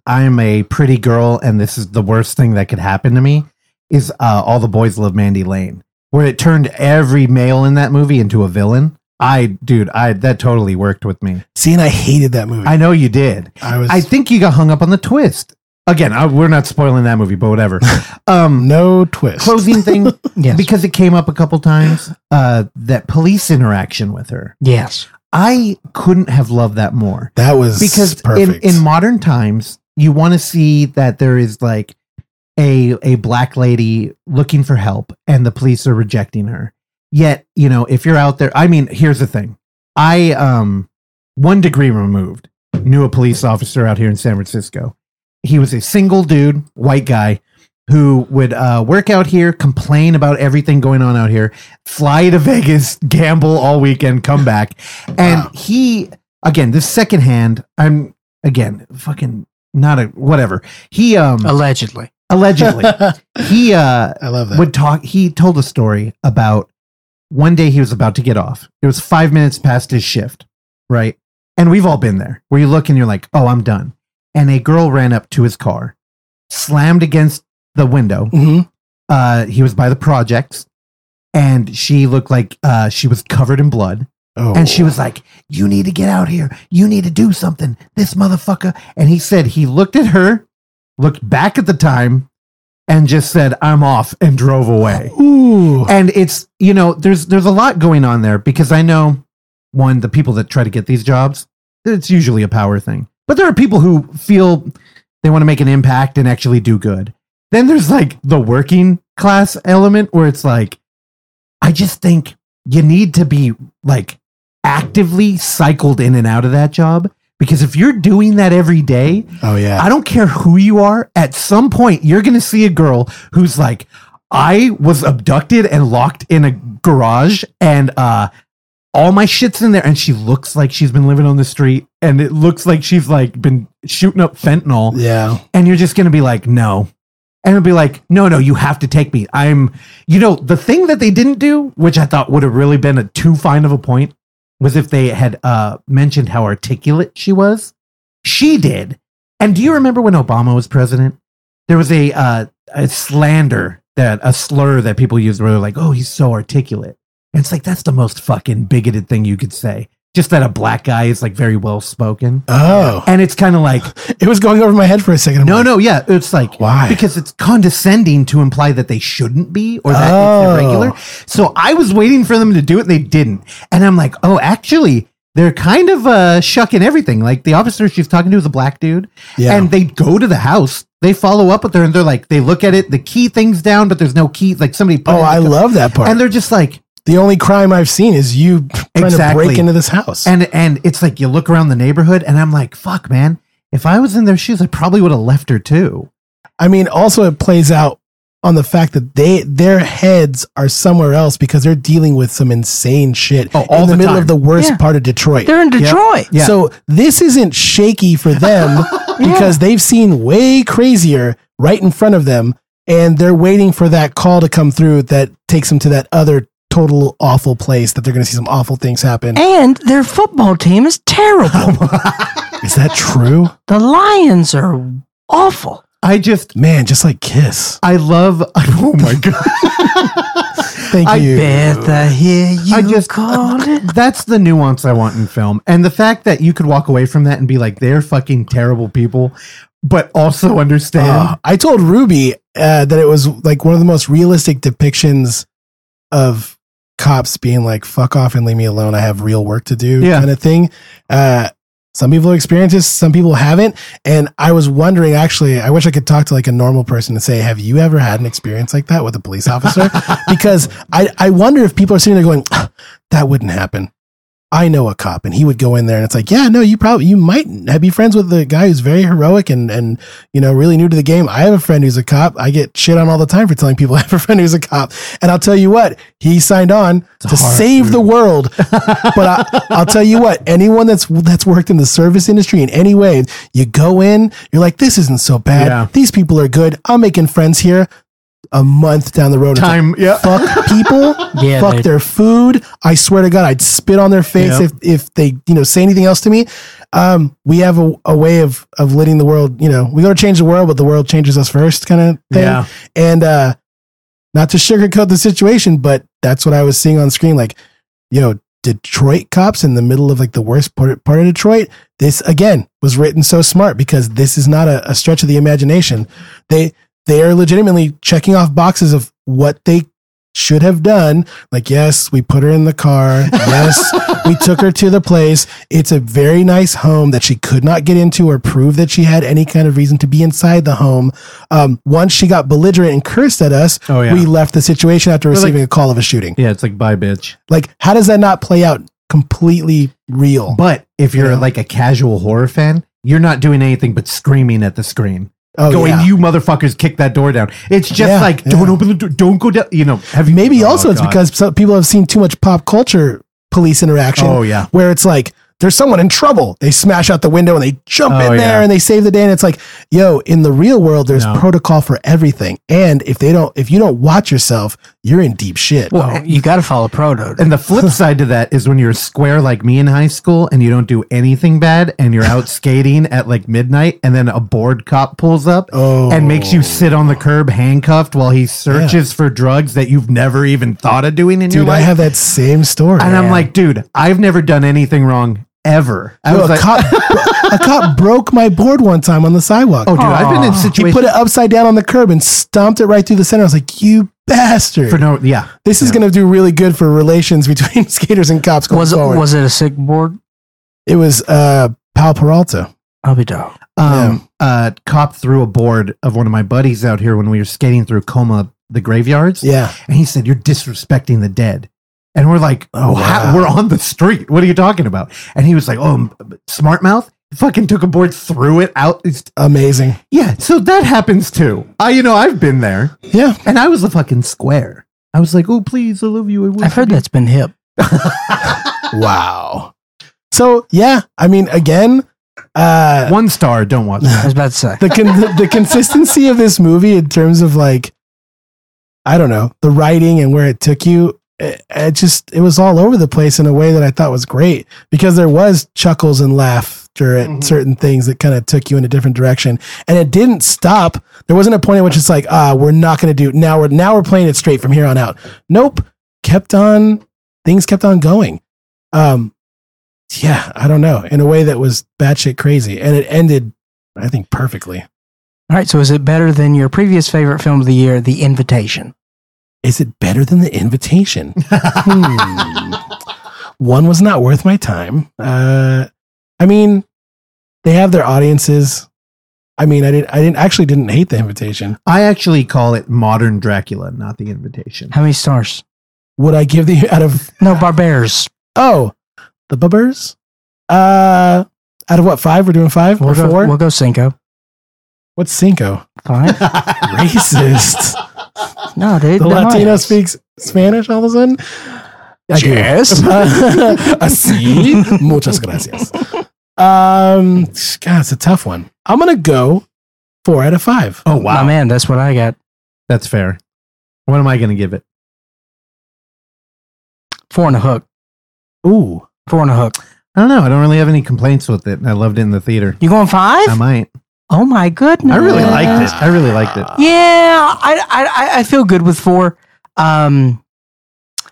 [SPEAKER 2] "I am a pretty girl and this is the worst thing that could happen to me" is uh, "All the Boys Love Mandy Lane," where it turned every male in that movie into a villain. I, dude, I that totally worked with me.
[SPEAKER 3] See, and I hated that movie.
[SPEAKER 2] I know you did.
[SPEAKER 3] I was
[SPEAKER 2] I think you got hung up on the twist. Again, I, we're not spoiling that movie, but whatever. Um,
[SPEAKER 3] no twist.
[SPEAKER 2] closing thing
[SPEAKER 1] yes
[SPEAKER 2] because it came up a couple times. Uh, that police interaction with her,
[SPEAKER 1] yes
[SPEAKER 2] I couldn't have loved that more
[SPEAKER 3] That was
[SPEAKER 2] because in,
[SPEAKER 3] perfect.
[SPEAKER 2] in
[SPEAKER 3] [LAUGHS]
[SPEAKER 2] modern times you want to see that there is like a a black lady looking for help and the police are rejecting her yet you know if you're out there i mean here's the thing i um one degree removed knew a police officer out here in san francisco he was a single dude white guy who would uh, work out here complain about everything going on out here fly to [LAUGHS] vegas gamble all weekend come back and
[SPEAKER 3] Wow.
[SPEAKER 2] he again this secondhand i'm again fucking not a whatever he um
[SPEAKER 1] [LAUGHS] allegedly
[SPEAKER 2] allegedly he uh
[SPEAKER 3] I love that.
[SPEAKER 2] would talk he told a story about one day he was about to get off it was five minutes past his shift right and we've all been there where you look and you're like oh i'm done and a girl ran up to his car slammed against the window
[SPEAKER 3] hmm
[SPEAKER 2] uh he was by the projects and she looked like uh she was covered in blood
[SPEAKER 3] Oh.
[SPEAKER 2] and she was like, You need to get out here. You need to do something. This motherfucker. And he said, He looked at her, looked back at the time, and just said, I'm off and drove away.
[SPEAKER 3] ooh.
[SPEAKER 2] And it's, you know, there's there's a lot going on there because I know one, the people that try to get these jobs, it's usually a power thing. But there are people who feel they want to make an impact and actually do good. Then there's like the working class element where it's like, I just think you need to be like actively cycled in and out of that job because if you're doing that every day,
[SPEAKER 3] Oh yeah.
[SPEAKER 2] I don't care who you are, at some point you're going to see a girl who's like, I was abducted and locked in a garage and uh all my shit's in there and she looks like she's been living on the street and it looks like she's like been shooting up fentanyl
[SPEAKER 3] Yeah.
[SPEAKER 2] and you're just going to be like, no. And it'll be like, no, no, you have to take me. I'm, you know, the thing that they didn't do, which I thought would have really been a too fine of a point, was if they had uh, mentioned how articulate she was. She did. And do you remember when Obama was president? There was a, uh, a slander that a slur that people used where they're like, oh, he's so articulate. And it's like, that's the most fucking bigoted thing you could say. Just that a black guy is like very well spoken.
[SPEAKER 3] Oh,
[SPEAKER 2] And it's kind of like,
[SPEAKER 3] it was going over my head for a second. I'm
[SPEAKER 2] no,
[SPEAKER 3] like,
[SPEAKER 2] no, yeah. It's like,
[SPEAKER 3] Why?
[SPEAKER 2] because it's condescending to imply that they shouldn't be or that
[SPEAKER 3] Oh.
[SPEAKER 2] it's irregular. So I was waiting for them to do it, and they didn't. And I'm like, oh, actually, they're kind of uh, shucking everything. Like the officer she's talking to is a black dude,
[SPEAKER 3] Yeah.
[SPEAKER 2] and they go to the house. They follow up with her, and they're like, they look at it, the key thing's down, but there's no key. Like somebody. put
[SPEAKER 3] oh,
[SPEAKER 2] it-
[SPEAKER 3] I love that part.
[SPEAKER 2] And they're just like,
[SPEAKER 3] the only crime I've seen is you trying
[SPEAKER 2] Exactly.
[SPEAKER 3] to break into this house.
[SPEAKER 2] and and it's like you look around the neighborhood, and I'm like, fuck, man. If I was in their shoes, I probably would have left her too.
[SPEAKER 3] I mean, also it plays out on the fact that they their heads are somewhere else because they're dealing with some insane shit
[SPEAKER 2] Oh, all
[SPEAKER 3] in the,
[SPEAKER 2] the
[SPEAKER 3] middle
[SPEAKER 2] time.
[SPEAKER 3] of the worst
[SPEAKER 1] Yeah.
[SPEAKER 3] part of Detroit.
[SPEAKER 1] They're in Detroit.
[SPEAKER 2] Yeah.
[SPEAKER 3] So this isn't shaky
[SPEAKER 2] [LAUGHS]
[SPEAKER 3] for them because they've seen way crazier right in front of them, and they're waiting for that call to come through that takes them to that other total awful place that they're going to see some awful things happen.
[SPEAKER 1] And their football team is
[SPEAKER 3] [LAUGHS]
[SPEAKER 1] terrible.
[SPEAKER 3] Is that true?
[SPEAKER 1] the Lions are awful.
[SPEAKER 2] I just
[SPEAKER 3] Man, just like Kiss.
[SPEAKER 2] I love. [LAUGHS] Oh my god!
[SPEAKER 3] Thank
[SPEAKER 2] I
[SPEAKER 3] you.
[SPEAKER 1] Bet I hear you
[SPEAKER 2] I just-
[SPEAKER 1] call
[SPEAKER 3] [LAUGHS]
[SPEAKER 1] it.
[SPEAKER 2] That's the nuance I want in film, and the fact that you could walk away from that and be like, "They're fucking terrible people," but also understand.
[SPEAKER 3] Uh, I told Ruby uh, that it was like one of the most realistic depictions of cops being like, fuck off and leave me alone. I have real work to do
[SPEAKER 2] Yeah.
[SPEAKER 3] kind of thing. Uh, some people experience this, some people haven't. And I was wondering, actually, I wish I could talk to like a normal person and say, have you ever had an experience like that with a police officer? because I, I wonder if people are sitting there going, "Ah, that wouldn't happen. I know a cop and he would go in there and it's like, yeah, no, you probably, you might be friends with the guy who's very heroic and, and, you know, really new to the game. I have a friend who's a cop. I get shit on all the time for telling people [LAUGHS] I have a friend who's a cop. And I'll tell you what, he signed on to
[SPEAKER 2] hard
[SPEAKER 3] save the world.
[SPEAKER 2] [LAUGHS]
[SPEAKER 3] but I, I'll tell you what, anyone that's, that's worked in the service industry in any way, you go in, you're like, this isn't so bad.
[SPEAKER 2] Yeah.
[SPEAKER 3] These people are good. I'm making friends here. A month down the road, it's like,
[SPEAKER 2] Time, yeah. [LAUGHS]
[SPEAKER 3] fuck people,
[SPEAKER 1] Yeah,
[SPEAKER 3] fuck
[SPEAKER 1] dude.
[SPEAKER 3] their food. I swear to God, I'd spit on their face
[SPEAKER 2] Yep.
[SPEAKER 3] if, if they, you know, say anything else to me. Um, we have a, a way of, of letting the world, you know, we go to change the world, but the world changes us first kind of thing.
[SPEAKER 2] Yeah.
[SPEAKER 3] And, uh, not to sugarcoat the situation, but that's what I was seeing on screen. Like, yo, Detroit cops in the middle of like the worst part, part of Detroit. This again was written so smart because this is not a, a stretch of the imagination. They they are legitimately checking off boxes of what they should have done. Like, yes, we put her in the car. Yes, we took her to the place. It's a very nice home that she could not get into or prove that she had any kind of reason to be inside the home. Um, once she got belligerent and cursed at us,
[SPEAKER 2] Oh, yeah.
[SPEAKER 3] we left the situation after
[SPEAKER 2] like-
[SPEAKER 3] receiving a call of a shooting.
[SPEAKER 2] yeah, it's like bye, bitch.
[SPEAKER 3] Like, how does that not play out completely real?
[SPEAKER 2] But if you're
[SPEAKER 3] Yeah.
[SPEAKER 2] like a casual horror fan, you're not doing anything but screaming at the screen,
[SPEAKER 3] oh,
[SPEAKER 2] going,
[SPEAKER 3] yeah.
[SPEAKER 2] "You motherfuckers, kick that door down!" It's just
[SPEAKER 3] Yeah,
[SPEAKER 2] like,
[SPEAKER 3] yeah.
[SPEAKER 2] "Don't open the door, don't go down." You know, have you-
[SPEAKER 3] Maybe
[SPEAKER 2] Oh,
[SPEAKER 3] also it's
[SPEAKER 2] God.
[SPEAKER 3] because some people have seen too much pop culture police interaction.
[SPEAKER 2] Oh yeah,
[SPEAKER 3] where it's like there's someone in trouble. They smash out the window and they jump
[SPEAKER 2] Oh,
[SPEAKER 3] in there
[SPEAKER 2] yeah.
[SPEAKER 3] and they save the day. And it's like, yo, in the real world, there's
[SPEAKER 2] No.
[SPEAKER 3] protocol for everything. And if they don't, if you don't watch yourself, you're in deep shit.
[SPEAKER 2] Oh.
[SPEAKER 1] Well, Oh, you got to follow Proto.
[SPEAKER 2] And the
[SPEAKER 3] [LAUGHS]
[SPEAKER 2] flip side to that is when you're square like me in high school and you don't do anything bad and you're
[SPEAKER 3] [LAUGHS]
[SPEAKER 2] out skating at like midnight and then a bored cop pulls up
[SPEAKER 3] Oh.
[SPEAKER 2] and makes you sit on the curb handcuffed while he searches for drugs that you've never even thought of doing in your
[SPEAKER 3] Dude, I
[SPEAKER 2] life.
[SPEAKER 3] have that same story.
[SPEAKER 2] and I'm like, dude, I've never done anything wrong ever. I
[SPEAKER 3] Yo,
[SPEAKER 2] was
[SPEAKER 3] a,
[SPEAKER 2] like,
[SPEAKER 3] cop,
[SPEAKER 2] [LAUGHS]
[SPEAKER 3] a cop broke my board one time on the sidewalk.
[SPEAKER 2] oh, dude, I've been in
[SPEAKER 3] he
[SPEAKER 2] situations
[SPEAKER 3] put it upside down on the curb and stomped it right through the center. I was like, you
[SPEAKER 2] [LAUGHS]
[SPEAKER 3] bastard.
[SPEAKER 2] for no, yeah.
[SPEAKER 3] this is going to do really good for relations between [LAUGHS] skaters and cops going
[SPEAKER 1] was it
[SPEAKER 3] forward.
[SPEAKER 1] was it a sick board?
[SPEAKER 3] it was uh, Pal Peralta.
[SPEAKER 1] I'll be dog.
[SPEAKER 2] Um, uh, cop threw a board of one of my buddies out here when we were skating through Coma, the graveyards.
[SPEAKER 3] Yeah.
[SPEAKER 2] And he said, You're disrespecting the dead. And we're like, oh,
[SPEAKER 3] wow.
[SPEAKER 2] how, we're on the street. What are you talking about? And he was like, oh, m- smart mouth. Fucking took a board, threw it out. It's-
[SPEAKER 3] Amazing.
[SPEAKER 2] yeah, so that happens too. I, you know, I've been there,
[SPEAKER 3] Yeah.
[SPEAKER 2] and I was a fucking square. I was like, oh, please, I love you. I want
[SPEAKER 1] I've
[SPEAKER 2] to
[SPEAKER 1] heard
[SPEAKER 2] be-"
[SPEAKER 1] that's been hip.
[SPEAKER 3] Wow. So yeah, I mean, again, uh,
[SPEAKER 2] One star. Don't watch.
[SPEAKER 1] I [LAUGHS]
[SPEAKER 2] That.
[SPEAKER 1] was about to say.
[SPEAKER 3] the con- the- the consistency of this movie in terms of like I don't know the writing and where it took you. It, it just it was all over the place in a way that I thought was great because there was chuckles and laughter at
[SPEAKER 2] Mhm.
[SPEAKER 3] certain things that kind of took you in a different direction, and it didn't stop. There wasn't a point at which it's like ah we're not going to do now we're now we're playing it straight from here on out. Nope, kept on things kept on going. Um, yeah, I don't know in a way that was batshit crazy, and it ended I think perfectly.
[SPEAKER 1] All right, so is it better than your previous favorite film of the year, The Invitation?
[SPEAKER 3] is it better than the invitation? Hmm. One was not worth my time. Uh, I mean, they have their audiences. I mean, I didn't. I didn't actually didn't hate the invitation.
[SPEAKER 2] I actually call it modern Dracula, not the
[SPEAKER 1] [LAUGHS]
[SPEAKER 2] invitation.
[SPEAKER 1] How many stars?
[SPEAKER 3] Would I give the [LAUGHS] out of
[SPEAKER 1] No, Barbears.
[SPEAKER 3] oh the bubbers? Uh, out of what five? We're doing five
[SPEAKER 1] We'll
[SPEAKER 3] or
[SPEAKER 1] go,
[SPEAKER 3] 4
[SPEAKER 1] we'll go Cinco.
[SPEAKER 3] What's cinco?
[SPEAKER 2] [LAUGHS]
[SPEAKER 1] Five? [LAUGHS]
[SPEAKER 3] Racist.
[SPEAKER 1] No, dude.
[SPEAKER 3] the
[SPEAKER 1] they're
[SPEAKER 3] Latino
[SPEAKER 1] nice.
[SPEAKER 3] speaks Spanish all of a sudden. I do. [LAUGHS]
[SPEAKER 1] Yes.
[SPEAKER 2] [LAUGHS]
[SPEAKER 3] Uh, Así.
[SPEAKER 1] [LAUGHS]
[SPEAKER 3] Muchas gracias. Um, God, it's a tough one. I'm gonna go four out of five.
[SPEAKER 2] oh
[SPEAKER 1] My man, that's what I got.
[SPEAKER 2] that's fair. What am I going to give it?
[SPEAKER 1] Four and a hook.
[SPEAKER 3] Ooh,
[SPEAKER 1] Four and a hook.
[SPEAKER 2] I don't know. I don't really have any complaints with it. I loved it in the theater.
[SPEAKER 1] You going five?
[SPEAKER 2] I might.
[SPEAKER 1] oh my goodness!
[SPEAKER 2] I really liked it. I really liked it.
[SPEAKER 1] Yeah, I I I- I feel good with four. Um,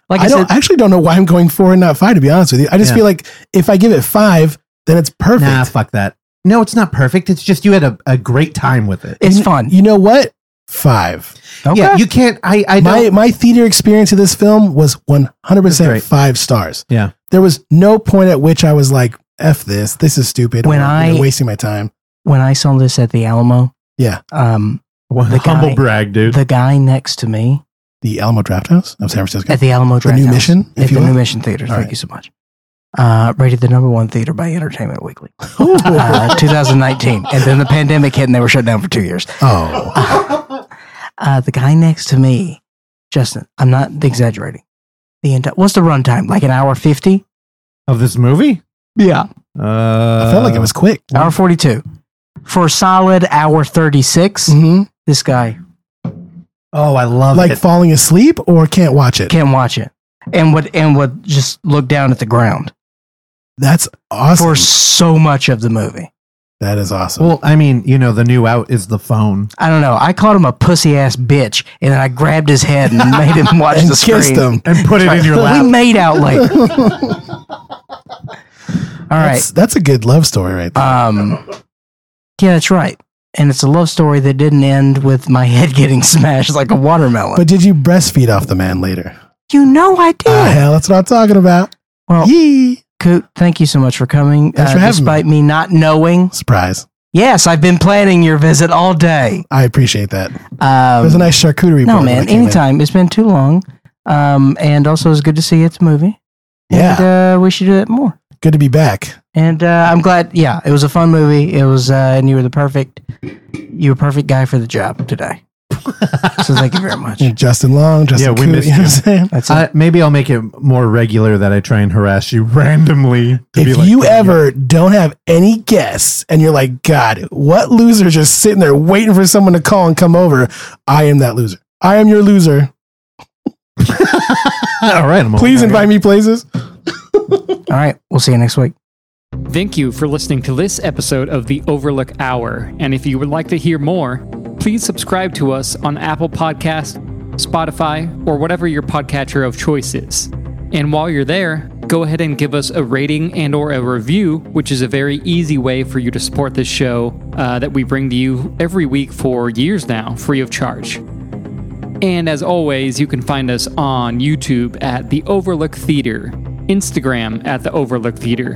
[SPEAKER 1] like I,
[SPEAKER 3] I don't
[SPEAKER 1] said,
[SPEAKER 3] I actually don't know why I'm going four and not five. To be honest with you, I just
[SPEAKER 2] Yeah.
[SPEAKER 3] feel like if I give it five, then it's perfect.
[SPEAKER 2] Nah, fuck that. No, it's not perfect. It's just you had a, a great time with it.
[SPEAKER 1] it's fun.
[SPEAKER 3] you know what? Five.
[SPEAKER 1] Okay.
[SPEAKER 2] Yeah, you can't. I I
[SPEAKER 3] My [LAUGHS]
[SPEAKER 2] don't.
[SPEAKER 3] my theater experience of this film was 100 percent
[SPEAKER 2] That's great.
[SPEAKER 3] five stars.
[SPEAKER 2] Yeah.
[SPEAKER 3] there was no point at which I was like, "F this, this is stupid."
[SPEAKER 1] When
[SPEAKER 3] or, you know,
[SPEAKER 1] I-
[SPEAKER 3] wasting my time.
[SPEAKER 1] when I saw this at the Alamo,
[SPEAKER 3] Yeah.
[SPEAKER 1] Um,
[SPEAKER 2] Well,
[SPEAKER 1] the
[SPEAKER 2] humble
[SPEAKER 1] guy-
[SPEAKER 2] brag, dude.
[SPEAKER 1] the guy next to me
[SPEAKER 3] The Alamo Draft House of
[SPEAKER 2] [LAUGHS]
[SPEAKER 3] San Francisco.
[SPEAKER 1] at the Alamo
[SPEAKER 3] the
[SPEAKER 1] Draft
[SPEAKER 3] new
[SPEAKER 1] House,
[SPEAKER 3] mission,
[SPEAKER 1] at
[SPEAKER 3] if you
[SPEAKER 1] the New
[SPEAKER 3] will.
[SPEAKER 1] Mission Theater.
[SPEAKER 3] All
[SPEAKER 1] Thank
[SPEAKER 3] right.
[SPEAKER 1] you so much. Uh, rated the number one theater by Entertainment
[SPEAKER 3] [LAUGHS]
[SPEAKER 1] Weekly,
[SPEAKER 2] Oh.
[SPEAKER 3] Ooh.
[SPEAKER 1] uh, 2019, and then the pandemic hit and they were shut down for two years.
[SPEAKER 3] Oh, [LAUGHS]
[SPEAKER 1] Uh, the guy next to me, Justin, I'm not exaggerating. The entire what's the runtime? Like an hour fifty?
[SPEAKER 2] of this movie.
[SPEAKER 1] Yeah,
[SPEAKER 2] Uh,
[SPEAKER 3] I felt like it was quick.
[SPEAKER 1] hour forty-two. For a solid hour thirty-six,
[SPEAKER 3] Mm-hmm.
[SPEAKER 1] this guy
[SPEAKER 2] Oh, I love
[SPEAKER 3] Like
[SPEAKER 2] it.
[SPEAKER 3] falling asleep or can't watch it.
[SPEAKER 1] can't watch it, and would and would just look down at the ground
[SPEAKER 3] That's awesome.
[SPEAKER 1] for so much of the movie.
[SPEAKER 3] that is awesome.
[SPEAKER 2] Well, I mean, you know, the new out is the phone.
[SPEAKER 1] I don't know. I called him a pussy ass bitch, and then I grabbed his head and [LAUGHS] made him watch
[SPEAKER 3] and
[SPEAKER 1] the screen.
[SPEAKER 3] kissed them.
[SPEAKER 2] and put it in [LAUGHS] your
[SPEAKER 1] But we
[SPEAKER 2] lap.
[SPEAKER 1] made out later.
[SPEAKER 3] [LAUGHS]
[SPEAKER 1] All right.
[SPEAKER 3] That's, that's a good love story right there.
[SPEAKER 1] Um, yeah, that's right. And it's a love story that didn't end with my [LAUGHS] head getting smashed like a watermelon.
[SPEAKER 3] but did you breastfeed off the man later?
[SPEAKER 1] you know I did.
[SPEAKER 3] Ah, hell, that's what I'm talking about.
[SPEAKER 1] well,
[SPEAKER 3] Yee.
[SPEAKER 1] Coot, thank you so much for coming. uh,
[SPEAKER 3] Thanks for having
[SPEAKER 1] despite me not knowing.
[SPEAKER 3] Surprise.
[SPEAKER 1] Yes, I've been planning your visit all day.
[SPEAKER 3] I appreciate that.
[SPEAKER 1] Um,
[SPEAKER 3] There's a nice charcuterie
[SPEAKER 1] no,
[SPEAKER 3] board when I
[SPEAKER 1] man,
[SPEAKER 3] came in.
[SPEAKER 1] anytime. It's been too long. Um, and also, it's good to see you at the movie.
[SPEAKER 3] Yeah.
[SPEAKER 1] And, uh, we should do that more.
[SPEAKER 3] Good to be back.
[SPEAKER 1] And uh, I'm glad. Yeah, it was a fun movie. It was, uh, and you were the perfect, you were perfect guy for the job today. so thank you very much.
[SPEAKER 3] And Justin Long, Justin
[SPEAKER 2] Yeah, we
[SPEAKER 3] Coo-
[SPEAKER 2] missed
[SPEAKER 3] you know what I'm saying?
[SPEAKER 1] That's it.
[SPEAKER 2] Uh, maybe I'll make it more regular that I try and harass you [LAUGHS] randomly. [LAUGHS] to be
[SPEAKER 3] If
[SPEAKER 2] like,
[SPEAKER 3] you ever don't have any guests and you're like, God, what loser is just sitting there waiting for someone to call and come over? I am that loser. I am your loser.
[SPEAKER 2] [LAUGHS] all right, I'm all
[SPEAKER 3] Please
[SPEAKER 2] right.
[SPEAKER 3] invite me places.
[SPEAKER 1] All right. We'll see you next week.
[SPEAKER 6] Thank you for listening to this episode of The Overlook Hour. And if you would like to hear more, please subscribe to us on Apple Podcast, Spotify, or whatever your podcatcher of choice is. And while you're there, go ahead and give us a rating and or a review, which is a very easy way for you to support this show uh, that we bring to you every week for years now, free of charge. And as always, you can find us on YouTube at The Overlook Theater, Instagram at The Overlook Theater,